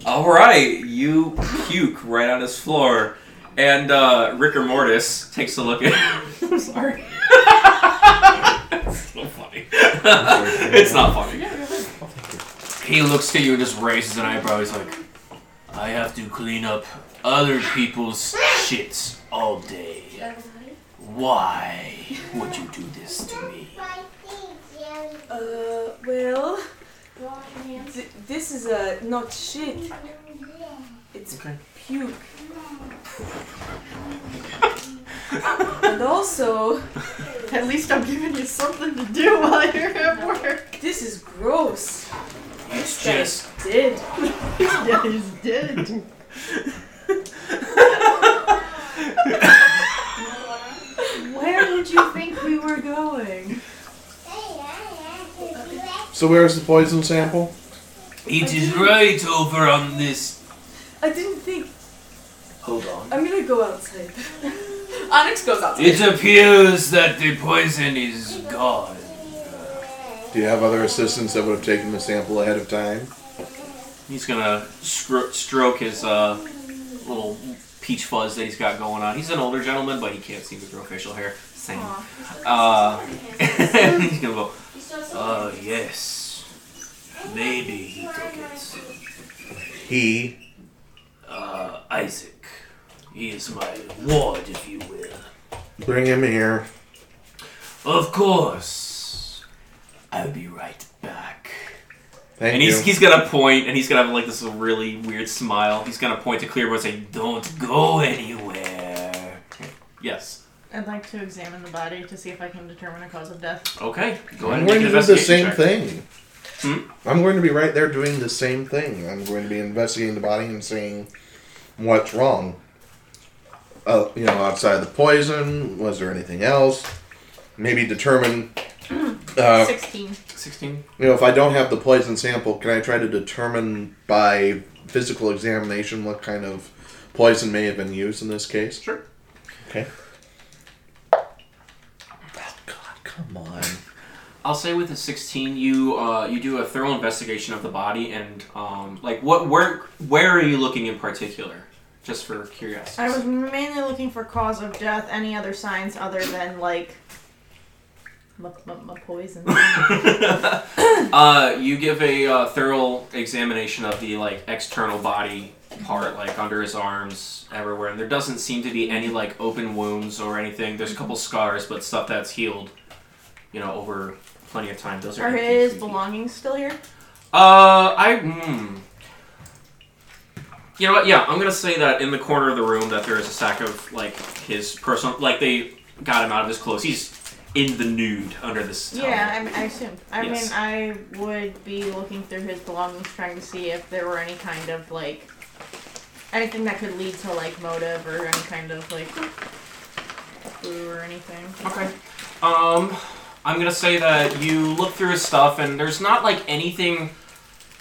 Speaker 8: all right, you puke right on his floor, and uh, Ricker Mortis takes a look at. I'm sorry. it's so funny. it's not funny. He looks to you and just raises an eyebrow. He's like, "I have to clean up other people's shits all day. Why would you do this to me?"
Speaker 2: My teeth, Jerry.
Speaker 1: Uh, well,
Speaker 2: Your hands.
Speaker 1: th- this is uh, not shit. It's
Speaker 8: Okay.
Speaker 1: puke. and also,
Speaker 4: at least I'm giving you something to do while you're at work.
Speaker 1: this is gross.
Speaker 8: It's
Speaker 1: That
Speaker 8: just
Speaker 1: is dead.
Speaker 4: Yeah, he's dead.
Speaker 1: Where did you think we were going?
Speaker 5: so where's the poison sample?
Speaker 8: It is right over on this.
Speaker 1: I didn't think.
Speaker 8: Hold on.
Speaker 1: I'm gonna go outside. Onyx goes outside.
Speaker 8: It appears that the poison is gone.
Speaker 5: Do you have other assistants that would have taken the sample ahead of time?
Speaker 8: He's gonna scro- stroke his uh, little peach fuzz that he's got going on. He's an older gentleman, but he can't seem to grow facial hair. Same. Uh, he's gonna go. Uh, yes. Maybe he took it.
Speaker 5: He.
Speaker 8: Uh, Isaac. He is my ward, if you will.
Speaker 5: Bring him here.
Speaker 8: Of course. I'll be right back.
Speaker 5: Thank
Speaker 8: and
Speaker 5: you.
Speaker 8: he's, he's gonna point, and he's gonna have like this really weird smile. He's gonna point to Clearwood and say, "Don't go anywhere." Yes.
Speaker 4: I'd like to examine the body to see if I can determine a cause of death.
Speaker 8: Okay. Go
Speaker 5: I'm
Speaker 8: ahead. And
Speaker 5: going
Speaker 8: make an
Speaker 5: to do the
Speaker 8: investigation
Speaker 5: same
Speaker 8: check.
Speaker 5: thing.
Speaker 8: Hmm?
Speaker 5: I'm going to be right there doing the same thing. I'm going to be investigating the body and seeing what's wrong. Uh, you know, outside the poison, was there anything else? Maybe determine. Uh,
Speaker 4: Sixteen.
Speaker 8: Sixteen.
Speaker 5: you know, if I don't have the poison sample, can I try to determine by physical examination what kind of poison may have been used in this case?
Speaker 8: Sure.
Speaker 5: Okay. Oh, God, come on.
Speaker 8: I'll say with a sixteen, you uh, you do a thorough investigation of the body and um, like what where where are you looking in particular? Just for curiosity.
Speaker 4: I was mainly looking for cause of death. Any other signs other than like my, my, my poison?
Speaker 8: uh, you give a uh, thorough examination of the like external body part, like under his arms, everywhere, and there doesn't seem to be any like open wounds or anything. There's a couple
Speaker 4: Mm-hmm.
Speaker 8: scars, but stuff that's healed, you know, over plenty of time. Those are,
Speaker 4: Are
Speaker 8: empty
Speaker 4: his
Speaker 8: CP.
Speaker 4: belongings still here?
Speaker 8: Uh, I. Mm, you know what? Yeah, I'm gonna say that in the corner of the room that there is a sack of like his personal, like they got him out of his clothes. He's in the nude under this. towel.
Speaker 4: Yeah, I, I assume. I
Speaker 8: Yes.
Speaker 4: mean, I would be looking through his belongings, trying to see if there were any kind of like anything that could lead to like motive or any kind of like clue or anything.
Speaker 8: Okay. Um, I'm gonna say that you look through his stuff, and there's not like anything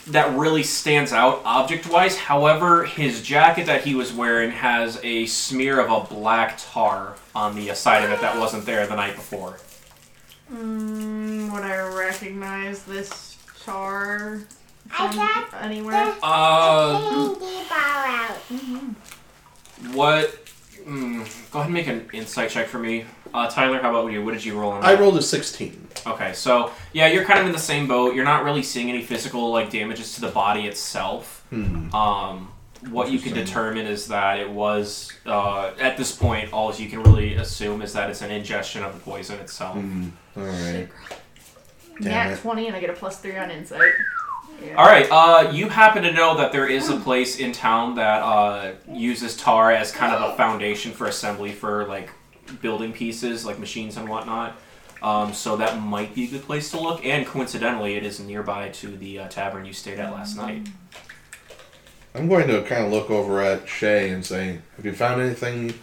Speaker 8: that really stands out object-wise. However, his jacket that he was wearing has a smear of a black tar on the side of it that wasn't there the night before.
Speaker 4: Mm, would I recognize this tar
Speaker 2: I
Speaker 4: from
Speaker 2: got
Speaker 4: anywhere?
Speaker 8: Uh,
Speaker 2: Candy bar out.
Speaker 8: what? Mm, go ahead and make an insight check for me, uh, Tyler. How about you? What did you roll? on
Speaker 5: I
Speaker 8: that?
Speaker 5: rolled a 16.
Speaker 8: Okay, so yeah, you're kind of in the same boat. You're not really seeing any physical like damages to the body itself.
Speaker 5: Hmm.
Speaker 8: Um, what you can determine is that it was uh, at this point all you can really assume is that it's an ingestion of the poison itself.
Speaker 5: Mm, all right. Damn
Speaker 11: Nat
Speaker 5: it.
Speaker 11: 20 and I get a plus 3 on insight. Yeah.
Speaker 8: All right. Uh, you happen to know that there is a place in town that uh, uses tar as kind of a foundation for assembly for like building pieces, like machines and whatnot. Um, so that might be a good place to look. And coincidentally, it is nearby to the uh, tavern you stayed at last night.
Speaker 5: I'm going to kind of look over at Shay and say, "Have you found anything?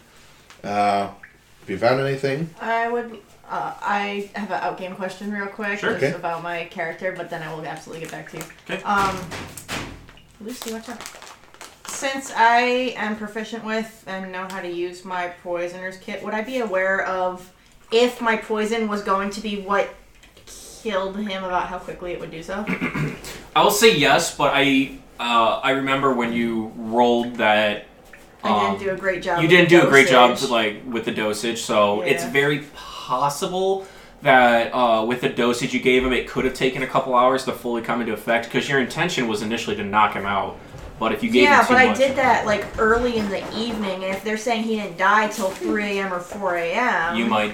Speaker 5: Uh, have you found anything?"
Speaker 4: I would. Uh, I have an outgame question real quick,
Speaker 8: Sure.
Speaker 4: just
Speaker 5: Okay.
Speaker 4: about my character, but then I will absolutely get back to you.
Speaker 8: Okay.
Speaker 4: Um, Lucy, what's up? Since I am proficient with and know how to use my poisoner's kit, would I be aware of if my poison was going to be what killed him about how quickly it would do so?
Speaker 8: I will say yes, but I uh, I remember when you rolled that.
Speaker 4: I
Speaker 8: um,
Speaker 4: didn't do a great job.
Speaker 8: you
Speaker 4: with
Speaker 8: didn't do a great job
Speaker 4: dosage.
Speaker 8: to, like with the dosage so it's
Speaker 4: Yeah.
Speaker 8: very possible that uh, with the dosage you gave him it could have taken a couple hours to fully come into effect because your intention was initially to knock him out but if you gave
Speaker 4: yeah,
Speaker 8: him too
Speaker 4: but I
Speaker 8: much
Speaker 4: did that like early in the evening, and if they're saying he didn't die till 3 a.m. or 4 a.m.,
Speaker 8: you might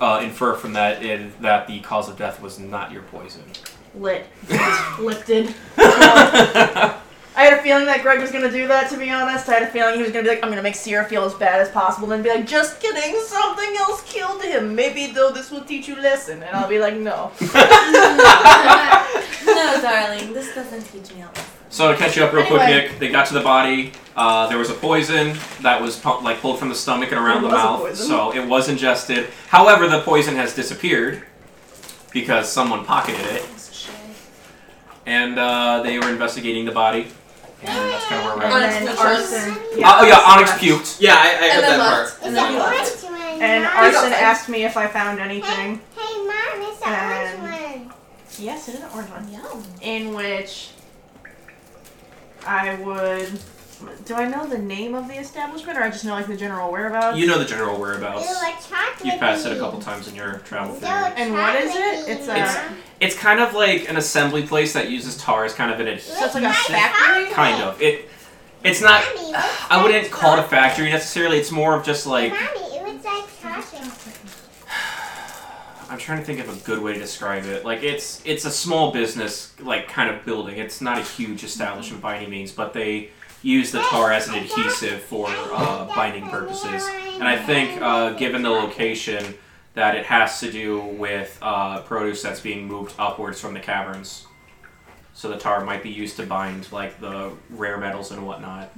Speaker 8: uh, infer from that it, that the cause of death was not your poison
Speaker 4: lit, lifted. Um, I had a feeling that Greg was gonna do that. To be honest, I had a feeling he was gonna be like, "I'm gonna make Sierra feel as bad as possible," and be like, "Just kidding, something else killed him. Maybe though, this will teach you a lesson." And I'll be like, "No."
Speaker 1: no, darling, this doesn't teach me a lot.
Speaker 8: so to catch you up real
Speaker 4: Anyway.
Speaker 8: quick nick they got to the body uh, there was a poison that was pumped, like pulled from the stomach and around
Speaker 4: There
Speaker 8: the
Speaker 4: was a
Speaker 8: mouth
Speaker 4: poison.
Speaker 8: so it was ingested however the poison has disappeared because someone pocketed it and uh, they were investigating the body. And that's kind of where we're
Speaker 1: Onyx
Speaker 8: at.
Speaker 4: And
Speaker 1: was
Speaker 4: arson.
Speaker 8: Uh, oh yeah, Onyx
Speaker 4: arson.
Speaker 8: puked.
Speaker 6: Yeah, I, I
Speaker 1: And
Speaker 6: heard
Speaker 1: then
Speaker 6: that
Speaker 1: left.
Speaker 6: part.
Speaker 1: And
Speaker 2: Is
Speaker 1: then
Speaker 2: that
Speaker 1: you left.
Speaker 2: orange one?
Speaker 4: And
Speaker 2: Mom?
Speaker 4: Arson asked me if I found anything.
Speaker 2: Hey, mom, it's the
Speaker 4: And-
Speaker 2: orange one.
Speaker 4: Yes, it is an orange one.
Speaker 1: Yum.
Speaker 4: in which I would. Do I know the name of the establishment, or I just know like the general whereabouts?
Speaker 8: You know the general
Speaker 2: Ew,
Speaker 8: whereabouts.
Speaker 2: a chocolate.
Speaker 8: You've passed it a couple times in your travel fair.
Speaker 4: And what is it? It's a-
Speaker 8: It's kind of like an assembly place that uses tar as kind of an adhesive.
Speaker 4: So it's like a factory?
Speaker 8: Kind of. It. It's not. I wouldn't call it a factory necessarily. It's more of just like
Speaker 2: Mommy, it was like chocolate.
Speaker 8: I'm trying to think of a good way to describe it. Like it's it's a small business like kind of building. It's not a huge establishment by any means, but they use the tar as an adhesive for uh, binding purposes. And I think, uh, given the location, that it has to do with uh, produce that's being moved upwards from the caverns. So the tar might be used to bind like the rare metals and whatnot.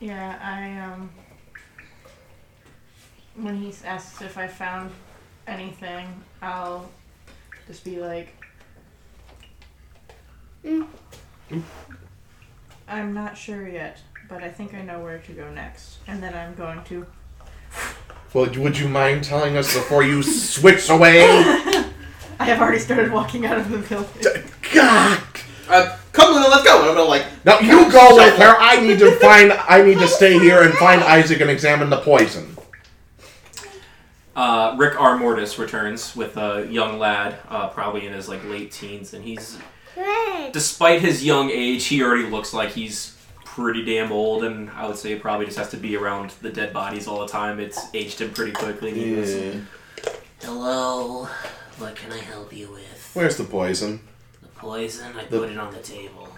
Speaker 4: Yeah, I um. When he asks if I found anything, I'll just be like, "Mm."
Speaker 8: Mm.
Speaker 4: I'm not sure yet, but I think I know where to go next, and then I'm going to.
Speaker 5: Well, would you mind telling us before you switch away?
Speaker 4: I have already started walking out of the building.
Speaker 5: God.
Speaker 6: Uh, come, Luna, let's go. And I'm gonna like.
Speaker 5: Now you go with her. I need to find. I need to stay here and find Isaac and examine the poison.
Speaker 8: Uh, Rick R. Mortis returns with a young lad, uh, probably in his like late teens, and he's
Speaker 2: Good.
Speaker 8: despite his young age, he already looks like he's pretty damn old, and I would say he probably just has to be around the dead bodies all the time. It's aged him pretty quickly. and he was-
Speaker 3: Hello, what can I help you with?
Speaker 5: Where's the poison?
Speaker 3: The poison? I
Speaker 5: The-
Speaker 3: put it on the table.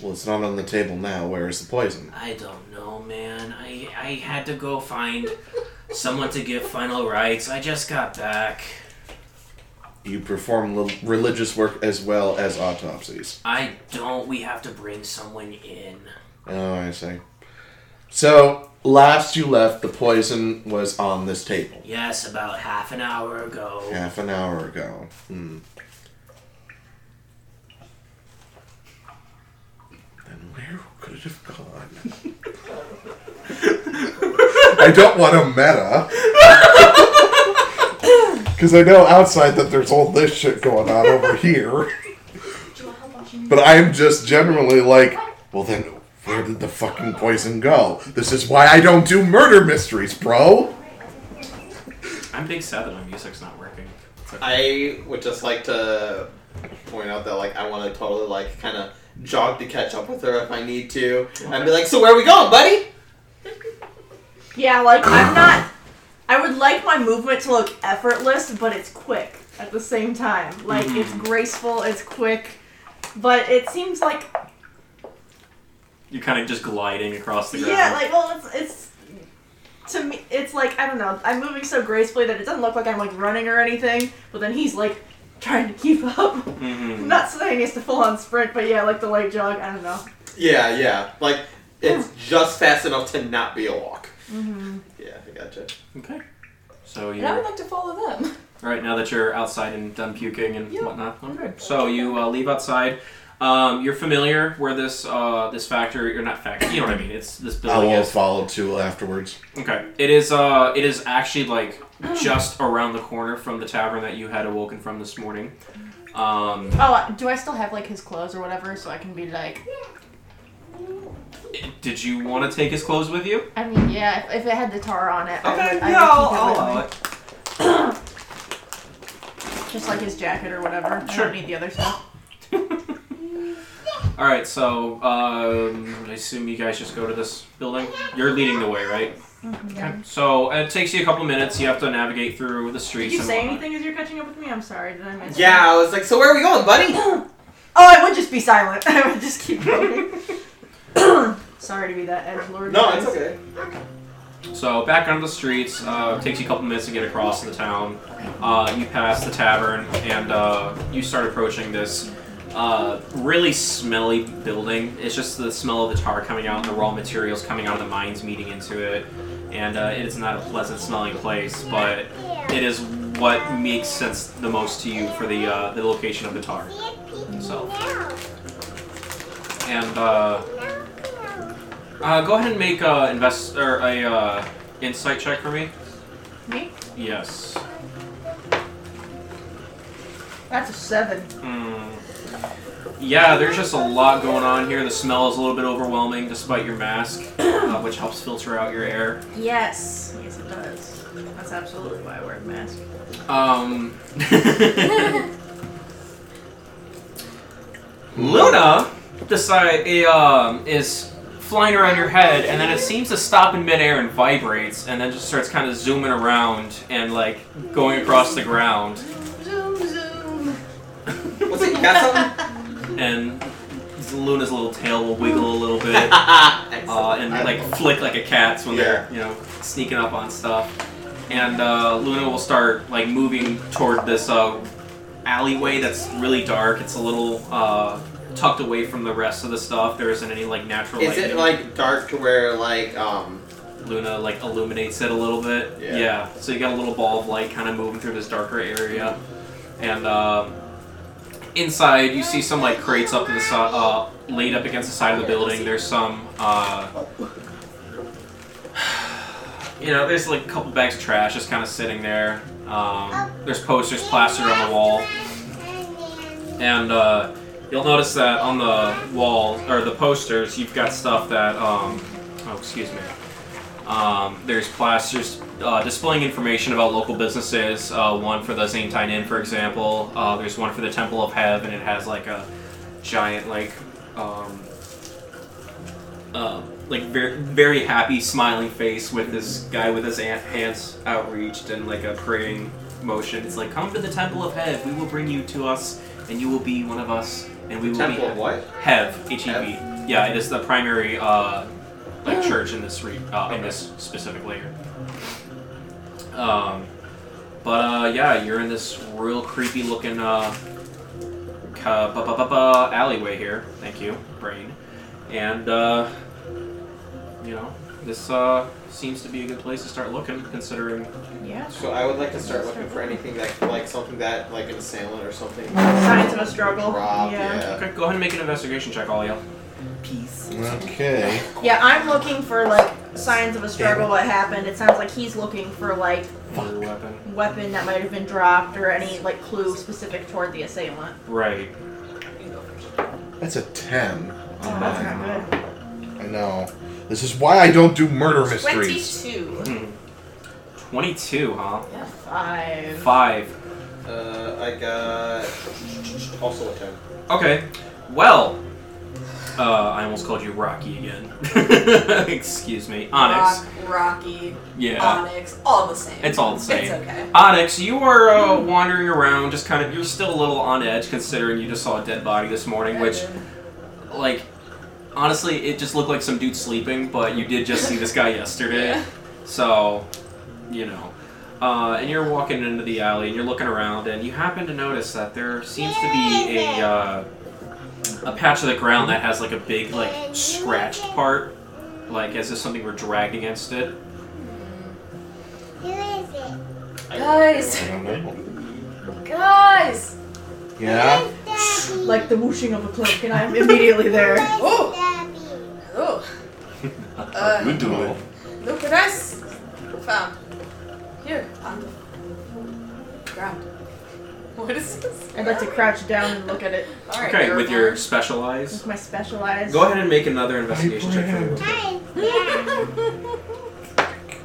Speaker 5: Well, it's not on the table now. Where is the poison?
Speaker 3: I don't know, man. I I had to go find someone to give final rites. I just got back.
Speaker 5: You perform l- religious work as well as autopsies.
Speaker 3: I don't. We have to bring someone in.
Speaker 5: Oh, I see. So last you left, the poison was on this table
Speaker 3: Yes, about half an hour ago.
Speaker 5: half an hour ago. Hmm. Then where could it have gone? I don't want a meta. Because I know outside that there's all this shit going on over here. But I am just generally like, well, then where did the fucking poison go? This is why I don't do murder mysteries, bro.
Speaker 8: I'm big sad that my music's not working.
Speaker 6: I would just like to point out that like I want to totally like kind of jog to catch up with her if I need to, and be like, "So where are we going, buddy?"
Speaker 4: Yeah, like I'm not. I would like my movement to look effortless, but it's quick at the same time. Like it's graceful, it's quick, but it seems like
Speaker 8: You're kind of just gliding across the ground.
Speaker 4: yeah, like well, it's it's. To me, it's like I don't know. I'm moving so gracefully that it doesn't look like I'm like running or anything. But then he's like trying to keep up.
Speaker 8: Mhm.
Speaker 4: I'm not saying it's the full-on sprint, but yeah, like the light jog. I don't know.
Speaker 6: Yeah, yeah. Like it's just fast enough to not be a walk.
Speaker 4: Mm-hmm.
Speaker 6: Yeah, I gotcha.
Speaker 8: Okay. So you
Speaker 1: And I would like to follow them.
Speaker 8: right now that you're outside and done puking and
Speaker 1: Yeah.
Speaker 8: whatnot. Okay. So you uh, leave outside. Um, you're familiar where this uh, this factory or not factory? You know what I mean? It's this
Speaker 5: I
Speaker 8: building
Speaker 5: will
Speaker 8: is.
Speaker 5: follow too afterwards.
Speaker 8: Okay. It is. Uh, it is actually like just around the corner from the tavern that you had awoken from this morning. Um,
Speaker 4: Oh, do I still have like his clothes or whatever, so I can be like,
Speaker 8: did you want to take his clothes with you?
Speaker 4: I mean, yeah, if, if it had the tar on it, I would, I would keep it with me.
Speaker 8: it.
Speaker 4: Just like his jacket or whatever. I
Speaker 8: Sure.
Speaker 4: don't need the other stuff.
Speaker 8: All right, so um, I assume you guys just go to this building. You're leading the way, right?
Speaker 4: Mm-hmm.
Speaker 8: Okay. So it takes you a couple minutes. You have to navigate through the
Speaker 4: Did
Speaker 8: streets.
Speaker 4: you
Speaker 8: and
Speaker 4: say
Speaker 8: whatnot.
Speaker 4: anything as you're catching up with me? I'm sorry, did I miss
Speaker 6: Yeah, I was like, "So where are we going, buddy?"
Speaker 4: Oh, I would just be silent. I would just keep going. sorry to be that edge lord.
Speaker 6: No, it's okay.
Speaker 8: So back onto the streets. Uh, takes you a couple minutes to get across the town. Uh, you pass the tavern and uh, you start approaching this uh, really smelly building. It's just the smell of the tar coming out and the raw materials coming out of the mines meeting into it. And uh, it is not a pleasant smelling place, but it is what makes sense the most to you for the uh, the location of the tar. So. And uh, uh, go ahead and make a invest or a uh, insight check for me.
Speaker 4: Me?
Speaker 8: Yes.
Speaker 4: That's a seven.
Speaker 8: Hmm. Yeah, there's just a lot going on here. The smell is a little bit overwhelming, despite your mask, uh, which helps filter out your air.
Speaker 4: Yes. Yes, it does. That's absolutely why I wear a mask.
Speaker 8: Um, Luna decide eh, um, is flying around your head, and then it seems to stop in midair and vibrates, and then just starts kind of zooming around and like going across the ground.
Speaker 4: Zoom, zoom.
Speaker 6: What's it? You got something?
Speaker 8: and Luna's little tail will wiggle a little bit
Speaker 6: Excellent.
Speaker 8: uh, and like flick like a cat's when they're you know sneaking up on stuff. And uh, Luna will start like moving toward this uh, alleyway that's really dark. It's a little uh, tucked away from the rest of the stuff. There isn't any like natural
Speaker 6: Is
Speaker 8: lighting.
Speaker 6: it like dark to where like um?
Speaker 8: Luna like illuminates it a little bit.
Speaker 6: Yeah.
Speaker 8: So you got a little ball of light kind of moving through this darker area, and um, inside you see some like crates up to the si- uh, laid up against the side of the building. There's some. Uh, You know, there's like a couple bags of trash just kind of sitting there. Um, there's posters plastered on the wall, and uh, you'll notice that on the wall or the posters, you've got stuff that. Um, oh, excuse me. Um, there's plasters uh, displaying information about local businesses. Uh, one for the Zaintine Inn, for example. Uh, there's one for the Temple of Heaven. It has like a giant, like, um, uh, like very, very happy, smiling face with this guy with his an- hands outreached and like a praying motion. It's like, come to the Temple of Heav. We will bring you to us, and you will be one of us, and we will
Speaker 6: Temple
Speaker 8: be
Speaker 6: of what?
Speaker 8: Hev, H E V. Yeah, it is the primary uh, like church in this re- uh, in this specific layer. Um, but uh, yeah, you're in this real creepy looking uh, ca- ba- ba- ba- ba- alleyway here. Thank you, brain. And uh, you know, this uh, seems to be a good place to start looking, considering.
Speaker 4: Yeah.
Speaker 6: So I would like to start looking for anything that like something that like an assailant or something.
Speaker 4: Signs of a struggle.
Speaker 6: Drop,
Speaker 4: Yeah.
Speaker 6: yeah.
Speaker 8: Okay, go ahead and make an investigation check, all you. Peace.
Speaker 5: Okay.
Speaker 4: Yeah, I'm looking for like signs of a struggle. What happened? It sounds like he's looking for like
Speaker 8: Your weapon.
Speaker 4: weapon that might have been dropped or any like clue specific toward the assailant.
Speaker 8: Right.
Speaker 5: That's a 10 on mine.
Speaker 4: not good.
Speaker 5: I know. This is why I don't do murder mysteries.
Speaker 1: Twenty-two.
Speaker 8: Hmm. Twenty-two, huh?
Speaker 4: Yeah, five.
Speaker 8: Five.
Speaker 6: Uh, I got also a ten.
Speaker 8: Okay. Well, Uh, I almost called you Rocky again. Excuse me, Onyx.
Speaker 1: Rock, Rocky,
Speaker 8: Yeah.
Speaker 1: Onyx, all the same.
Speaker 8: It's all the same.
Speaker 1: It's okay.
Speaker 8: Onyx, you are uh, wandering around, just kind of. You're still a little on edge, considering you just saw a dead body this morning. Which, like, honestly, it just looked like some dude sleeping, but you did just see this guy yesterday,
Speaker 1: Yeah.
Speaker 8: so you know. Uh, and you're walking into the alley, and you're looking around, and you happen to notice that there seems to be a uh, a patch of the ground that has like a big, like, scratched part, like as if something were dragged against it.
Speaker 2: Who is it?
Speaker 1: Guys,
Speaker 5: I don't know.
Speaker 1: guys!
Speaker 5: Yeah?
Speaker 2: Where's Daddy?
Speaker 4: Like the whooshing of a cloak, and I'm immediately there.
Speaker 2: Where's
Speaker 1: Oh.
Speaker 2: Daddy?
Speaker 1: Oh, Uh,
Speaker 5: Good do it.
Speaker 1: look what I s- found. Here, on the ground. What is this?
Speaker 4: I'd like to crouch down and look at it
Speaker 1: All right,
Speaker 8: Okay, with
Speaker 1: Aragorn.
Speaker 8: your special eyes.
Speaker 4: with my special eyes.
Speaker 8: Go ahead and make another investigation check for me.
Speaker 2: Hi, Dad.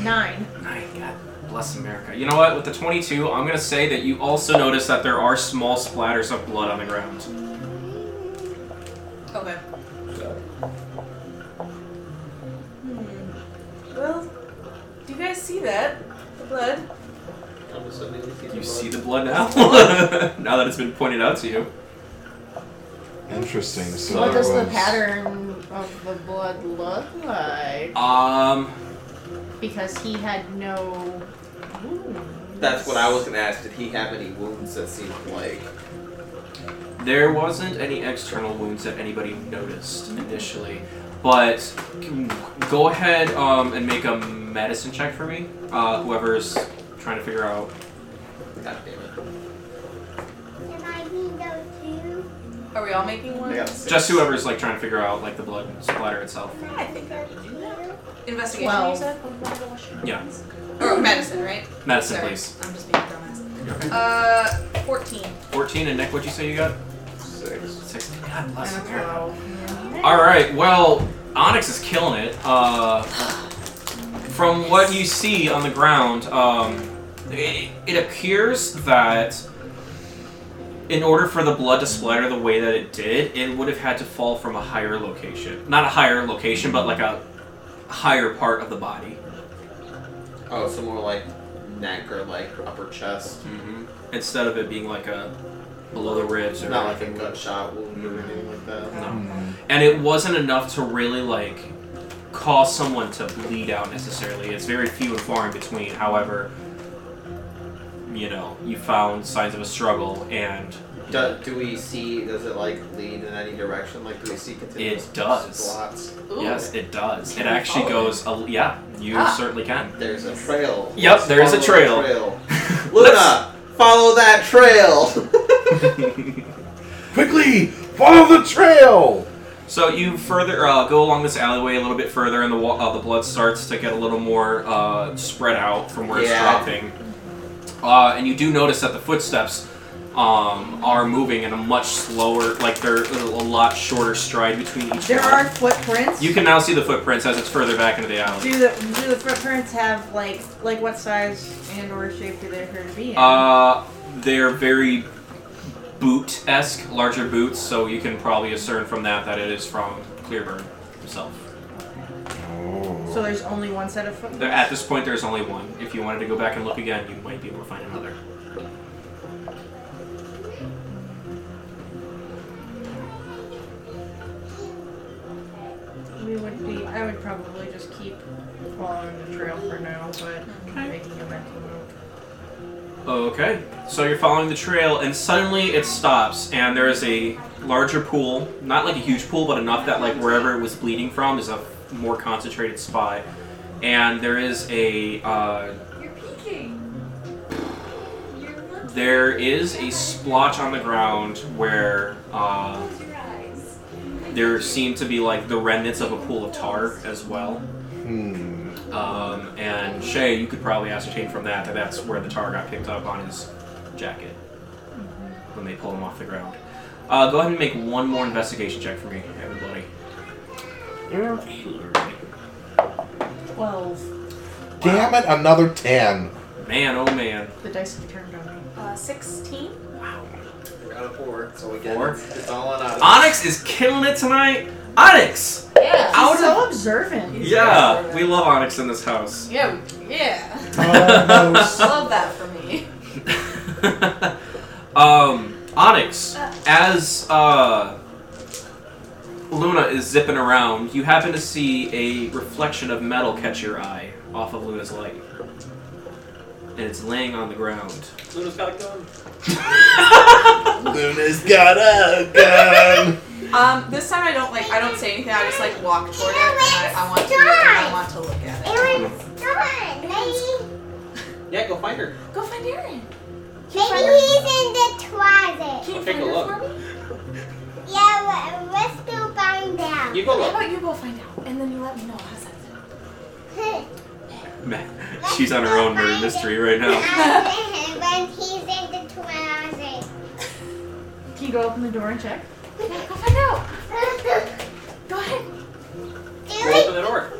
Speaker 4: Nine.
Speaker 8: Nine, God bless America. You know what? With the 22, I'm gonna say that you also notice that there are small splatters of blood on the ground.
Speaker 1: Okay. Hmm. Well, do you guys see that? The blood?
Speaker 6: I'm assuming you see the
Speaker 8: You
Speaker 6: blood.
Speaker 8: see the blood now? now that it's been pointed out to you.
Speaker 5: Interesting. So
Speaker 11: What
Speaker 5: there
Speaker 11: does the
Speaker 5: was-
Speaker 11: pattern of the blood look like?
Speaker 8: Um,
Speaker 11: Because he had no.
Speaker 6: That's what I was gonna ask. Did he have any wounds that seemed like?
Speaker 8: there wasn't any external wounds that anybody noticed initially, but can- go ahead um, and make a medicine check for me. Uh, whoever's trying to figure out.
Speaker 6: God damn it!
Speaker 2: Am I window two?
Speaker 1: Are we all making one?
Speaker 8: Just whoever's like trying to figure out like the blood splatter itself.
Speaker 2: Am
Speaker 1: I think I
Speaker 2: window two?
Speaker 1: Investigation, you
Speaker 11: Twelve.
Speaker 1: said?
Speaker 8: Yeah.
Speaker 1: Or medicine, right?
Speaker 8: Medicine,
Speaker 1: Sorry,
Speaker 8: please.
Speaker 1: I'm just being a dumbass. Uh, 14.
Speaker 8: 14 and Nick, what'd you say you got?
Speaker 6: Six.
Speaker 8: Six. God bless
Speaker 4: And a
Speaker 8: America.
Speaker 4: twelve.
Speaker 8: All right. Well, Onyx is killing it. Uh, from what you see on the ground, um, it, it appears that in order for the blood to splatter the way that it did, it would have had to fall from a higher location. Not a higher location, but like a higher part of the body.
Speaker 6: Oh, so more like neck or like upper chest,
Speaker 8: Mm-hmm. Instead of it being like a below the ribs or
Speaker 6: not like a gunshot wound or anything like that.
Speaker 8: No. And it wasn't enough to really like cause someone to bleed out necessarily. It's very few and far in between. However, you know, you found signs of a struggle and
Speaker 6: Do, do we see? Does it like lead in any direction? Like, do we see continuous
Speaker 8: It does.
Speaker 6: blots?
Speaker 1: Ooh.
Speaker 8: yes, it does. It
Speaker 1: Can we
Speaker 8: actually
Speaker 1: follow
Speaker 8: goes a, yeah, you
Speaker 1: Ah.
Speaker 8: certainly can.
Speaker 6: There's a trail.
Speaker 8: Yep,
Speaker 6: Let's
Speaker 8: there is a
Speaker 6: follow the trail. Luna, follow that trail.
Speaker 5: Quickly! Follow the trail!
Speaker 8: So you further uh, go along this alleyway a little bit further, and the wa- uh, the blood starts to get a little more uh, spread out from where
Speaker 6: Yeah.
Speaker 8: it's dropping. Uh, and you do notice that the footsteps um, are moving in a much slower, like they're a lot shorter stride between each.
Speaker 4: There
Speaker 8: one.
Speaker 4: are footprints.
Speaker 8: You can now see the footprints as it's further back into the alley.
Speaker 4: Do the do the footprints have like like what size and or shape do they appear to be in?
Speaker 8: Uh, they're very boot esque, larger boots, so you can probably discern from that that it is from Clearburn himself.
Speaker 4: so there's only one set of footprints.
Speaker 8: There, at this point, there's only one. If you wanted to go back and look again, you might be able to find another.
Speaker 4: We would be. I would probably just keep following the trail for now, but making a mental note.
Speaker 8: Okay, so you're following the trail, and suddenly it stops, and there is a larger pool. Not like a huge pool, but enough that like wherever it was bleeding from is a more concentrated spot. And there is a uh,
Speaker 1: You're peeking. You're looking.
Speaker 8: there is a splotch on the ground where uh,
Speaker 12: Close your eyes.
Speaker 8: there seem to be like the remnants of a pool of tar as well.
Speaker 5: Hmm.
Speaker 8: Um, and Shay, you could probably ascertain from that that that's where the tar got picked up on his jacket when they pulled him off the ground. Uh, go ahead and make one more investigation check for me, everybody.
Speaker 4: Twelve.
Speaker 5: Damn it, another 10.
Speaker 8: Man, oh man.
Speaker 4: The dice have turned on me.
Speaker 1: Uh, 16?
Speaker 8: Wow.
Speaker 6: I got a four, so again,
Speaker 8: Four?
Speaker 6: It's, it's all on Onyx.
Speaker 8: Onyx is killing it tonight. Onyx!
Speaker 11: Yeah.
Speaker 8: Out of-
Speaker 4: so observant.
Speaker 8: Yeah, we love Onyx in this house.
Speaker 1: Yeah, we- yeah.
Speaker 10: Almost.
Speaker 1: Love that for me.
Speaker 8: um, Onyx, as uh, Luna is zipping around, you happen to see a reflection of metal catch your eye off of Luna's light. And it's laying on the ground.
Speaker 6: Luna's got a gun.
Speaker 5: Luna's got a gun.
Speaker 1: Um, this time I don't like I don't say anything. I just like walk toward it. And I, I want to. I want to look at it.
Speaker 2: Aaron's gone. Maybe,
Speaker 6: Yeah, go find her.
Speaker 1: Go find Aaron.
Speaker 2: maybe he's in the closet.
Speaker 1: Can you
Speaker 6: I'll take
Speaker 1: find
Speaker 6: a
Speaker 1: her
Speaker 6: look.
Speaker 1: for me?
Speaker 2: Yeah, le- let's go find out.
Speaker 6: You go
Speaker 1: How
Speaker 6: look.
Speaker 1: about you go find out and then you let me know. How's that?
Speaker 8: Man, she's on her own murder mystery right now.
Speaker 2: when he's in the closet.
Speaker 4: Can you go open the door and check?
Speaker 1: Yeah, go find out. Go ahead.
Speaker 2: Do
Speaker 6: Go
Speaker 2: it.
Speaker 6: open the door.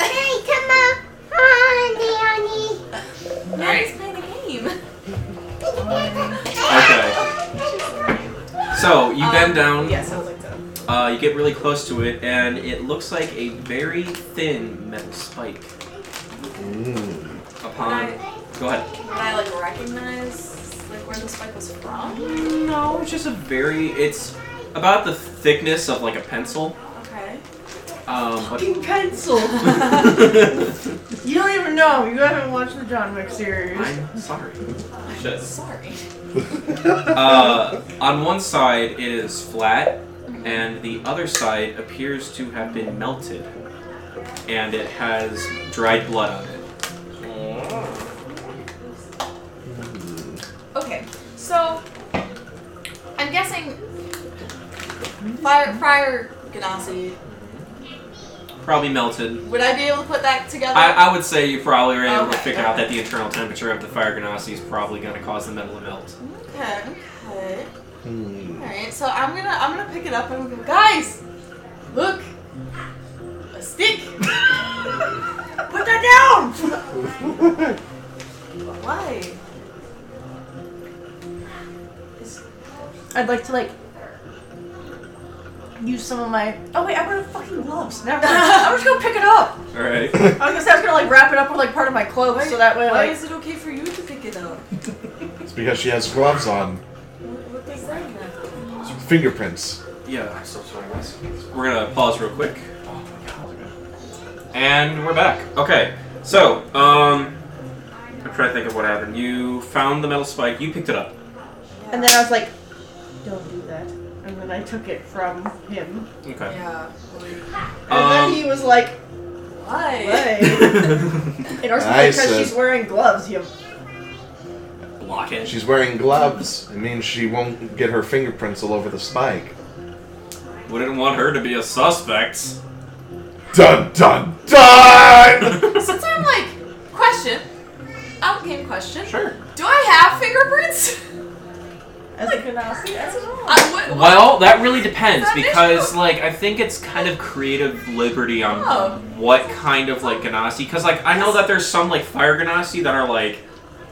Speaker 2: Hey, come on. Oh, Danny.
Speaker 1: Now he's playing the game.
Speaker 8: So you bend
Speaker 1: Um,
Speaker 8: down,
Speaker 1: Yes, I would like to.
Speaker 8: uh, you get really close to it, and it looks like a very thin metal spike
Speaker 5: Mm.
Speaker 8: upon. Go ahead.
Speaker 1: Can I like recognize like where the spike was from?
Speaker 8: No, it's just a very. It's about the thickness of like a pencil.
Speaker 1: Okay.
Speaker 8: Um, but
Speaker 4: Fucking pencil. you don't even know. You haven't watched the John Wick series.
Speaker 8: I'm sorry.
Speaker 6: Shit.
Speaker 1: Sorry.
Speaker 8: Uh, on one side, it is flat, and the other side appears to have been melted, and it has dried blood on it.
Speaker 1: Okay, so I'm guessing fire, fire Ganassi.
Speaker 8: Probably melted.
Speaker 1: Would I be able to put that together?
Speaker 8: I, I would say you probably were able to
Speaker 1: Okay,
Speaker 8: figure out
Speaker 1: okay.
Speaker 8: that the internal temperature of the fire ganassi is probably going to cause the metal to melt.
Speaker 1: okay, okay.
Speaker 5: Hmm.
Speaker 1: All right, so I'm gonna I'm gonna pick it up and go, guys, look, a stick.
Speaker 4: Put that down!
Speaker 1: Why?
Speaker 4: I'd like to like use some of my. Oh wait, I'm wearing fucking gloves. Never mind. I'm just gonna pick it up.
Speaker 8: All right.
Speaker 4: I was gonna say I was gonna like wrap it up with like part of my clothes, so that way
Speaker 1: Why
Speaker 4: like
Speaker 1: is it okay for you to pick it up?
Speaker 5: It's because she has gloves on.
Speaker 1: What, what does that mean?
Speaker 5: Fingerprints.
Speaker 8: Yeah. I'm so sorry, guys. We're gonna pause real quick. And we're back. Okay. So, um, I'm trying to think of what happened. You found the metal spike. You picked it up.
Speaker 4: And then I was like, don't do that. And then I took it from him.
Speaker 8: Okay.
Speaker 1: Yeah. like,
Speaker 4: And
Speaker 8: Um,
Speaker 4: then he was like,
Speaker 1: Why?
Speaker 4: hey. And or something
Speaker 5: I
Speaker 4: because
Speaker 5: said-
Speaker 4: she's wearing gloves. You
Speaker 8: Block it.
Speaker 5: She's wearing gloves. It means she won't get her fingerprints all over the spike.
Speaker 8: Wouldn't want her to be a suspect.
Speaker 5: Dun dun dun!
Speaker 1: Since I'm like, question, out game question.
Speaker 8: Sure.
Speaker 1: Do I have fingerprints?
Speaker 4: as a Ganassi. As a
Speaker 1: I, what, what-
Speaker 8: Well, that really depends
Speaker 1: Is that an
Speaker 8: because,
Speaker 1: issue?
Speaker 8: like, I think it's kind of creative liberty on
Speaker 1: Oh.
Speaker 8: what kind of like ganassi. Because, like, I know that there's some like fire ganassi that are like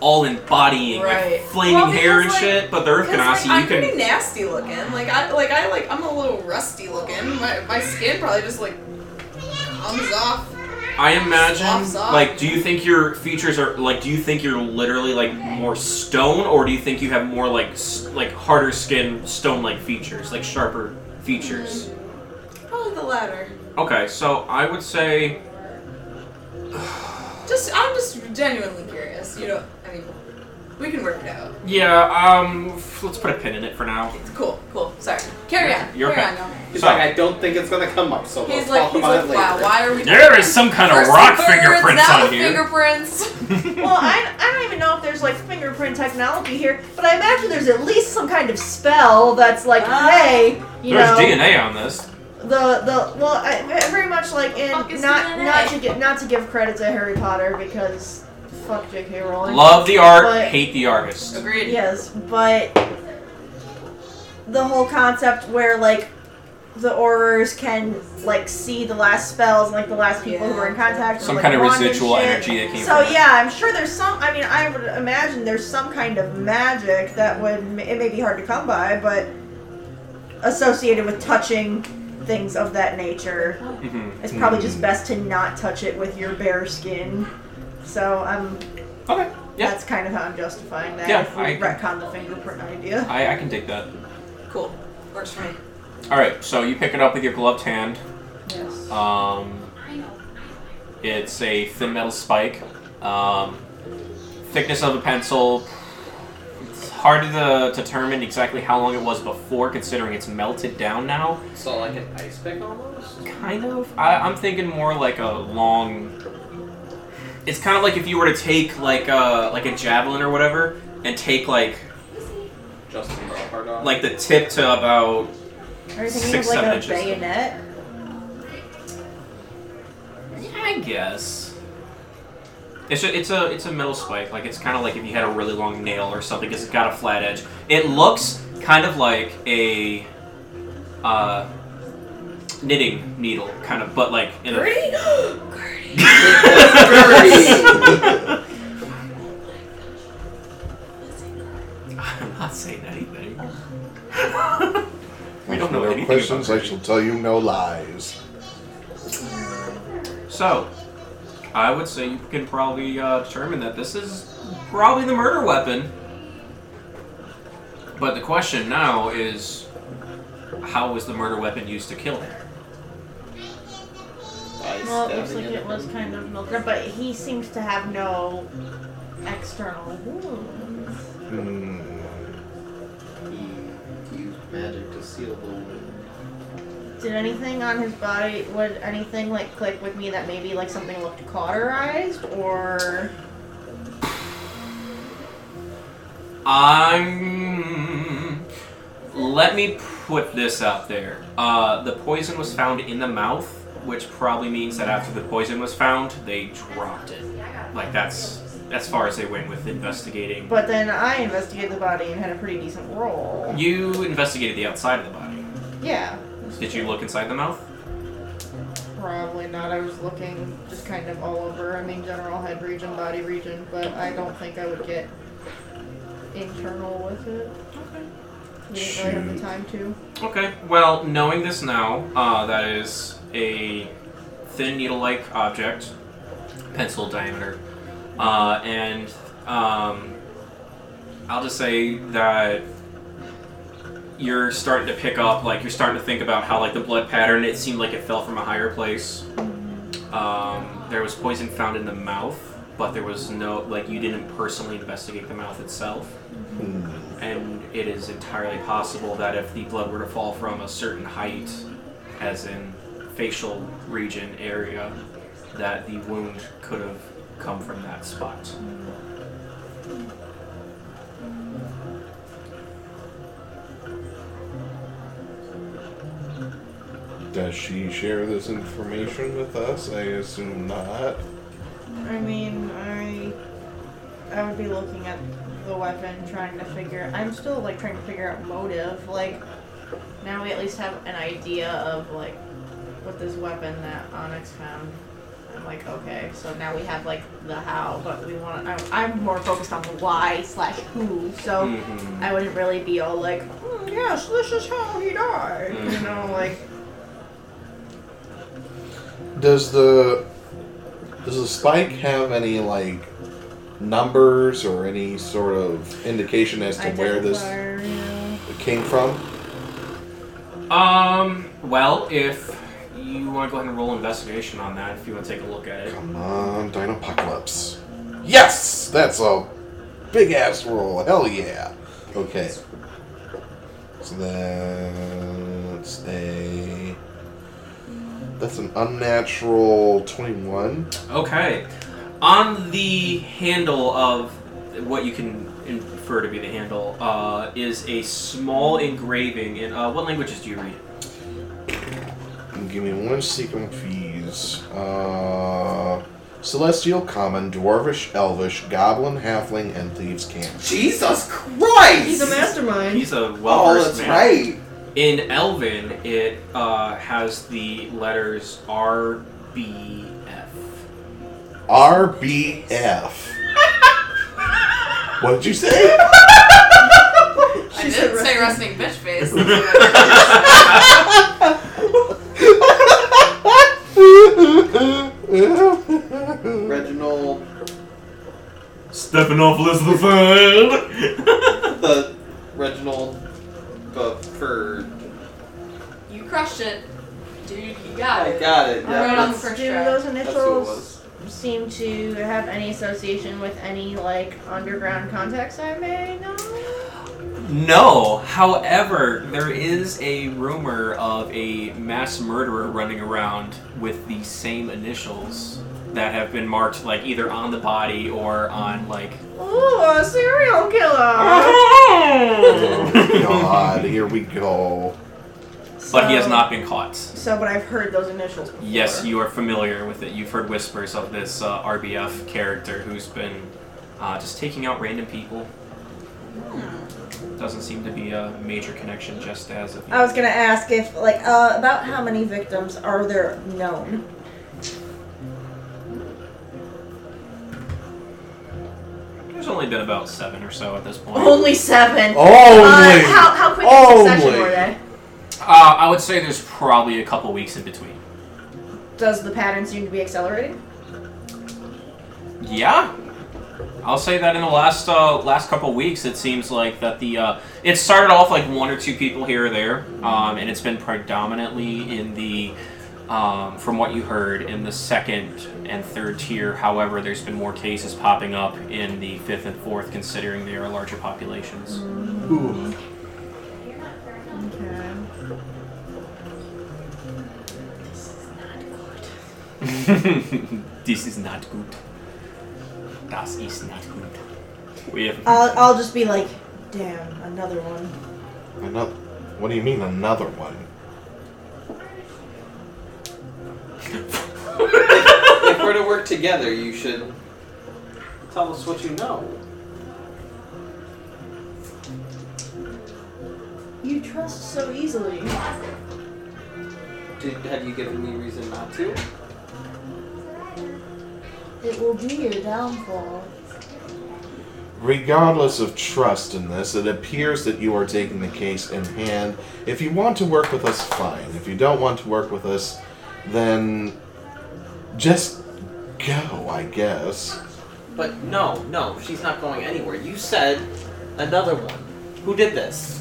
Speaker 8: all embodying,
Speaker 1: Right.
Speaker 8: like flaming
Speaker 1: Well,
Speaker 8: hair and
Speaker 1: because, like-
Speaker 8: shit. But the earth
Speaker 1: Because, like,
Speaker 8: ganassi,
Speaker 1: I'm
Speaker 8: you can
Speaker 1: pretty nasty looking. Like I like I like I'm a little rusty looking. My, my skin probably just like comes off.
Speaker 8: I imagine,
Speaker 1: Swaps off.
Speaker 8: like, do you think your features are like? Do you think you're literally like more stone, or do you think you have more like s- like harder skin, stone-like features, like sharper features?
Speaker 4: Mm-hmm.
Speaker 1: Probably the latter.
Speaker 8: Okay, so I would say
Speaker 1: Just I'm just genuinely curious. You know, I mean, we can work it out.
Speaker 8: yeah. Um, f- let's put a pin in it for now.
Speaker 1: It's cool, cool. Sorry. Carry on.
Speaker 8: You're
Speaker 1: Carry
Speaker 8: okay.
Speaker 1: on. y'all.
Speaker 6: He's
Speaker 8: So-
Speaker 6: like, I don't think it's gonna come up, so we'll
Speaker 1: He's like
Speaker 6: talk
Speaker 1: he's
Speaker 6: about
Speaker 1: like
Speaker 6: it later.
Speaker 1: wow. Why are we?
Speaker 8: There is some kind of
Speaker 1: First
Speaker 8: rock
Speaker 1: the birds,
Speaker 8: fingerprints
Speaker 1: now
Speaker 8: on
Speaker 1: the
Speaker 8: here.
Speaker 1: Fingerprints.
Speaker 4: well, I, I don't even know if there's like fingerprint technology here, but I imagine there's at least some kind of spell that's like,
Speaker 1: Ah.
Speaker 4: hey, you
Speaker 8: There's
Speaker 4: know,
Speaker 8: DNA on this.
Speaker 4: the the well, I, I very much like in
Speaker 1: Fuck is
Speaker 4: not
Speaker 1: DNA?
Speaker 4: not to get not to give credit to Harry Potter because fuck J.K. Rowling.
Speaker 8: Love the art,
Speaker 4: But-
Speaker 8: hate the artist.
Speaker 1: Agreed.
Speaker 4: Yes, but the whole concept where like the aurors can like see the last spells and like the last people who were in contact.
Speaker 8: Some
Speaker 4: with,
Speaker 8: kind of
Speaker 4: like, wand and
Speaker 8: residual
Speaker 4: shit.
Speaker 8: energy that came
Speaker 4: So
Speaker 8: from it.
Speaker 4: yeah, I'm sure there's some. I mean, I would imagine there's some kind of magic that would. It may be hard to come by, but associated with touching things of that nature,
Speaker 8: hmm
Speaker 4: it's probably just best to not touch it with your bare skin. So I'm.
Speaker 8: Okay. Yeah.
Speaker 4: That's kind of how I'm justifying that.
Speaker 8: Yeah,
Speaker 4: If we
Speaker 8: I-
Speaker 4: retcon the fingerprint idea.
Speaker 8: I, I can take that.
Speaker 1: Cool. Works for me.
Speaker 8: All right, so you pick it up with your gloved hand.
Speaker 4: Yes.
Speaker 8: Um, it's a thin metal spike. Um, thickness of a pencil. It's hard to determine exactly how long it was before, considering it's melted down now.
Speaker 6: So like an ice pick almost.
Speaker 8: Kind of. I, I'm thinking more like a long. It's kind of like if you were to take like a like a javelin or whatever, and take like
Speaker 6: Justin Hard on.
Speaker 8: like the tip to about
Speaker 4: Are you thinking
Speaker 8: Six,
Speaker 4: of like
Speaker 8: seven
Speaker 4: a
Speaker 8: inches.
Speaker 4: bayonet?
Speaker 8: Yeah, I guess. It's a, it's a it's a metal spike. Like it's kind of like if you had a really long nail or something. it it's got a flat edge. It looks kind of like a uh, knitting needle, kind of, but like in a.
Speaker 1: Gertie? Gertie.
Speaker 8: I'm not saying anything. we
Speaker 5: Ask
Speaker 8: don't
Speaker 5: me
Speaker 8: know
Speaker 5: no
Speaker 8: anything
Speaker 5: questions.
Speaker 8: about
Speaker 5: I shall tell you no lies.
Speaker 8: it. So, I would say you can probably uh, determine that this is probably the murder weapon. But the question now is, how was the murder weapon used to kill him?
Speaker 6: By
Speaker 4: Well, it looks
Speaker 6: stabbing
Speaker 4: like
Speaker 6: in
Speaker 4: it
Speaker 6: the-
Speaker 4: was kind of milk, but he seems to have no external wounds.
Speaker 5: Hmm.
Speaker 6: He used magic to seal the wound.
Speaker 4: Did anything on his body? Would anything like click with me that maybe like something looked cauterized or?
Speaker 8: I'm. Let me put this out there. Uh, the poison was found in the mouth, which probably means that after the poison was found, they dropped it. Like that's as far as they went with investigating.
Speaker 4: But then I investigated the body and had a pretty decent roll.
Speaker 8: You investigated the outside of the body.
Speaker 4: Yeah,
Speaker 8: Did you look inside the mouth?
Speaker 4: probably not. I was looking just kind of all over. I mean, general head region, body region, but I don't think I would get internal with it. We didn't really have the
Speaker 5: Shoot.
Speaker 4: time to.
Speaker 8: Okay. Well, knowing this now, uh, that is a thin needle-like object, pencil diameter, uh, and um, I'll just say that you're starting to pick up, like you're starting to think about how like the blood pattern. It seemed like it fell from a higher place. Um, there was poison found in the mouth, but there was no like you didn't personally investigate the mouth itself and it is entirely possible that if the blood were to fall from a certain height, as in facial region area, that the wound could have come from that spot.
Speaker 5: Does she share this information with us? I assume not.
Speaker 4: I mean, I I would be looking at the weapon, trying to figure. I'm still like trying to figure out motive. Like now we at least have an idea of like what this weapon that Onyx found. I'm like, okay, so now we have like the how, but we want. I, I'm more focused on the why slash who. So
Speaker 6: Hmm.
Speaker 8: Mhm.
Speaker 4: I wouldn't really be all like, mm, yes, this is how he died.
Speaker 6: Hmm.
Speaker 4: You know, like
Speaker 5: Does the does the spike have any like numbers or any sort of indication as to where this
Speaker 4: identifier, you know.
Speaker 5: came from?
Speaker 8: Um. Well, if you want to go ahead and roll investigation on that, if you want to take a look at it.
Speaker 5: Come on, Dinopocalypse. Yes! That's a big ass roll. Hell yeah. Okay. So that's a. That's an unnatural 21.
Speaker 8: Okay. On the handle of what you can infer to be the handle uh, is a small engraving. In uh, what languages do you read?
Speaker 5: Give me one second, please. Uh, Celestial, Common, Dwarvish, Elvish, Goblin, Halfling, and Thieves' Camp.
Speaker 6: Jesus Christ!
Speaker 4: he's a mastermind.
Speaker 8: He's a well
Speaker 6: Oh,
Speaker 8: versed
Speaker 6: that's
Speaker 8: man.
Speaker 6: right.
Speaker 8: In Elven, it uh, has the letters R B F.
Speaker 5: RBF. what did you say?
Speaker 1: I did say resting bitch face.
Speaker 6: Reginald
Speaker 8: Stephanopoulos the third.
Speaker 6: the Reginald Bufford.
Speaker 1: you crushed it. Dude, you got
Speaker 6: I
Speaker 1: it.
Speaker 6: got it.
Speaker 1: I'm
Speaker 6: Yeah,
Speaker 1: right on the
Speaker 6: that's,
Speaker 1: first
Speaker 4: Do
Speaker 1: try.
Speaker 4: those
Speaker 6: that's who it
Speaker 4: initials
Speaker 6: was.
Speaker 4: seem to have any association with any like underground contacts I may know?
Speaker 8: No. However, there is a rumor of a mass murderer running around with the same initials that have been marked like either on the body or on like
Speaker 4: Ooh, a serial killer.
Speaker 5: Oh, God, here we go.
Speaker 8: But he has
Speaker 4: So-
Speaker 8: not been caught.
Speaker 4: So, but I've heard those initials. Before.
Speaker 8: Yes, you are familiar with it. You've heard whispers of this uh, RBF character who's been uh, just taking out random people. Doesn't seem to be a major connection just as of
Speaker 4: I was gonna ask if, like, uh, about how many victims are there known?
Speaker 8: There's only been about seven or so at this point.
Speaker 4: Only seven.
Speaker 5: Holy!
Speaker 4: Uh, how, how quick in succession
Speaker 5: Only.
Speaker 4: were they?
Speaker 8: Uh, I would say there's probably a couple weeks in between.
Speaker 4: Does the pattern seem to be accelerating?
Speaker 8: Yeah. I'll say that in the last uh, last couple weeks, it seems like that the uh, it started off like one or two people here or there, um, and it's been predominantly in the um, from what you heard in the second and third tier. However, there's been more cases popping up in the fifth and fourth, considering they are larger populations.
Speaker 12: You're not fair enough.
Speaker 4: Okay.
Speaker 12: This is not good.
Speaker 8: this is not good. Das is not good. We have
Speaker 4: I'll, I'll just be like, damn, another one.
Speaker 5: Another, what do you mean another one?
Speaker 6: if we're to work together, you should tell us what you know.
Speaker 4: You trust so easily.
Speaker 6: Did, have you given me reason not to?
Speaker 4: It will be your downfall.
Speaker 5: Regardless of trust in this, it appears that you are taking the case in hand. If you want to work with us, fine. If you don't want to work with us, then just go, I guess.
Speaker 6: But no, no, she's not going anywhere. You said another one. Who did this?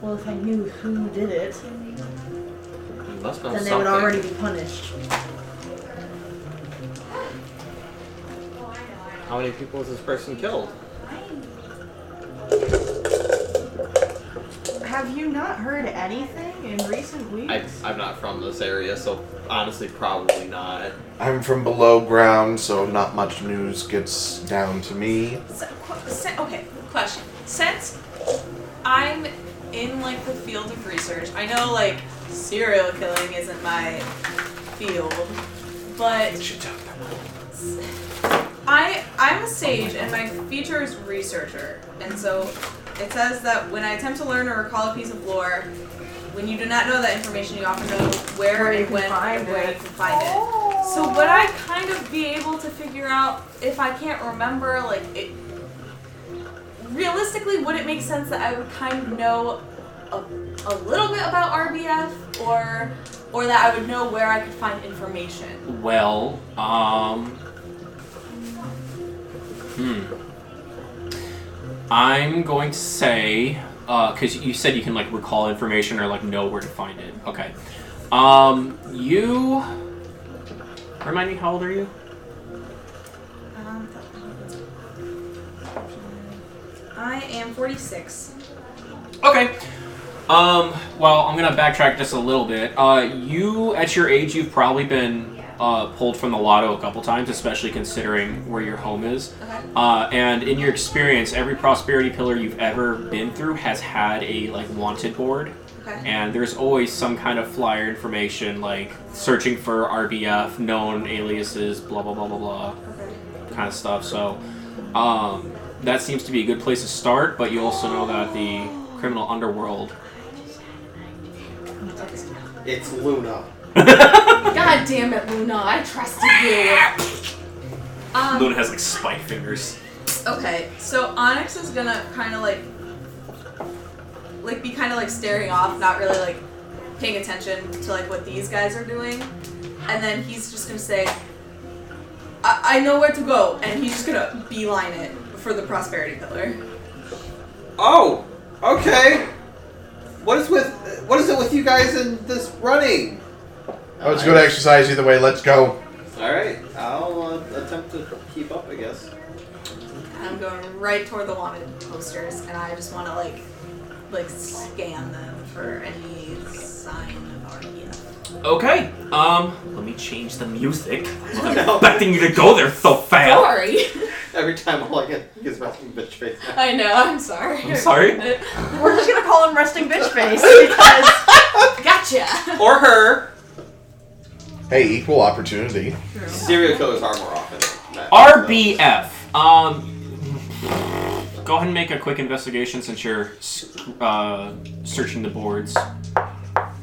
Speaker 4: Well, if I knew who did it,
Speaker 6: You must know
Speaker 4: then they would
Speaker 6: something.
Speaker 4: already be punished.
Speaker 12: Oh, I know, I know.
Speaker 6: How many people has this person killed?
Speaker 4: Have you not heard anything in recent weeks?
Speaker 6: I, I'm not from this area, so honestly, probably not.
Speaker 5: I'm from below ground, so not much news gets down to me.
Speaker 1: So, qu- se- okay, question. Since I'm in like the field of research, I know like serial killing isn't my field, but I I'm a sage and my feature is researcher, and so it says that when I attempt to learn or recall a piece of lore, when you do not know that information, you often know where,
Speaker 4: Where you
Speaker 1: and
Speaker 4: can
Speaker 1: when and
Speaker 4: find
Speaker 1: where
Speaker 4: it. Oh.
Speaker 1: you can find it. So would I kind of be able to figure out if I can't remember, like it? Realistically, would it make sense that I would kind of know a, a little bit about RBF, or or that I would know where I could find information?
Speaker 8: Well, um. Hmm. I'm going to say, because you said you can like recall information or like know where to find it. Okay. Um, you. Remind me, how old are you?
Speaker 1: Um, I am 46.
Speaker 8: Okay. Um, well, I'm gonna backtrack just a little bit. Uh, you, at your age, you've probably been uh, pulled from the lotto a couple times, especially considering where your home is.
Speaker 1: Okay.
Speaker 8: Uh, and in your experience, every prosperity pillar you've ever been through has had a like wanted board,
Speaker 1: Okay.
Speaker 8: and there's always some kind of flyer information like searching for RBF, known aliases, blah blah blah blah blah
Speaker 1: Okay.
Speaker 8: kind of stuff. So, um, that seems to be a good place to start, but you also know that the criminal underworld.
Speaker 6: It's Luna.
Speaker 1: God damn it, Luna. I trusted you. Um,
Speaker 8: Luna has like spike fingers.
Speaker 1: Okay, so Onyx is gonna kind of like, like be kind of like staring off, not really like paying attention to like what these guys are doing, and then he's just gonna say, "I, I know where to go," and he's just gonna beeline it for the prosperity pillar.
Speaker 6: Oh, okay. What is with what is it with you guys and this running?
Speaker 5: Oh, it's good exercise either way. Let's go.
Speaker 6: All right, I'll uh, attempt to keep up. I guess.
Speaker 1: And I'm going right toward the wanted posters, and I just want to like, like scan them for any sign of Archaea.
Speaker 8: Okay, um, let me change the music. I'm expecting you to go there so fast.
Speaker 1: Sorry,
Speaker 6: Every time all I get is resting bitch face.
Speaker 1: I know. I'm sorry.
Speaker 8: I'm sorry.
Speaker 4: We're just gonna call him Resting Bitch Face because
Speaker 1: Gotcha.
Speaker 6: Or her.
Speaker 5: Hey, equal opportunity.
Speaker 6: Serial killers are more often. than-
Speaker 8: RBF. Um, go ahead and make a quick investigation since you're uh, searching the boards.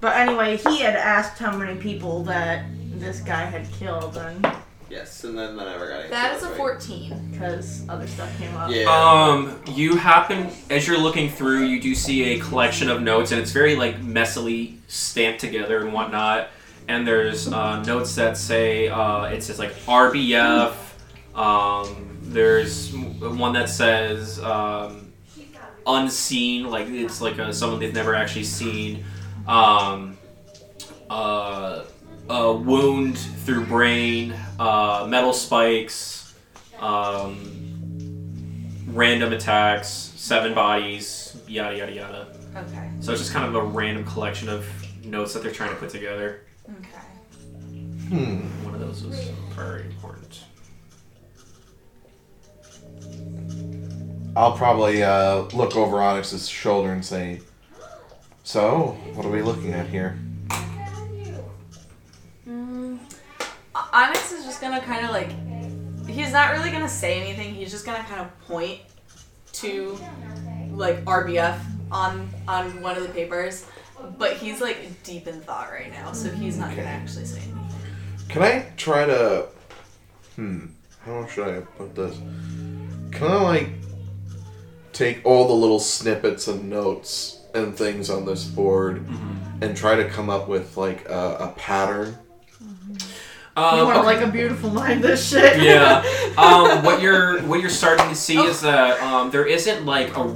Speaker 4: But anyway, he had asked how many people that this guy had killed, and
Speaker 6: Yes, and then I never got it.
Speaker 1: That is a 14.
Speaker 4: because other stuff came up.
Speaker 6: Yeah.
Speaker 8: Um, you happen as you're looking through, you do see a collection of notes, and it's very like messily stamped together and whatnot. And there's uh, notes that say uh, it says like RBF. Um, there's one that says um, unseen, like it's like uh someone they've never actually seen. Um, uh, a wound through brain, uh, metal spikes. Um, random attacks, seven bodies, yada yada yada.
Speaker 1: Okay.
Speaker 8: So it's just kind of a random collection of notes that they're trying to put together.
Speaker 1: Okay.
Speaker 5: Hmm.
Speaker 8: One of those was very important.
Speaker 5: I'll probably uh, look over Onyx's shoulder and say, "So, what are we looking at here?"
Speaker 1: Mm. O- Onyx is just gonna kind of like. He's not really gonna say anything. He's just gonna kind of point to like RBF on on one of the papers, but he's like deep in thought right now, so he's not gonna
Speaker 5: Okay.
Speaker 1: actually say anything.
Speaker 5: Can I try to? Hmm. How should I put this? Can I like take all the little snippets and notes and things on this board
Speaker 4: Mm-hmm.
Speaker 5: and try to come up with like a, a pattern?
Speaker 4: You
Speaker 8: Um,
Speaker 4: want to
Speaker 8: okay.
Speaker 4: like a beautiful mind this shit?
Speaker 8: yeah. Um, what you're what you're starting to see is that um, there isn't like a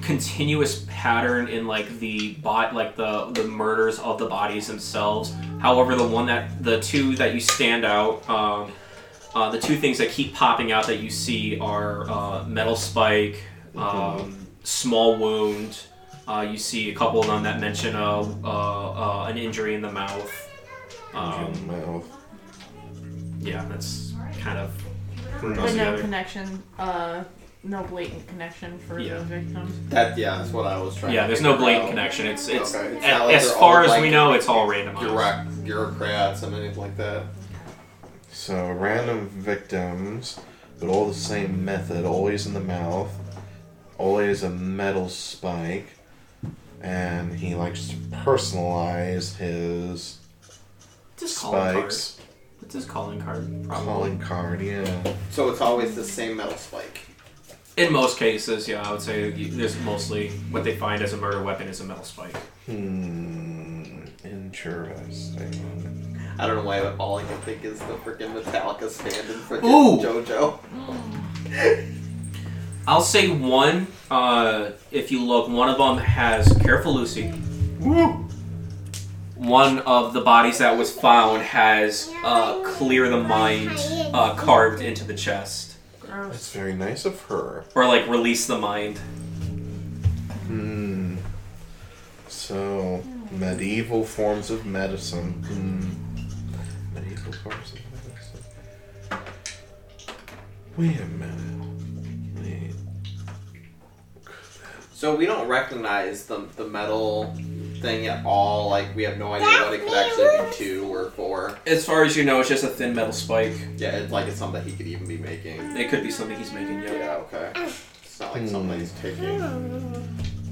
Speaker 8: continuous pattern in like the bot like the the murders of the bodies themselves. However, the one that the two that you stand out, um, uh, the two things that keep popping out that you see are uh, metal spike, um, small wound. Uh, you see a couple of them that mention a, uh, uh, an injury in the mouth. Um,
Speaker 5: Mouth.
Speaker 8: yeah, that's kind of
Speaker 4: But
Speaker 5: But
Speaker 8: those
Speaker 4: no
Speaker 8: together.
Speaker 4: connection, uh, no blatant connection for
Speaker 8: Yeah.
Speaker 4: the victims.
Speaker 6: That yeah, that's what I was trying.
Speaker 8: Yeah,
Speaker 6: to
Speaker 8: there's no
Speaker 6: figure
Speaker 8: blatant
Speaker 6: out.
Speaker 8: connection. It's it's,
Speaker 6: Oh, Okay, it's
Speaker 8: a-
Speaker 6: not like
Speaker 8: as
Speaker 6: they're
Speaker 8: far
Speaker 6: all,
Speaker 8: as
Speaker 6: like,
Speaker 8: we know, it's all randomized.
Speaker 6: Direct bureaucrats and anything like that.
Speaker 5: So random victims, but all the same method. Always in the mouth. Always a metal spike. And he likes to personalize his
Speaker 8: Just calling card.
Speaker 5: spikes.
Speaker 8: It's his calling card. Probably.
Speaker 5: Calling card, yeah.
Speaker 6: So it's always the same metal spike.
Speaker 8: In most cases, yeah, I would say you- there's mostly what they find as a murder weapon is a metal spike.
Speaker 5: Hmm. Interesting.
Speaker 6: I don't know why, but all I can think is the freaking Metallica stand in freaking
Speaker 8: Ooh.
Speaker 6: JoJo.
Speaker 8: I'll say one. Uh, if you look, one of them has careful Lucy. One of the bodies that was found has uh, clear the mind uh, carved into the chest,
Speaker 5: That's very nice of her.
Speaker 8: or like release the mind.
Speaker 5: Hmm. So, medieval forms of medicine. Hmm. Medieval forms of medicine. Wait a minute. Wait.
Speaker 6: So we don't recognize the the metal thing at all. Like we have no idea what it could actually be two or four.
Speaker 8: As far as you know, it's just a thin metal spike.
Speaker 6: Yeah, it's like it's something that he could even be making.
Speaker 8: It could be something he's making. Yeah.
Speaker 6: Yeah, okay. It's not like something he's taking.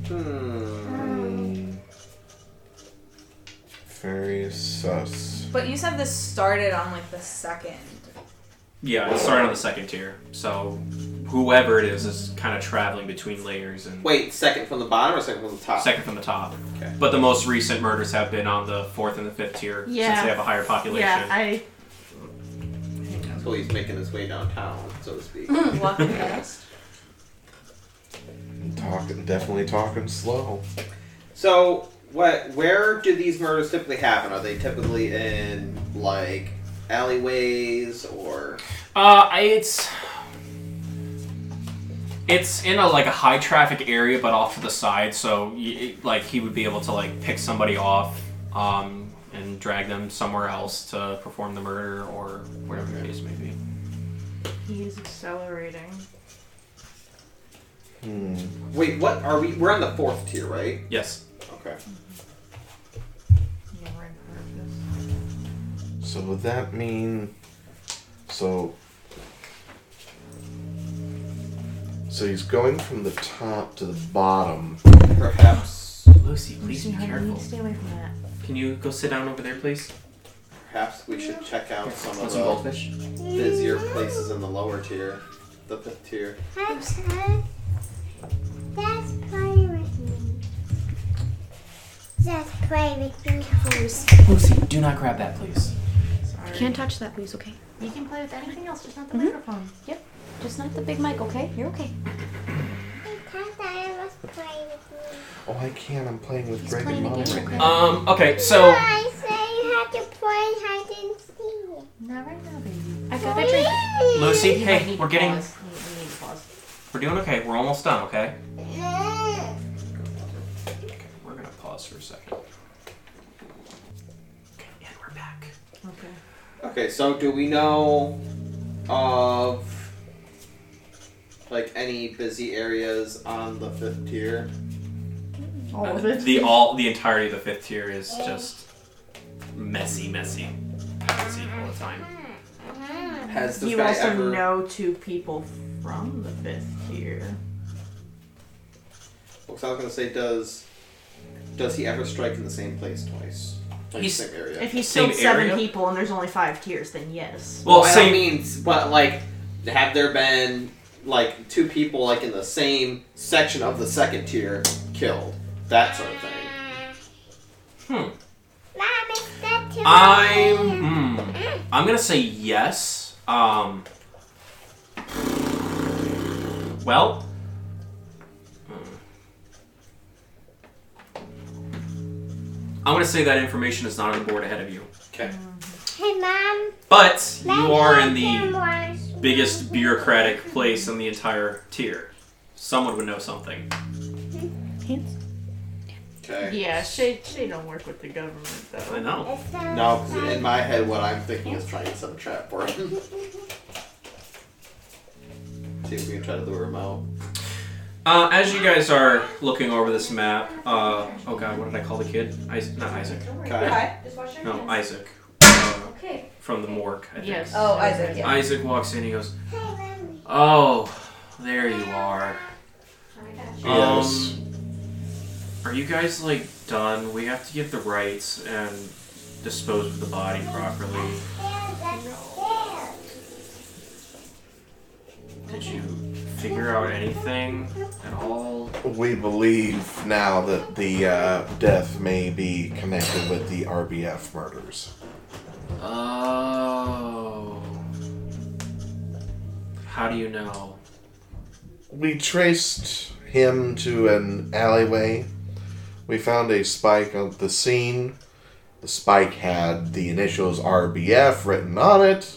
Speaker 6: Hmm.
Speaker 5: Very sus.
Speaker 1: But you said this started on like the second.
Speaker 8: Yeah, it's starting on the second tier. So whoever it is is kind of traveling between layers and
Speaker 6: Wait, second from the bottom or second from the top?
Speaker 8: second from the top.
Speaker 6: Okay.
Speaker 8: But the most recent murders have been on the fourth and the fifth tier since
Speaker 4: Yeah.
Speaker 8: they have a higher population.
Speaker 4: Yeah, I.
Speaker 6: So he's making his way downtown, so to speak.
Speaker 1: Walking past.
Speaker 5: Talking, definitely talking slow.
Speaker 6: So, what? Where do these murders typically happen? Are they typically in like alleyways or?
Speaker 8: Uh, I- it's it's in a like a high traffic area, but off to the side, so y- it- like he would be able to like pick somebody off, um, and drag them somewhere else to perform the murder or whatever the case may be.
Speaker 4: He's accelerating.
Speaker 5: Hmm.
Speaker 6: Wait, what are we? We're on the fourth tier, right?
Speaker 8: Yes.
Speaker 6: Okay.
Speaker 4: Yeah, we're in purpose.
Speaker 5: So would that mean? So. So he's going from the top to the bottom.
Speaker 6: Perhaps,
Speaker 8: Lucy, please be careful.
Speaker 4: Stay away from that.
Speaker 8: Can you go sit down over there, please?
Speaker 6: perhaps we should check out some
Speaker 8: Want
Speaker 6: of
Speaker 8: some
Speaker 6: the
Speaker 8: goldfish?
Speaker 6: busier places in the lower tier, the fifth tier.
Speaker 2: That's playing with me. That's playing with me, horse.
Speaker 8: Lucy, do not grab that, please.
Speaker 11: You can't touch that, please, okay?
Speaker 4: You can play with anything else, just not the
Speaker 11: Mhm.
Speaker 4: microphone.
Speaker 11: Just not the big mic, okay? You're okay.
Speaker 2: Because I was playing with me.
Speaker 5: Oh, I can't. I'm playing with
Speaker 11: He's
Speaker 5: Greg and
Speaker 11: playing a
Speaker 5: Mom
Speaker 11: game,
Speaker 5: right
Speaker 11: okay?
Speaker 5: now.
Speaker 8: Um. Okay. So.
Speaker 2: I said you had to play, I didn't see it.
Speaker 4: Not right now, baby.
Speaker 11: I got a drink.
Speaker 8: Lucy,
Speaker 4: You might
Speaker 8: hey,
Speaker 4: need
Speaker 8: we're
Speaker 4: to
Speaker 8: getting,
Speaker 4: pause. You- you need to pause.
Speaker 8: we're doing okay. We're almost done. Okay.
Speaker 2: Mm.
Speaker 8: Okay. We're gonna pause for a second. Okay, and we're back.
Speaker 4: Okay.
Speaker 6: Okay, so do we know of like any busy areas on the fifth tier?
Speaker 4: All
Speaker 8: Uh,
Speaker 4: of it.
Speaker 8: The all the entirety of the fifth tier is just messy, messy, messy all the time.
Speaker 6: Has this
Speaker 4: you
Speaker 6: guy
Speaker 4: also
Speaker 6: ever?
Speaker 4: know two people from the fifth tier.
Speaker 6: Looks, I was gonna say, does does he ever strike in the same place twice? Like
Speaker 8: He's-
Speaker 6: same area.
Speaker 4: If he's
Speaker 8: Same
Speaker 4: killed seven
Speaker 8: area?
Speaker 4: people and there's only five tiers, then yes.
Speaker 8: Well,
Speaker 6: I don't
Speaker 8: same.
Speaker 6: mean, but like, have there been like two people like in the same section of the second tier killed? That sort of thing.
Speaker 8: hmm.
Speaker 2: Mom, it's that too many.
Speaker 8: I'm. Hmm, I'm gonna say yes. Um. Well. hmm. I'm gonna say that information is not on the board ahead of you,
Speaker 6: Okay.
Speaker 2: Hey, Mom.
Speaker 8: but
Speaker 2: let
Speaker 8: you are
Speaker 2: me
Speaker 8: in the
Speaker 2: do more.
Speaker 8: biggest bureaucratic place in the entire tier. Someone would know something.
Speaker 6: Okay.
Speaker 4: Yeah, Shay, Shay don't work with the government
Speaker 8: I
Speaker 4: though.
Speaker 8: know.
Speaker 2: It's a-
Speaker 6: No, 'cause in my head, what I'm thinking is trying to set a trap for him. See if we can try to lure him out.
Speaker 8: Uh, as you guys are looking over this map, uh, oh god, what did I call the kid? Is- not Isaac.
Speaker 6: Okay.
Speaker 12: Just wash your
Speaker 8: No,
Speaker 12: hands.
Speaker 8: Isaac. Uh,
Speaker 12: Okay.
Speaker 8: from the morgue, I think. Uh,
Speaker 4: Yes.
Speaker 1: Oh, Isaac, yeah.
Speaker 8: Isaac walks in, he goes,
Speaker 2: Hey, Mommy.
Speaker 8: Oh, there you are.
Speaker 12: Oh my gosh.
Speaker 5: Yes.
Speaker 8: Um, are you guys, like, done? We have to get the rights and dispose of the body properly.
Speaker 2: There's a bear.
Speaker 8: Did you figure out anything at all?
Speaker 5: We believe now that the uh, death may be connected with the RBF murders.
Speaker 8: Oh. How do you know?
Speaker 5: We traced him to an alleyway. We found a spike on the scene. The spike had the initials RBF written on it.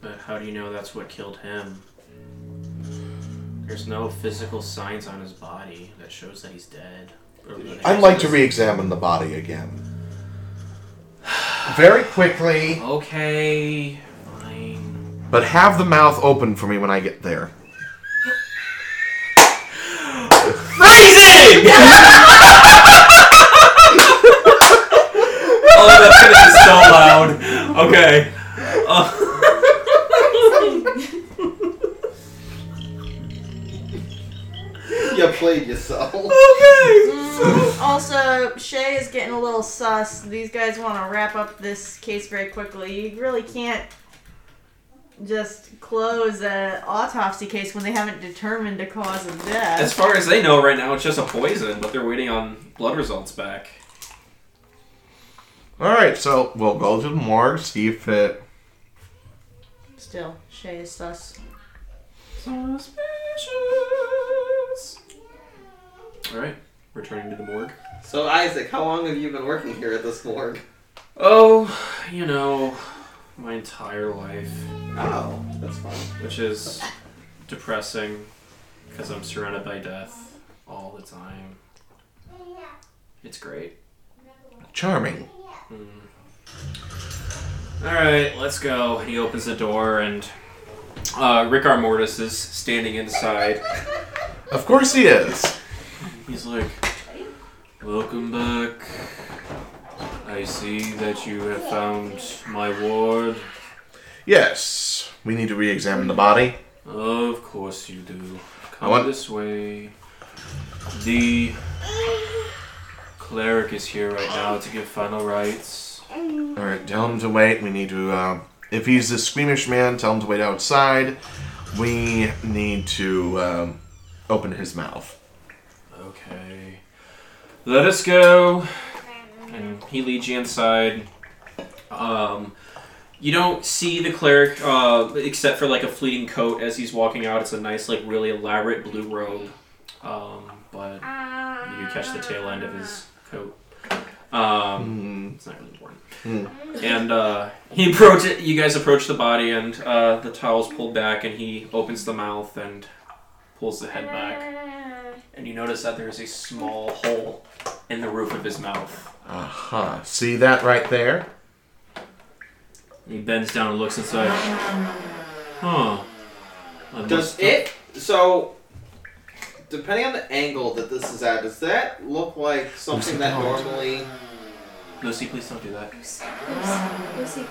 Speaker 8: But how do you know that's what killed him? There's no physical signs on his body that shows that he's dead. Or that
Speaker 5: I'd like to re examine the body again. Very quickly,
Speaker 8: Okay, fine.
Speaker 5: but have the mouth open for me when I get there.
Speaker 8: Freezing!
Speaker 5: Oh,
Speaker 4: Mm, Also, Shay is getting a little sus. These guys want to wrap up this case very quickly. You really can't just close a autopsy case when they haven't determined a cause of death.
Speaker 8: As far as they know right now, it's just a poison, but they're waiting on blood results back.
Speaker 5: All right, so we'll go to the morgue, see if uh, it.
Speaker 4: Still, Shay is sus.
Speaker 8: All right, returning to the morgue.
Speaker 6: So Isaac, how long have you been working here at this morgue?
Speaker 8: Oh, you know, my entire life,
Speaker 6: Oh, that's fun.
Speaker 8: which is depressing because I'm surrounded by death all the time. It's great.
Speaker 5: Charming.
Speaker 8: All right, let's go. He opens the door, and uh, Rick R. Mortis is standing inside.
Speaker 5: Of course he is.
Speaker 8: He's like, Welcome back. I see that you have found my ward.
Speaker 5: Yes, we need to re examine the body.
Speaker 8: Of course you do. Come
Speaker 5: want-
Speaker 8: this way. The cleric is here right now to give final rites.
Speaker 5: All right, tell him to wait. We need to. Uh, if he's this squeamish man, tell him to wait outside. We need to um, open his mouth.
Speaker 8: Okay. Let us go. And he leads you inside. Um, you don't see the cleric uh, except for like a fleeting coat as he's walking out. It's a nice, like, really elaborate blue robe. Um, but you catch the tail end of his coat. Um,
Speaker 5: Mm,
Speaker 8: It's not really important. And uh, he approach it. You guys approach the body, and uh, the towel's pulled back, and he opens the mouth and pulls the head back. And you notice that there is a small hole in the roof of his mouth.
Speaker 5: Aha. See that right there?
Speaker 8: He bends down and looks inside. Huh. I
Speaker 6: Does
Speaker 8: must-
Speaker 6: it? So, depending on the angle that this is at, does that look like something that normally?
Speaker 8: Lucy, please don't do that.
Speaker 12: Lucy, Lucy, Lucy,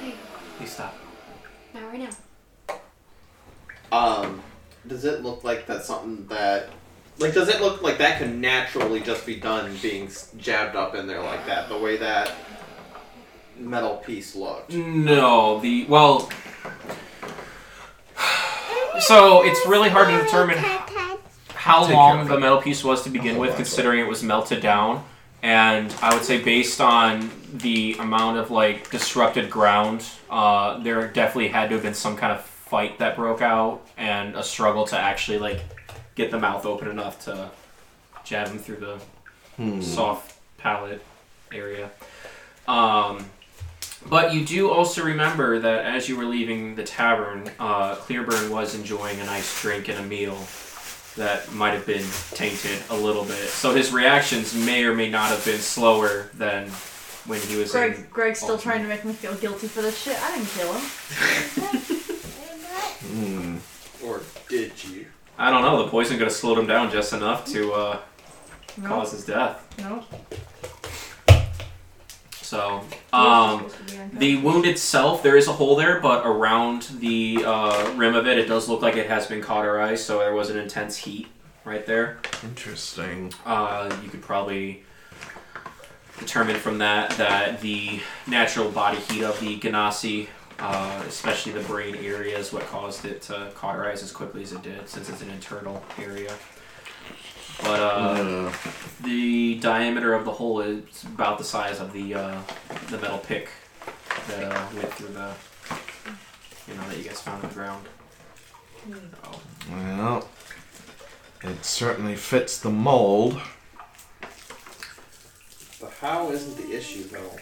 Speaker 12: hey,
Speaker 8: Please stop.
Speaker 12: not right now.
Speaker 6: Um, does it look like that's something that, like, does it look like that could naturally just be done being s- jabbed up in there like that? The way that metal piece looked.
Speaker 8: No, the well. So it's really hard to determine how
Speaker 5: Take care
Speaker 8: long
Speaker 5: of
Speaker 8: the
Speaker 5: it.
Speaker 8: metal piece was to begin
Speaker 5: Oh,
Speaker 8: with,
Speaker 5: that's
Speaker 8: considering it was melted down. And I would say, based on the amount of like disrupted ground, uh, there definitely had to have been some kind of fight that broke out and a struggle to actually like get the mouth open enough to jab him through the
Speaker 5: Hmm.
Speaker 8: soft palate area. Um, but you do also remember that as you were leaving the tavern, uh, Clearburn was enjoying a nice drink and a meal that might have been tainted a little bit. So his reactions may or may not have been slower than when he was in.
Speaker 4: Greg, Greg's still trying to make me feel guilty for this shit. I didn't kill him.
Speaker 5: Mm.
Speaker 6: Or did you?
Speaker 8: I don't know. The poison could have slowed him down just enough to uh,
Speaker 4: No,
Speaker 8: cause his death.
Speaker 4: no.
Speaker 8: So um, the wound itself, there is a hole there, but around the uh, rim of it, it does look like it has been cauterized. So there was an intense heat right there.
Speaker 5: Interesting.
Speaker 8: Uh, you could probably determine from that that the natural body heat of the ganassi, uh, especially the brain area, is what caused it to cauterize as quickly as it did, since it's an internal area. But uh,
Speaker 5: Uh,
Speaker 8: the diameter of the hole is about the size of the uh, the metal pick that uh, went through the you know that you guys found on the ground. So,
Speaker 5: well, it certainly fits the mold.
Speaker 6: The how isn't the issue though.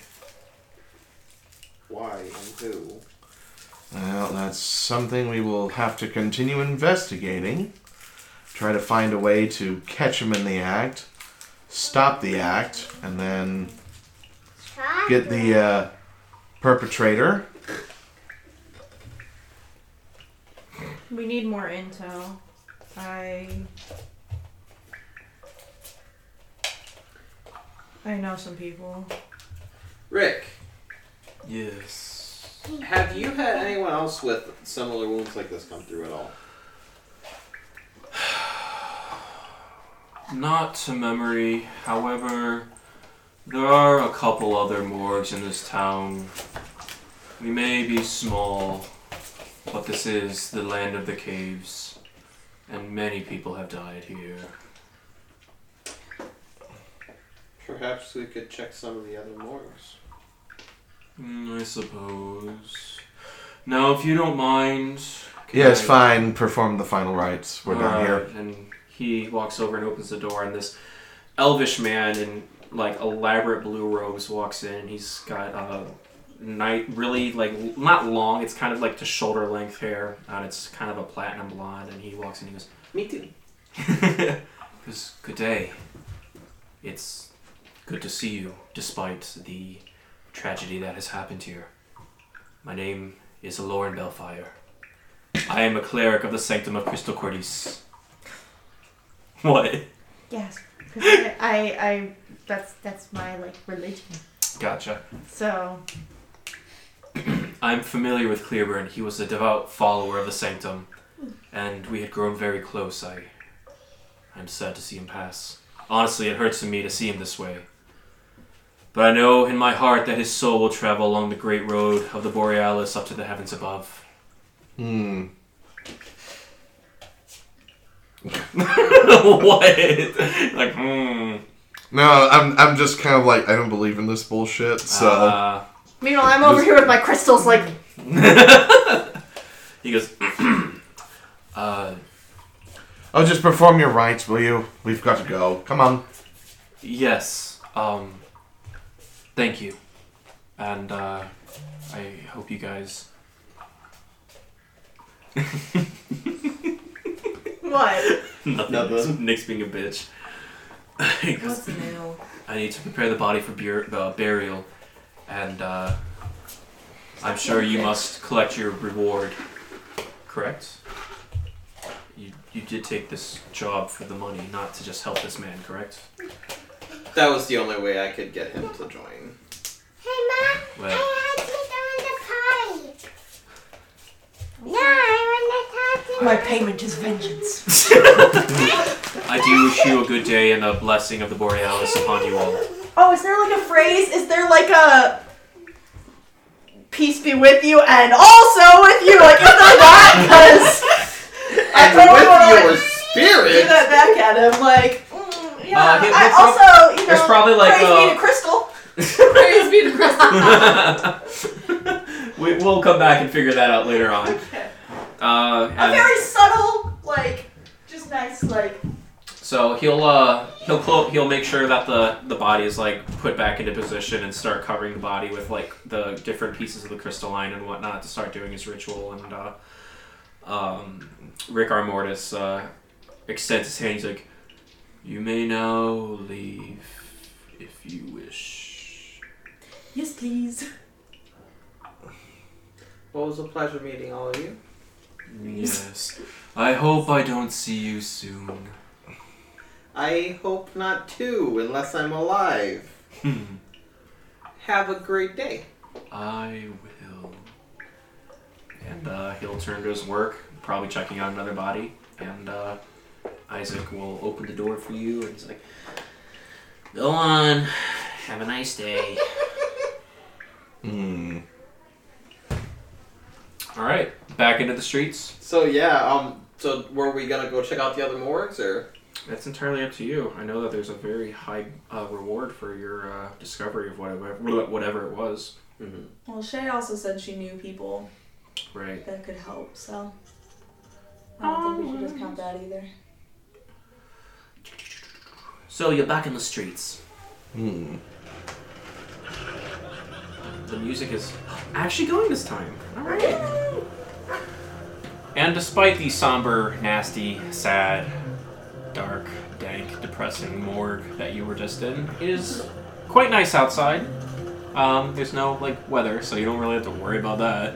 Speaker 6: Why and who?
Speaker 5: Well, that's something we will have to continue investigating. Try to find a way to catch him in the act, stop the act, and then get the uh, perpetrator.
Speaker 4: We need more intel. I. I know some people.
Speaker 6: Rick,
Speaker 8: yes.
Speaker 6: have you had anyone else with similar wounds like this come through at all?
Speaker 8: Not to memory. However, there are a couple other morgues in this town. We may be small, but this is the land of the caves, and many people have died here.
Speaker 6: Perhaps we could check some of the other morgues.
Speaker 8: Mm, I suppose. Now, if you don't mind. can
Speaker 5: Yeah, it's
Speaker 8: I-
Speaker 5: fine. Perform the final rites. We're done here.
Speaker 8: Alright, Uh, And he walks over and opens the door, and this elvish man in like elaborate blue robes walks in. He's got uh, night really like l- not long. It's kind of like to shoulder length hair, and it's kind of a platinum blonde. And he walks in. He goes,
Speaker 6: Me too.
Speaker 8: "Goes, good day. It's good to see you, despite the tragedy that has happened here. My name is Lauren Belfire. I am a cleric of the Sanctum of Crystal Cordis. What?
Speaker 11: Yes. 'cause I, I, I, that's that's my like religion.
Speaker 8: Gotcha.
Speaker 11: So
Speaker 8: I'm familiar with Clearburn. He was a devout follower of the Sanctum, and we had grown very close. I, I'm sad to see him pass. Honestly, it hurts me to see him this way. But I know in my heart that his soul will travel along the great road of the Borealis up to the heavens above.
Speaker 5: Hmm.
Speaker 8: what? Like, hmm.
Speaker 5: No, I'm I'm just kind of like I don't believe in this bullshit. So
Speaker 8: Uh,
Speaker 11: meanwhile, I'm over
Speaker 5: Just-
Speaker 11: here with my crystals. Like
Speaker 8: Uh, he goes, uh,
Speaker 5: oh, just perform your rites, will you? We've got to go. Come on.
Speaker 8: Yes. Um. Thank you, and uh, I hope you guys.
Speaker 4: What?
Speaker 8: Nothing.
Speaker 6: Nothing.
Speaker 8: Nick's being a bitch.
Speaker 1: What's new?
Speaker 8: I need to prepare the body for bur- uh, burial, and uh, I'm sure you must collect your reward. Correct. You you did take this job for the money, not to just help this man, correct?
Speaker 6: That was the only way I could get him to join.
Speaker 2: Hey, Mom, I
Speaker 8: Well.
Speaker 2: had to go on the party. Yeah, I want to talk to
Speaker 11: my payment is vengeance.
Speaker 8: I do wish you a good day and a blessing of the Borealis upon you all.
Speaker 4: Oh, is there like a phrase? Is there like a peace be with you and also with you? Like, is there that? Because I
Speaker 6: And
Speaker 4: totally want to
Speaker 6: with your
Speaker 4: like, do
Speaker 6: spirit,
Speaker 4: that back at him. Like, mm, yeah.
Speaker 8: Uh, hit-
Speaker 4: I
Speaker 8: hit
Speaker 4: also, you know,
Speaker 8: There's probably like
Speaker 4: praise me
Speaker 8: uh, a-
Speaker 4: to
Speaker 1: Praise be to
Speaker 4: Crystal.
Speaker 1: Christ.
Speaker 8: uh, we, we'll come back and figure that out later on.
Speaker 4: Okay.
Speaker 8: Uh,
Speaker 4: A
Speaker 8: and
Speaker 4: very subtle, like, just nice, like.
Speaker 8: so he'll uh, he'll clo- he'll make sure that the the body is like put back into position and start covering the body with like the different pieces of the crystalline and whatnot to start doing his ritual. And uh, um, Rick Armortis uh, extends his hand. He's like, "You may now leave if you wish."
Speaker 1: yes, please.
Speaker 6: well, it was a pleasure meeting all of you.
Speaker 8: Yes. I hope I don't see you soon.
Speaker 6: I hope not too, unless I'm alive.
Speaker 8: Hmm.
Speaker 6: Have a great day.
Speaker 8: I will. And uh, he'll turn to his work, probably checking on another body. And uh, Isaac will open the door for you. And he's like,
Speaker 3: Go on. Have a nice day.
Speaker 5: Hmm.
Speaker 8: "All right, back into the streets.
Speaker 6: So yeah, um, so were we gonna go check out the other morgues or?
Speaker 8: That's entirely up to you. I know that there's a very high uh, reward for your uh, discovery of whatever whatever it was.
Speaker 3: Mm-hmm.
Speaker 1: Well, Shay also said she knew people
Speaker 8: Right.
Speaker 1: that could help, so I don't think we
Speaker 8: Um,
Speaker 1: should discount that either.
Speaker 3: So you're back in the streets.
Speaker 5: Hmm.
Speaker 8: The music is actually going this time. All right. And despite the somber, nasty, sad, dark, dank, depressing morgue that you were just in, it is quite nice outside. Um, there's no like weather, so you don't really have to worry about that.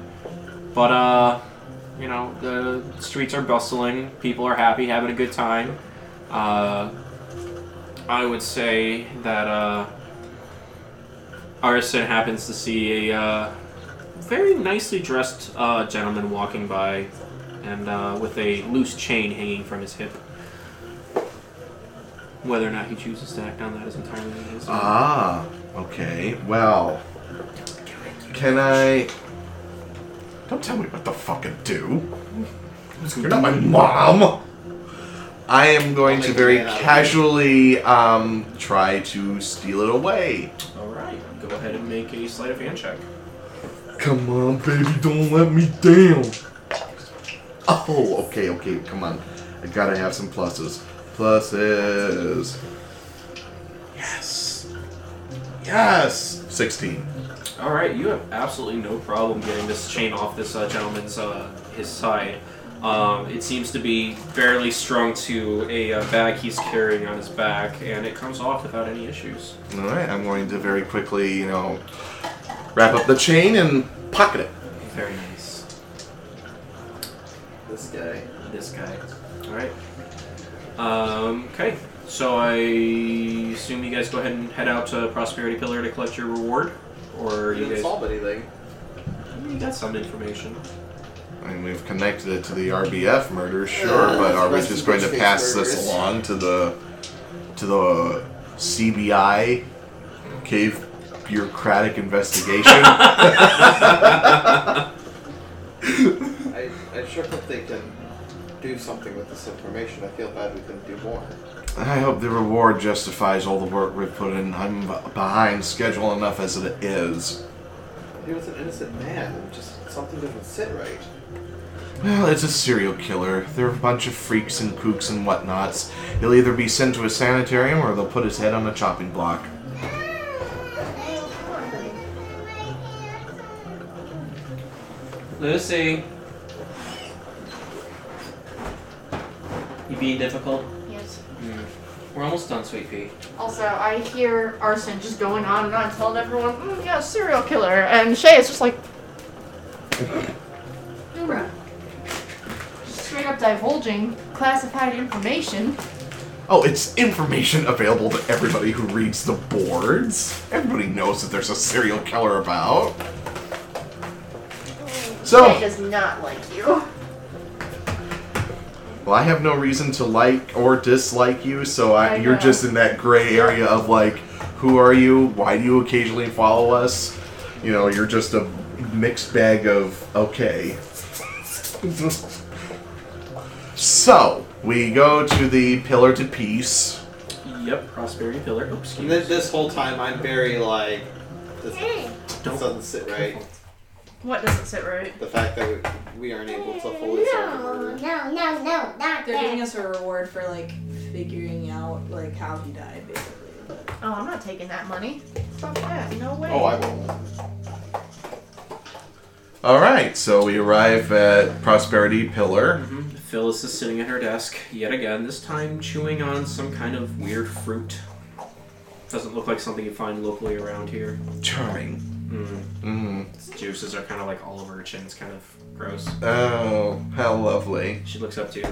Speaker 8: But uh, you know, the streets are bustling. People are happy, having a good time. Uh, I would say that uh, Arson happens to see a uh, very nicely dressed uh, gentleman walking by, and uh, with a loose chain hanging from his hip. Whether or not he chooses to act on that is entirely his.
Speaker 5: Ah, okay. Well, can I? Don't tell me what the fuck to do. You're not my mom. I am going to very casually um, try to steal it away.
Speaker 8: All right, go ahead and make a sleight of hand check.
Speaker 5: Come on, baby, don't let me down. Oh, okay, okay, come on. I gotta have some pluses. Pluses. Yes. Yes. 16.
Speaker 8: All right, you have absolutely no problem getting this chain off this uh, gentleman's uh, his side. Um, it seems to be barely strung to a uh, bag he's carrying on his back, and it comes off without any issues.
Speaker 5: All right, I'm going to very quickly, you know, wrap up the chain and pocket it.
Speaker 8: Very nice.
Speaker 6: This guy.
Speaker 8: This guy. All right. Um, okay, so I assume you guys go ahead and head out to Prosperity Pillar to collect your reward, or
Speaker 6: You
Speaker 8: you
Speaker 6: didn't
Speaker 8: guys
Speaker 6: solve anything.
Speaker 8: you got some information.
Speaker 5: I mean, we've connected it to the RBF murder, sure,
Speaker 6: Yeah,
Speaker 5: but are we
Speaker 6: that's
Speaker 5: just
Speaker 6: the
Speaker 5: going to
Speaker 6: bitch-face
Speaker 5: pass
Speaker 6: murders.
Speaker 5: this along to the to the CBI cave bureaucratic investigation?
Speaker 6: I, I sure hope they can do something with this information. I feel bad we couldn't do more.
Speaker 5: I hope the reward justifies all the work we've put in. I'm b- behind schedule enough as it is.
Speaker 6: He was an innocent man, and just something doesn't sit right.
Speaker 5: Well, it's a serial killer. They're a bunch of freaks and kooks and whatnots. He'll either be sent to a sanitarium or they'll put his head on a chopping block.
Speaker 3: Lucy. You being difficult?
Speaker 11: Yes.
Speaker 3: We're almost done, sweet pea.
Speaker 11: Also, I hear arson just going on and on, telling everyone, mm, yeah, serial killer. And Shay is just like, Bruh. Just straight up divulging classified information.
Speaker 5: Oh, it's information available to everybody who reads the boards. Everybody knows that there's a serial killer about.
Speaker 11: Shay
Speaker 5: So,
Speaker 11: does not like you.
Speaker 5: well, I have no reason to like or dislike you, so I,
Speaker 11: I
Speaker 5: you're
Speaker 11: know.
Speaker 5: just in that gray area of like, who are you? Why do you occasionally follow us? You know, you're just a mixed bag of okay. so, we go to the Pillar to Peace.
Speaker 8: Yep, Prosperity Pillar. Oops,
Speaker 6: And
Speaker 8: excuse
Speaker 6: this, this whole time, I'm very like, this, this
Speaker 8: Don't-
Speaker 6: doesn't sit right.
Speaker 4: What doesn't sit right?
Speaker 6: The fact that we, we aren't able to fully solve the
Speaker 2: No,
Speaker 6: murder.
Speaker 2: no, no, no, not
Speaker 1: They're giving
Speaker 2: there.
Speaker 1: us a reward for like figuring out like how he died, basically. But
Speaker 11: Oh, I'm not taking that money. Fuck that. No way.
Speaker 6: Oh, I won't.
Speaker 5: All right, so we arrive at Prosperity Pillar.
Speaker 8: Mhm. Phyllis is sitting at her desk yet again, this time chewing on some kind of weird fruit. Doesn't look like something you find locally around here.
Speaker 5: Charming.
Speaker 8: Mm.
Speaker 5: Mm.
Speaker 8: Its juices are kind of like all over her chin. It's kind of gross.
Speaker 5: Oh, how lovely.
Speaker 8: She looks up to you.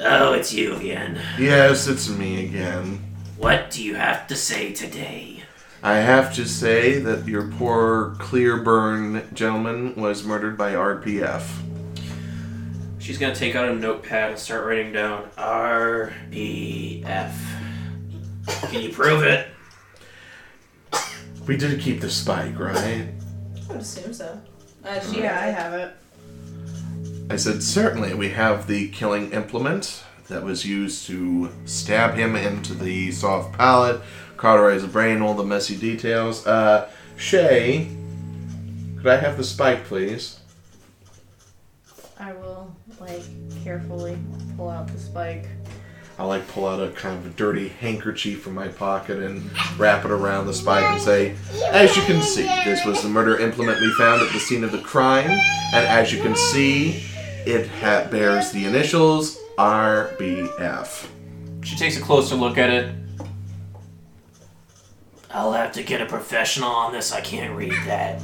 Speaker 3: Oh, it's you again.
Speaker 5: Yes, it's me again.
Speaker 3: What do you have to say today?
Speaker 5: I have to say that your poor Clearburn gentleman was murdered by RPF.
Speaker 8: She's gonna take out a notepad and start writing down
Speaker 3: RBF. Can you prove it?
Speaker 5: We did keep the spike, right?
Speaker 1: I would assume so. Uh, she
Speaker 4: Yeah, I
Speaker 1: has it.
Speaker 4: have it.
Speaker 5: I said, certainly, we have the killing implement that was used to stab him into the soft palate, cauterize the brain, all the messy details. Uh, Shay, could I have the spike, please?
Speaker 11: I will, like, carefully pull out the spike.
Speaker 5: I like pull out a kind of a dirty handkerchief from my pocket and wrap it around the spike and say, As you can see, this was the murder implement we found at the scene of the crime, and as you can see, it ha- bears the initials RBF.
Speaker 8: She takes a closer look at it.
Speaker 3: I'll have to get a professional on this. I can't read that.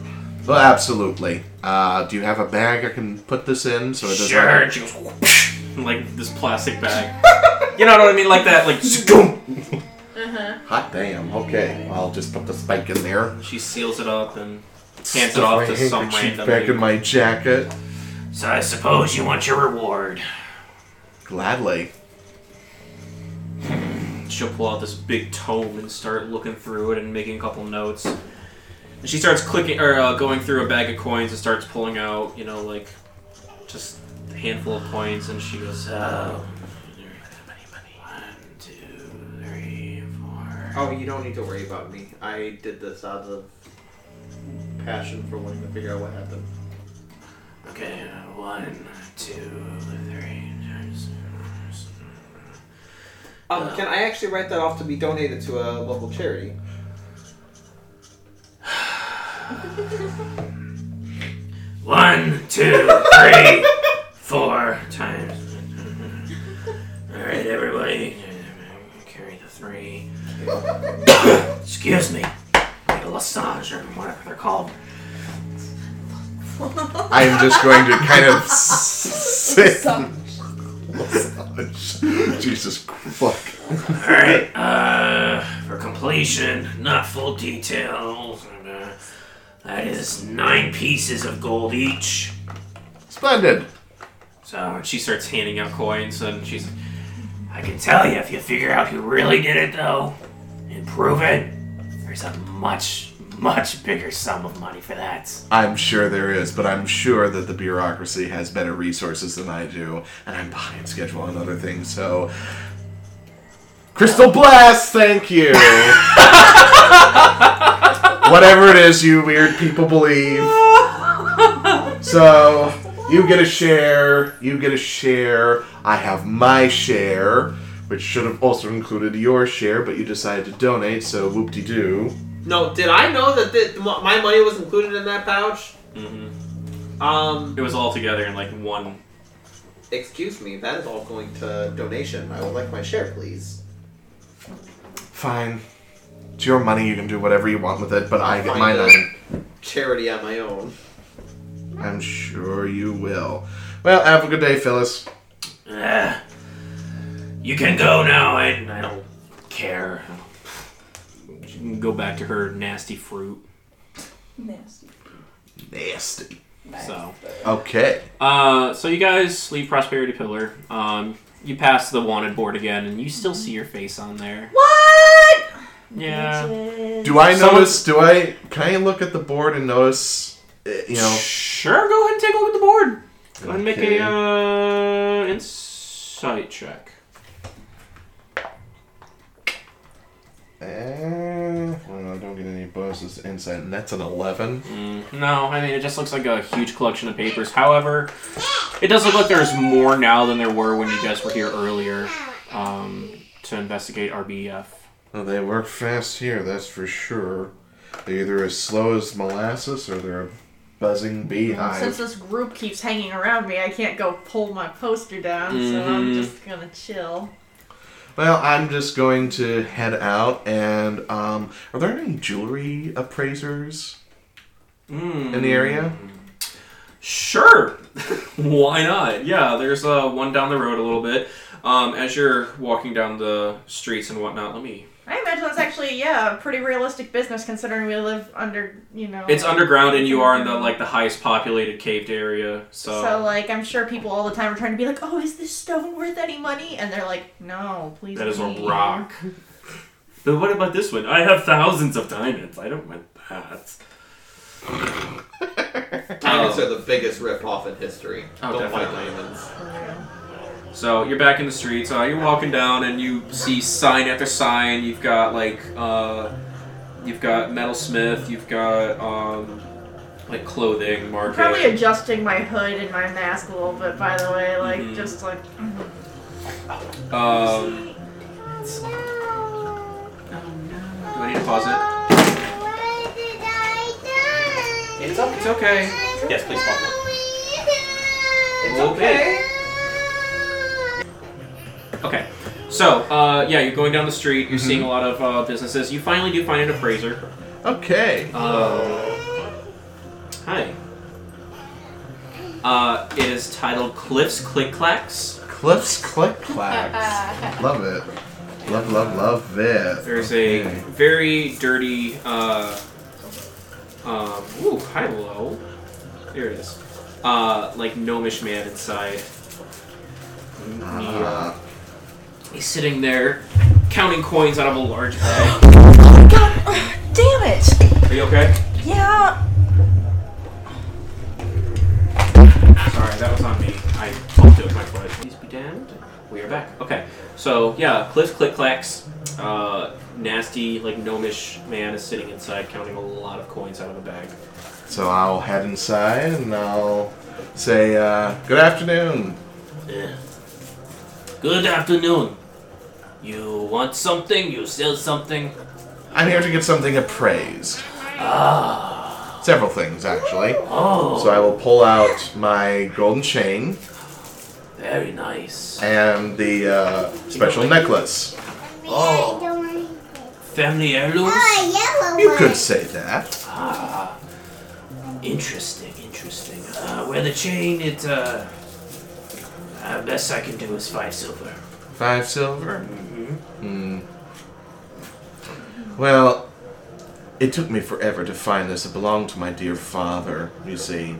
Speaker 5: Well, absolutely. Uh, do you have a bag I can put this in
Speaker 3: Oh,
Speaker 5: so it doesn't?
Speaker 3: Sure. And she goes,
Speaker 8: in, Like this plastic bag. you know what I mean? Like that, like
Speaker 5: Hot damn. Okay, I'll just put the spike in there.
Speaker 8: she seals it up and hands
Speaker 5: Stuff
Speaker 8: it
Speaker 5: my
Speaker 8: off to some
Speaker 5: handkerchief
Speaker 8: random
Speaker 5: back
Speaker 8: dude.
Speaker 5: in my jacket.
Speaker 3: So I suppose you want your reward.
Speaker 5: Gladly.
Speaker 8: she'll pull out this big tome and start looking through it and making a couple notes. And she starts clicking or uh, going through a bag of coins and starts pulling out, you know, like just a handful of coins. And she goes, oh, one, two, three, four.
Speaker 6: Oh, you don't need to worry about me. I did this out of passion for wanting to figure out what happened.
Speaker 3: Okay, one, two, three.
Speaker 6: Um, Can I actually write that off to be donated to a local charity?
Speaker 3: One, two, three, four times. All right, everybody, carry the three. Excuse me, like a massage or whatever they're called.
Speaker 5: I'm just going to kind of sit. Jesus fuck.
Speaker 3: All right, uh, for completion, not full details. uh, that is nine pieces of gold each.
Speaker 5: Splendid.
Speaker 8: So and she starts handing out coins and she's
Speaker 3: I can tell you, if you figure out who really did it, though, and prove it, there's a much, much bigger sum of money for that.
Speaker 5: I'm sure there is, but I'm sure that the bureaucracy has better resources than I do, and I'm behind schedule on other things, so. Crystal Blast, thank you! Whatever it is you weird people believe. So, you get a share, you get a share, I have my share, which should have also included your share, but you decided to donate, so whoop de doo.
Speaker 6: No, did I know that the, my money was included in that pouch?
Speaker 8: Mhm.
Speaker 6: Um,
Speaker 8: It was all together in like one.
Speaker 6: excuse me, that is all going to donation. I would like my share, please.
Speaker 5: Fine. It's your money. You can do whatever you want with it, but I get
Speaker 6: Fine,
Speaker 5: my
Speaker 6: then.
Speaker 5: nine.
Speaker 6: Charity on my own.
Speaker 5: I'm sure you will. Well, have a good day, Phyllis.
Speaker 3: Uh, you can go now, and I don't care.
Speaker 8: She can go back to her nasty fruit.
Speaker 1: Nasty.
Speaker 5: Nasty.
Speaker 8: So,
Speaker 5: Okay.
Speaker 8: uh, so you guys leave Prosperity Pillar. Um, you pass the wanted board again, and you still see your face on there.
Speaker 4: What?
Speaker 8: Yeah.
Speaker 5: Do I
Speaker 8: Someone-
Speaker 5: notice? Do I? Can I look at the board and notice? uh, You know.
Speaker 8: Sure. Go ahead and take a look at the board. Go ahead and make
Speaker 5: Okay.
Speaker 8: a uh, insight check.
Speaker 5: Eh, well, I don't get any bonuses inside, and that's an eleven.
Speaker 8: Mm, no, I mean it just looks like a huge collection of papers. However, it does look like there's more now than there were when you guys were here earlier um, to investigate RBF.
Speaker 5: Well, they work fast here, that's for sure. They're either as slow as molasses, or they're a buzzing
Speaker 4: Since
Speaker 5: beehive.
Speaker 4: this group keeps hanging around me, I can't go pull my poster down, so I'm
Speaker 8: Mhm.
Speaker 4: just gonna chill.
Speaker 5: Well, I'm just going to head out, and um, are there any jewelry appraisers?
Speaker 8: Mm.
Speaker 5: in the area.
Speaker 8: Sure. Why not? Yeah, there's uh, one down the road a little bit. Um, as you're walking down the streets and whatnot, let me.
Speaker 4: I imagine that's actually, yeah, a pretty realistic business considering we live under, you know.
Speaker 8: It's underground, and you are in the like the highest populated caved area. So,
Speaker 4: So, like, I'm sure people all the time are trying to be like, oh, is this stone worth any money? And they're like, no, please.
Speaker 8: that is a
Speaker 4: leave."
Speaker 8: rock. but what about this one? I have thousands of diamonds. I don't want that.
Speaker 6: Diamonds are the biggest rip-off in history.
Speaker 8: Oh,
Speaker 6: Don't buy
Speaker 8: definitely.
Speaker 6: diamonds.
Speaker 8: So you're back in the streets. Uh, you're walking down, and you see sign after sign. You've got like, uh, you've got metalsmith. You've got um, like clothing
Speaker 4: I'm
Speaker 8: market.
Speaker 4: probably adjusting my hood and my mask a little bit, by the way. Like,
Speaker 8: Mhm.
Speaker 4: just like.
Speaker 8: Um, do I need to pause it?
Speaker 2: What did I do?
Speaker 6: It's up.
Speaker 8: It's okay.
Speaker 6: Yes, please pop
Speaker 8: It's okay. Okay. So, uh, yeah, you're going down the street. You're seeing a lot of uh, businesses. You finally do find an appraiser.
Speaker 5: Okay.
Speaker 8: Uh, hi. Uh, it is titled Cliffs Click Clacks.
Speaker 5: Cliffs click clacks. love it. Love, love, love it.
Speaker 8: There's a
Speaker 5: Okay.
Speaker 8: very dirty. Uh, um, ooh, hi, low. There it is. Uh, like gnomish man inside. He, uh,
Speaker 5: Ah,
Speaker 8: He's sitting there,
Speaker 3: counting coins out of a large bag.
Speaker 1: Oh God, damn it!
Speaker 3: Are you okay?
Speaker 1: Yeah.
Speaker 3: Sorry, that was on me. I bumped it with my foot. Please be damned. We are back. Okay. So yeah, Cliff Click Clacks, uh, nasty like gnomish man is sitting inside counting a lot of coins out of a bag.
Speaker 5: So I'll head inside and I'll say, uh, Good afternoon.
Speaker 3: Yeah. Good afternoon. You want something? You sell something?
Speaker 5: I'm here to get something appraised. Ah. Several things, actually.
Speaker 3: Oh,
Speaker 5: So I will pull out my golden chain
Speaker 3: very nice.
Speaker 5: and the uh, special necklace.
Speaker 2: Oh. I don't want this.
Speaker 3: Family heirlooms.
Speaker 2: Oh, a yellow
Speaker 5: You
Speaker 2: one.
Speaker 5: could say that.
Speaker 3: Ah, interesting, interesting. Uh, where the chain, it, uh, uh, best I can do is five silver.
Speaker 5: Five silver? Hmm. Well, it took me forever to find this. It belonged to my dear father, you see.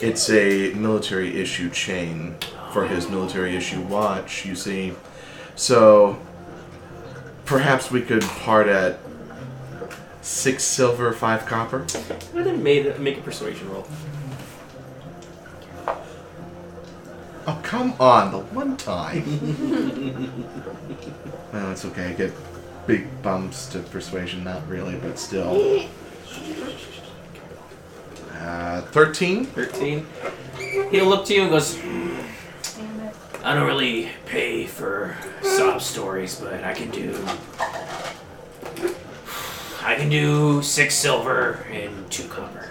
Speaker 5: It's a military issue chain for his military issue watch, you see. So, perhaps we could part at six silver, five copper?
Speaker 3: What did make, make a persuasion roll?
Speaker 5: Oh, come on, the one time. well, it's okay. I get big bumps to persuasion, not really, but still. Uh, 13?
Speaker 3: 13. He'll look to you and goes, "Hmm, I don't really pay for sob stories, but I can do. I can do six silver and two copper.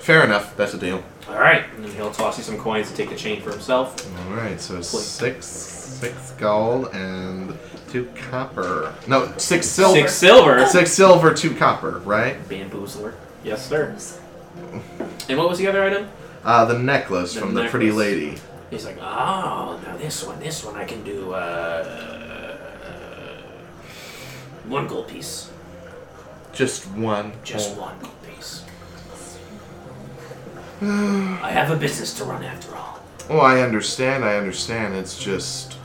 Speaker 5: Fair enough, that's a deal.
Speaker 3: All right, and then he'll toss you some coins to take the chain for himself.
Speaker 5: Alright, so six, six gold and two copper. No, six silver.
Speaker 3: Six silver.
Speaker 5: Six silver, two copper, right?
Speaker 3: Bamboozler. Yes, sir. And what was the other item?
Speaker 5: Uh, the necklace
Speaker 3: The
Speaker 5: from the pretty
Speaker 3: necklace.
Speaker 5: lady.
Speaker 3: He's like, oh, now this one, this one I can do uh, one gold piece,
Speaker 5: Just one.
Speaker 3: just one gold piece. I have a business to run after all.
Speaker 5: Oh, I understand, I understand. It's just.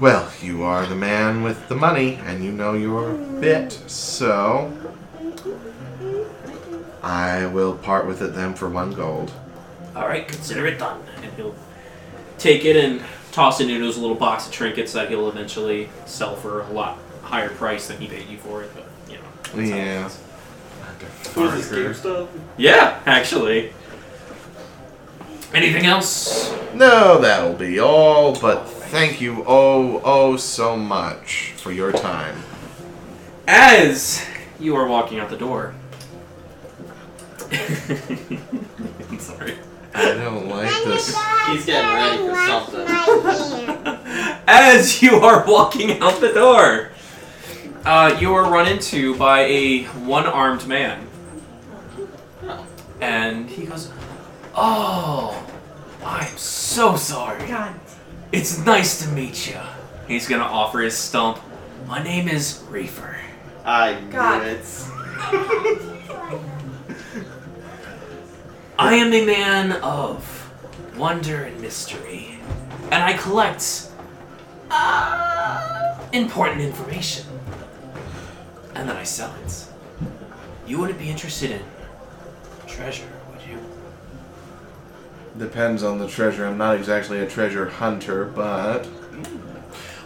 Speaker 5: Well, you are the man with the money, and you know your bit, so. I will part with it then for one gold.
Speaker 3: All right, consider it done. And he'll take it and toss it into his little box of trinkets that he'll eventually sell for a lot higher price than he paid you for it. But you know, that's how it
Speaker 5: Yeah.
Speaker 3: goes.
Speaker 6: Who's this GameStop?
Speaker 3: Yeah, actually. Anything else?
Speaker 5: No, that'll be all, but thank you oh, oh so much for your time.
Speaker 3: As you are walking out the door. I'm sorry.
Speaker 5: I don't like this.
Speaker 6: He's getting ready for something.
Speaker 3: As you are walking out the door, uh, you are run into by a one armed man. And he goes, Oh, I'm so sorry. It's nice to meet you. He's gonna offer his stump. My name is Reefer.
Speaker 6: I knew
Speaker 4: God.
Speaker 6: it.
Speaker 3: I am a man of wonder and mystery, and I collect uh, important information, and then I sell it. You wouldn't be interested in treasure, would you?
Speaker 5: Depends on the treasure. I'm not exactly a treasure hunter, but.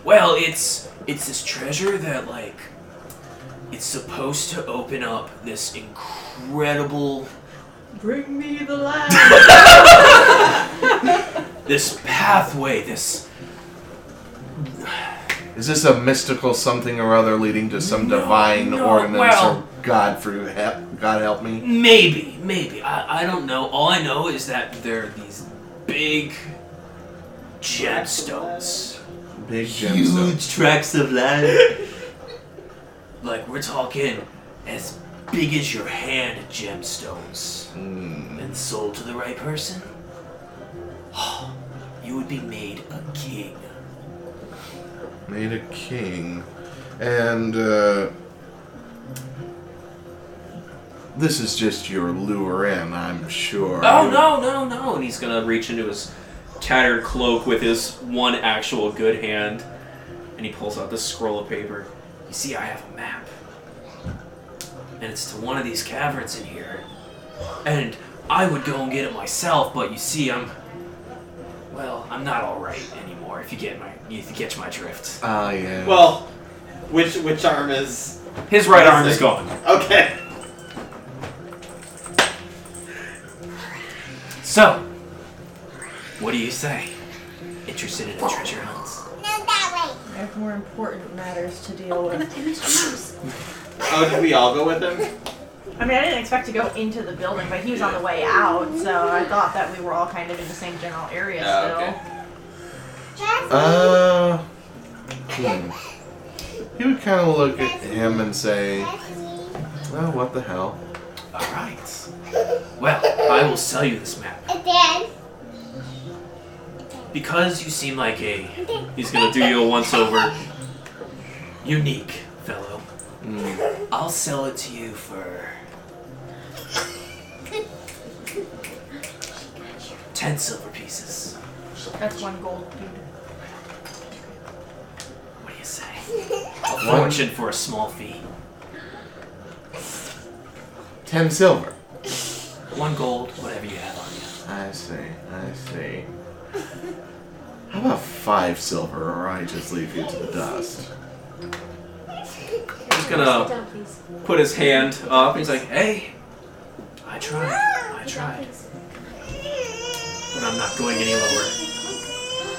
Speaker 3: Well, it's it's this treasure that like it's supposed to open up this incredible
Speaker 4: Bring me the light.
Speaker 3: this pathway, this
Speaker 5: Is this a mystical something or other leading to some
Speaker 3: No,
Speaker 5: divine
Speaker 3: no,
Speaker 5: ordinance
Speaker 3: well-
Speaker 5: or God for help, God help me?
Speaker 3: Maybe, maybe. I, I don't know. All I know is that there are these big gemstones.
Speaker 5: Big gemstone.
Speaker 3: Huge tracts of land. like, we're talking as big as your hand gemstones. And sold to the right person, you would be made a king.
Speaker 5: Made a king. And uh this is just your lure in, I'm sure.
Speaker 3: Oh, no, no, no. And he's going to reach into his tattered cloak with his one actual good hand. And
Speaker 8: and he pulls out this scroll of paper. You see, I have a map. And it's to one of these caverns in here. And I would go and get it myself, but you see, I'm. Well, I'm not alright anymore, if you get my. if you catch my drift.
Speaker 5: Ah, yeah.
Speaker 6: Well, which which arm is?
Speaker 8: His right arm is gone.
Speaker 6: Okay.
Speaker 8: So, what do you say? Interested in a treasure hunt?
Speaker 2: No, that way.
Speaker 4: I have more important matters to deal with.
Speaker 6: Oh, did we all go with him?
Speaker 4: I mean, I didn't expect to go into the building, but he was on the way out, so I thought that we were all kind of in the same general area
Speaker 6: Oh,
Speaker 4: still.
Speaker 6: okay.
Speaker 2: Just
Speaker 5: Uh. Hmm. He would kind of look at him and say, "Well, what the hell?"
Speaker 8: Alright. Well, I will sell you this map.
Speaker 2: And then,
Speaker 8: Because you seem like a. He's gonna do you a once over. Unique fellow. I'll sell it to you for. 10 silver pieces.
Speaker 4: That's one gold, dude.
Speaker 8: What do you say? A fortune for a small fee.
Speaker 5: Ten silver.
Speaker 8: One gold, whatever you have on you.
Speaker 5: I see. I see. How about five silver, or I just leave you to the dust?
Speaker 8: He's gonna-
Speaker 12: Sit down, please.
Speaker 8: Put his hand up. He's like, hey, I tried. I tried. But I'm not going any lower.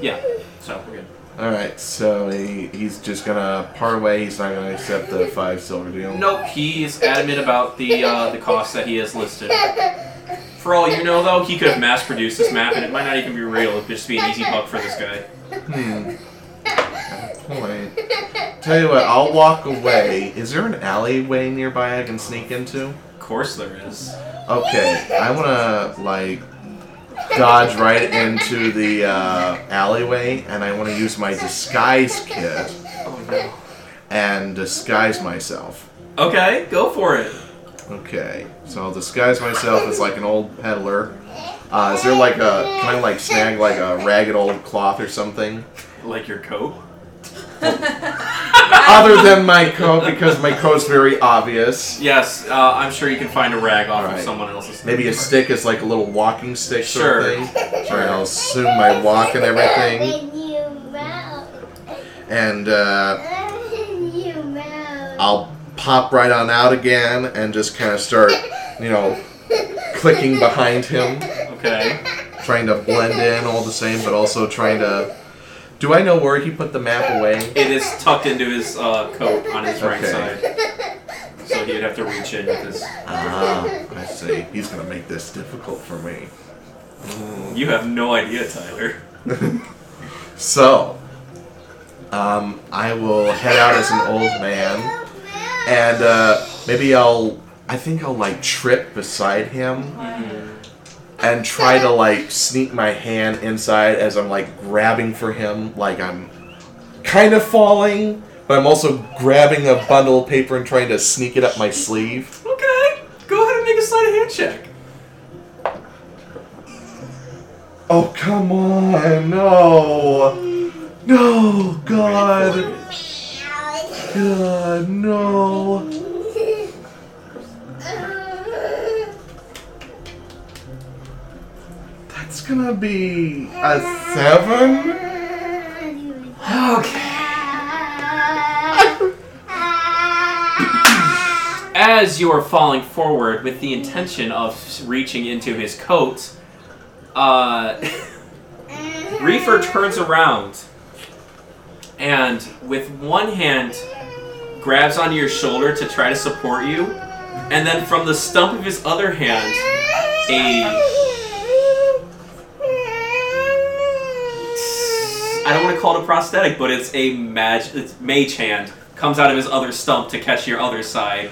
Speaker 8: Yeah, so we're good.
Speaker 5: All right. So he, he's just gonna part away. He's not gonna accept the five silver deal.
Speaker 8: Nope, he is adamant about the uh, the cost that he has listed. For all you know, though, he could have mass produced this map, and it might not even be real. It'd just be an easy buck for this guy.
Speaker 5: Hmm. Good Point. Tell you what, I'll walk away. Is there an alleyway nearby I can sneak into?
Speaker 8: Of course, there is.
Speaker 5: Okay, I want to like dodge right into the uh, alleyway, and I want to use my disguise kit
Speaker 8: Oh no.
Speaker 5: and disguise myself.
Speaker 8: Okay, go for it.
Speaker 5: Okay, so I'll disguise myself as like an old peddler. Uh, is there like a can I like snag like a ragged old cloth or something
Speaker 8: Like your coat.
Speaker 5: other than my coat because my coat's very obvious.
Speaker 8: Yes, uh, I'm sure you can find a rag off of
Speaker 5: Alright.
Speaker 8: someone else's.
Speaker 5: Maybe a stick is like a little walking stick
Speaker 8: Sure.
Speaker 5: sort of thing. Sure. I'll assume my walk and everything.
Speaker 2: When you roll,
Speaker 5: And uh,
Speaker 2: when you roll.
Speaker 5: I'll pop right on out again and just kind of start, you know, clicking behind him,
Speaker 8: Okay.
Speaker 5: trying to blend in all the same, but also trying to. Do I know where he put the map away?
Speaker 8: It is tucked into his uh, coat on his right
Speaker 5: Okay.
Speaker 8: side, so he'd have to reach in with his.
Speaker 5: Ah, I see. He's gonna make this difficult for me.
Speaker 8: You have no idea, Tyler.
Speaker 5: So, um, I will head out as an old man. and uh, maybe I'll. I think I'll like trip beside him and try to like sneak my hand inside as I'm like grabbing for him, like I'm kind of falling, but I'm also grabbing a bundle of paper and trying to sneak it up my sleeve.
Speaker 8: Okay, go ahead and make a sleight of hand check.
Speaker 5: Oh come on! No, no, God, God,
Speaker 2: Oh,
Speaker 5: no. That's gonna be a seven.
Speaker 8: Okay. As you are falling forward with the intention of reaching into his coat, uh, Reefer turns around and, with one hand, grabs onto your shoulder to try to support you, and then from the stump of his other hand, a I don't want to call it a prosthetic, but it's a mag it's mage hand comes out of his other stump to catch your other side.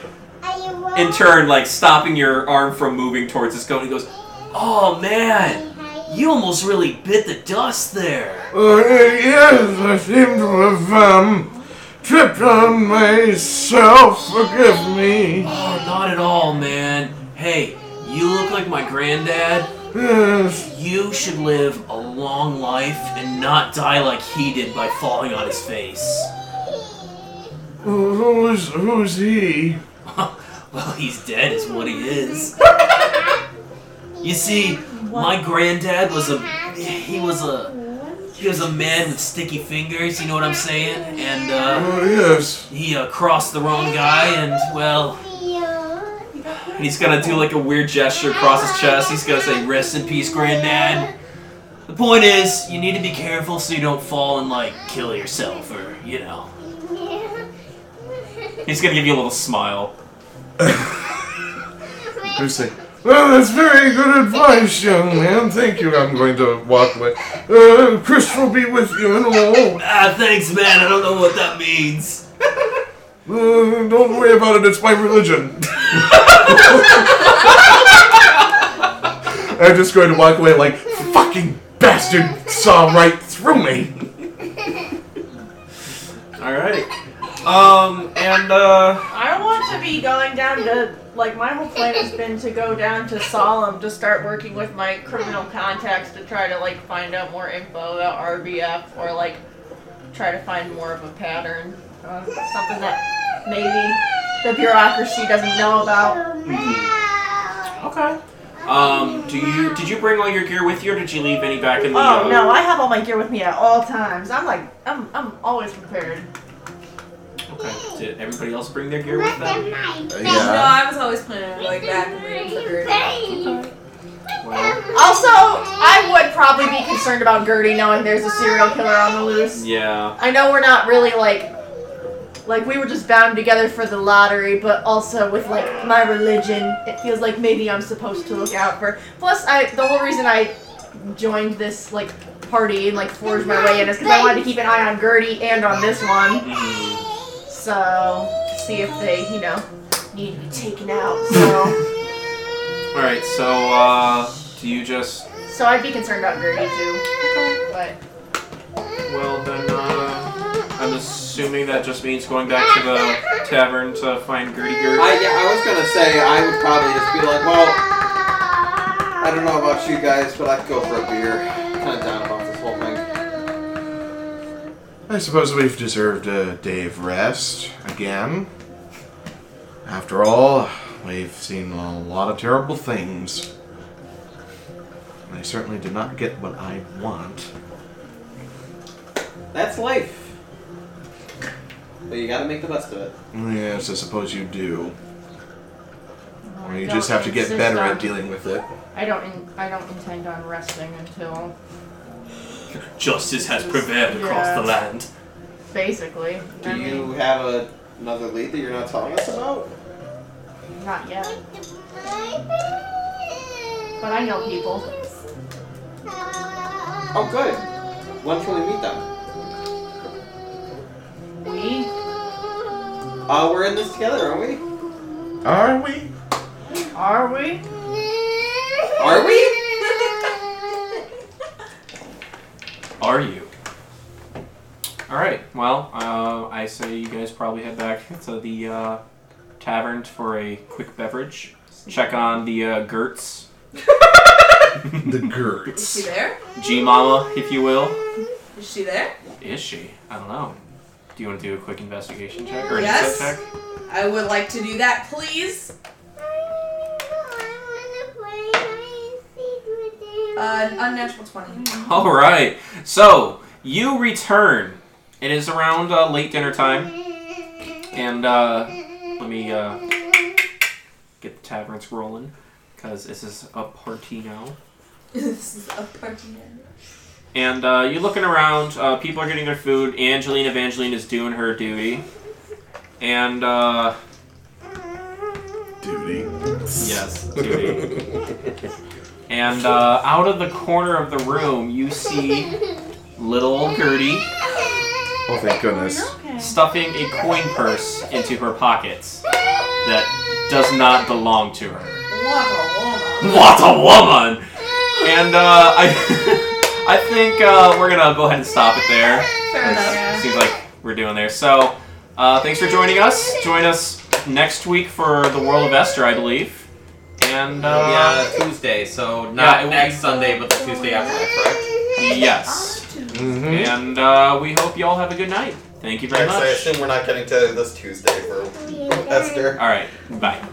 Speaker 8: In turn, like stopping your arm from moving towards his coat, he goes, "Oh man." You almost really bit the dust there.
Speaker 5: Uh, yes, I seem to have um, tripped on myself. Forgive me.
Speaker 8: Oh, not at all, man. Hey, you look like my granddad, You should live a long life and not die like he did by falling on his face.
Speaker 5: Who's who's he?
Speaker 8: Well, he's dead, is what he is. You see, my granddad was a he was a he was a man with sticky fingers. You know what I'm saying? And uh,
Speaker 5: Oh yes.
Speaker 8: he uh, crossed the wrong guy, and well, and he's gonna do like a weird gesture across his chest. He's gonna say, "Rest in peace, granddad." The point is, you need to be careful so you don't fall and like kill yourself, or you know. He's gonna give you a little smile.
Speaker 5: I say, well, that's very good advice, young man. Thank you. I'm going to walk away. Uh, Chris will be with you in a moment.
Speaker 8: Ah, thanks, man. I don't know what that means.
Speaker 5: Uh, don't worry about it. It's my religion. I'm just going to walk away like fucking bastard saw right through me.
Speaker 8: All right. Um, and uh,
Speaker 4: I want to be going down to like my whole plan has been to go down to Solemn to start working with my criminal contacts to try to like find out more info about RBF or like try to find more of a pattern, uh, something that maybe the bureaucracy doesn't know about.
Speaker 8: okay. Um, do you did you bring all your gear with you, or did you leave any back in the?
Speaker 4: Oh
Speaker 8: uh,
Speaker 4: no, I have all my gear with me at all times. I'm like I'm I'm always prepared.
Speaker 8: Okay. Did everybody else bring their gear with them?
Speaker 1: No,
Speaker 4: Oh,
Speaker 5: Yeah.
Speaker 1: I was always planning like back in the February.
Speaker 8: Well,
Speaker 4: Also, I would probably be concerned about Gertie knowing there's a serial killer on the loose.
Speaker 8: yeah.
Speaker 4: I know we're not really like like we were just bound together for the lottery, but also with like my religion, it feels like maybe I'm supposed to look out for. Plus, I the whole reason I joined this like party and like forged my way in is because I wanted to keep an eye on Gertie and on this one,
Speaker 8: Mhm.
Speaker 4: so see if they you know need to be taken out. So
Speaker 8: All right. So uh, do you just?
Speaker 4: so I'd be concerned about Gertie too, but
Speaker 8: Well then, uh, I'm assuming that just means going back to the tavern to find Gertie Gertie.
Speaker 6: I, yeah, I was gonna say I would probably just be like, well, I don't know about you guys, but I'd go for a beer. Kind of down about this whole thing.
Speaker 5: I suppose we've deserved a day of rest again. After all, we've seen a lot of terrible things. And I certainly did not get what I want.
Speaker 6: That's life. But you gotta make the best of it.
Speaker 5: Yes, I suppose you do. Or you just have to get
Speaker 4: Insist
Speaker 5: better
Speaker 4: on-
Speaker 5: at dealing with it.
Speaker 4: I don't in, I don't intend on resting until
Speaker 8: Justice has prevailed across
Speaker 4: Yeah.
Speaker 8: the land.
Speaker 4: basically. I
Speaker 6: Do
Speaker 4: mean,
Speaker 6: you have a, another lead that you're not telling us about?
Speaker 4: Not yet. But I know people.
Speaker 6: Oh, good. When can we meet them?
Speaker 4: We?
Speaker 6: Uh, we're in this together, aren't we?
Speaker 5: Are we?
Speaker 4: Are we?
Speaker 6: Are we?
Speaker 8: Are you? All right. Well, uh, I say you guys probably head back to the uh, tavern for a quick beverage. Check on the uh, Gertz,
Speaker 5: The
Speaker 1: Is she
Speaker 5: Gertz.
Speaker 1: there?
Speaker 8: G Mama, if you will.
Speaker 1: Is she there?
Speaker 8: Is she? I don't know. Do you want to do a quick investigation check or an
Speaker 1: Yes.
Speaker 8: insight check?
Speaker 1: I would like to do that, please. Uh, an unnatural 20.
Speaker 8: All right. So you return. It is around uh, late dinner time, and uh, let me uh, get the taverns rolling because this is a party now.
Speaker 1: this is a party.
Speaker 8: And uh, you're looking around. Uh, people are getting their food. Angeline Evangeline is doing her duty. And uh,
Speaker 5: Duty.
Speaker 8: yes, duty. and uh, out of the corner of the room, you see little Gertie
Speaker 5: Oh, thank goodness.
Speaker 8: stuffing a coin purse into her pockets that does not belong to her.
Speaker 1: What a woman.
Speaker 8: What a woman! And uh, I, I think uh, we're gonna go ahead and stop it there.
Speaker 1: Fair enough.
Speaker 8: That's- Seems like we're doing there. So, uh, thanks for joining us. Join us next week for the World of Esther, I believe. and
Speaker 3: yeah,
Speaker 8: uh,
Speaker 3: that's Tuesday, so
Speaker 8: it
Speaker 3: not
Speaker 8: will
Speaker 3: next
Speaker 8: be-
Speaker 3: Sunday, but the Tuesday after that, correct?
Speaker 8: yes. And uh, we hope you all have a good night. Thank you very
Speaker 6: Next, I
Speaker 8: much.
Speaker 6: assume we're not getting to this Tuesday for Esther.
Speaker 8: All right, bye.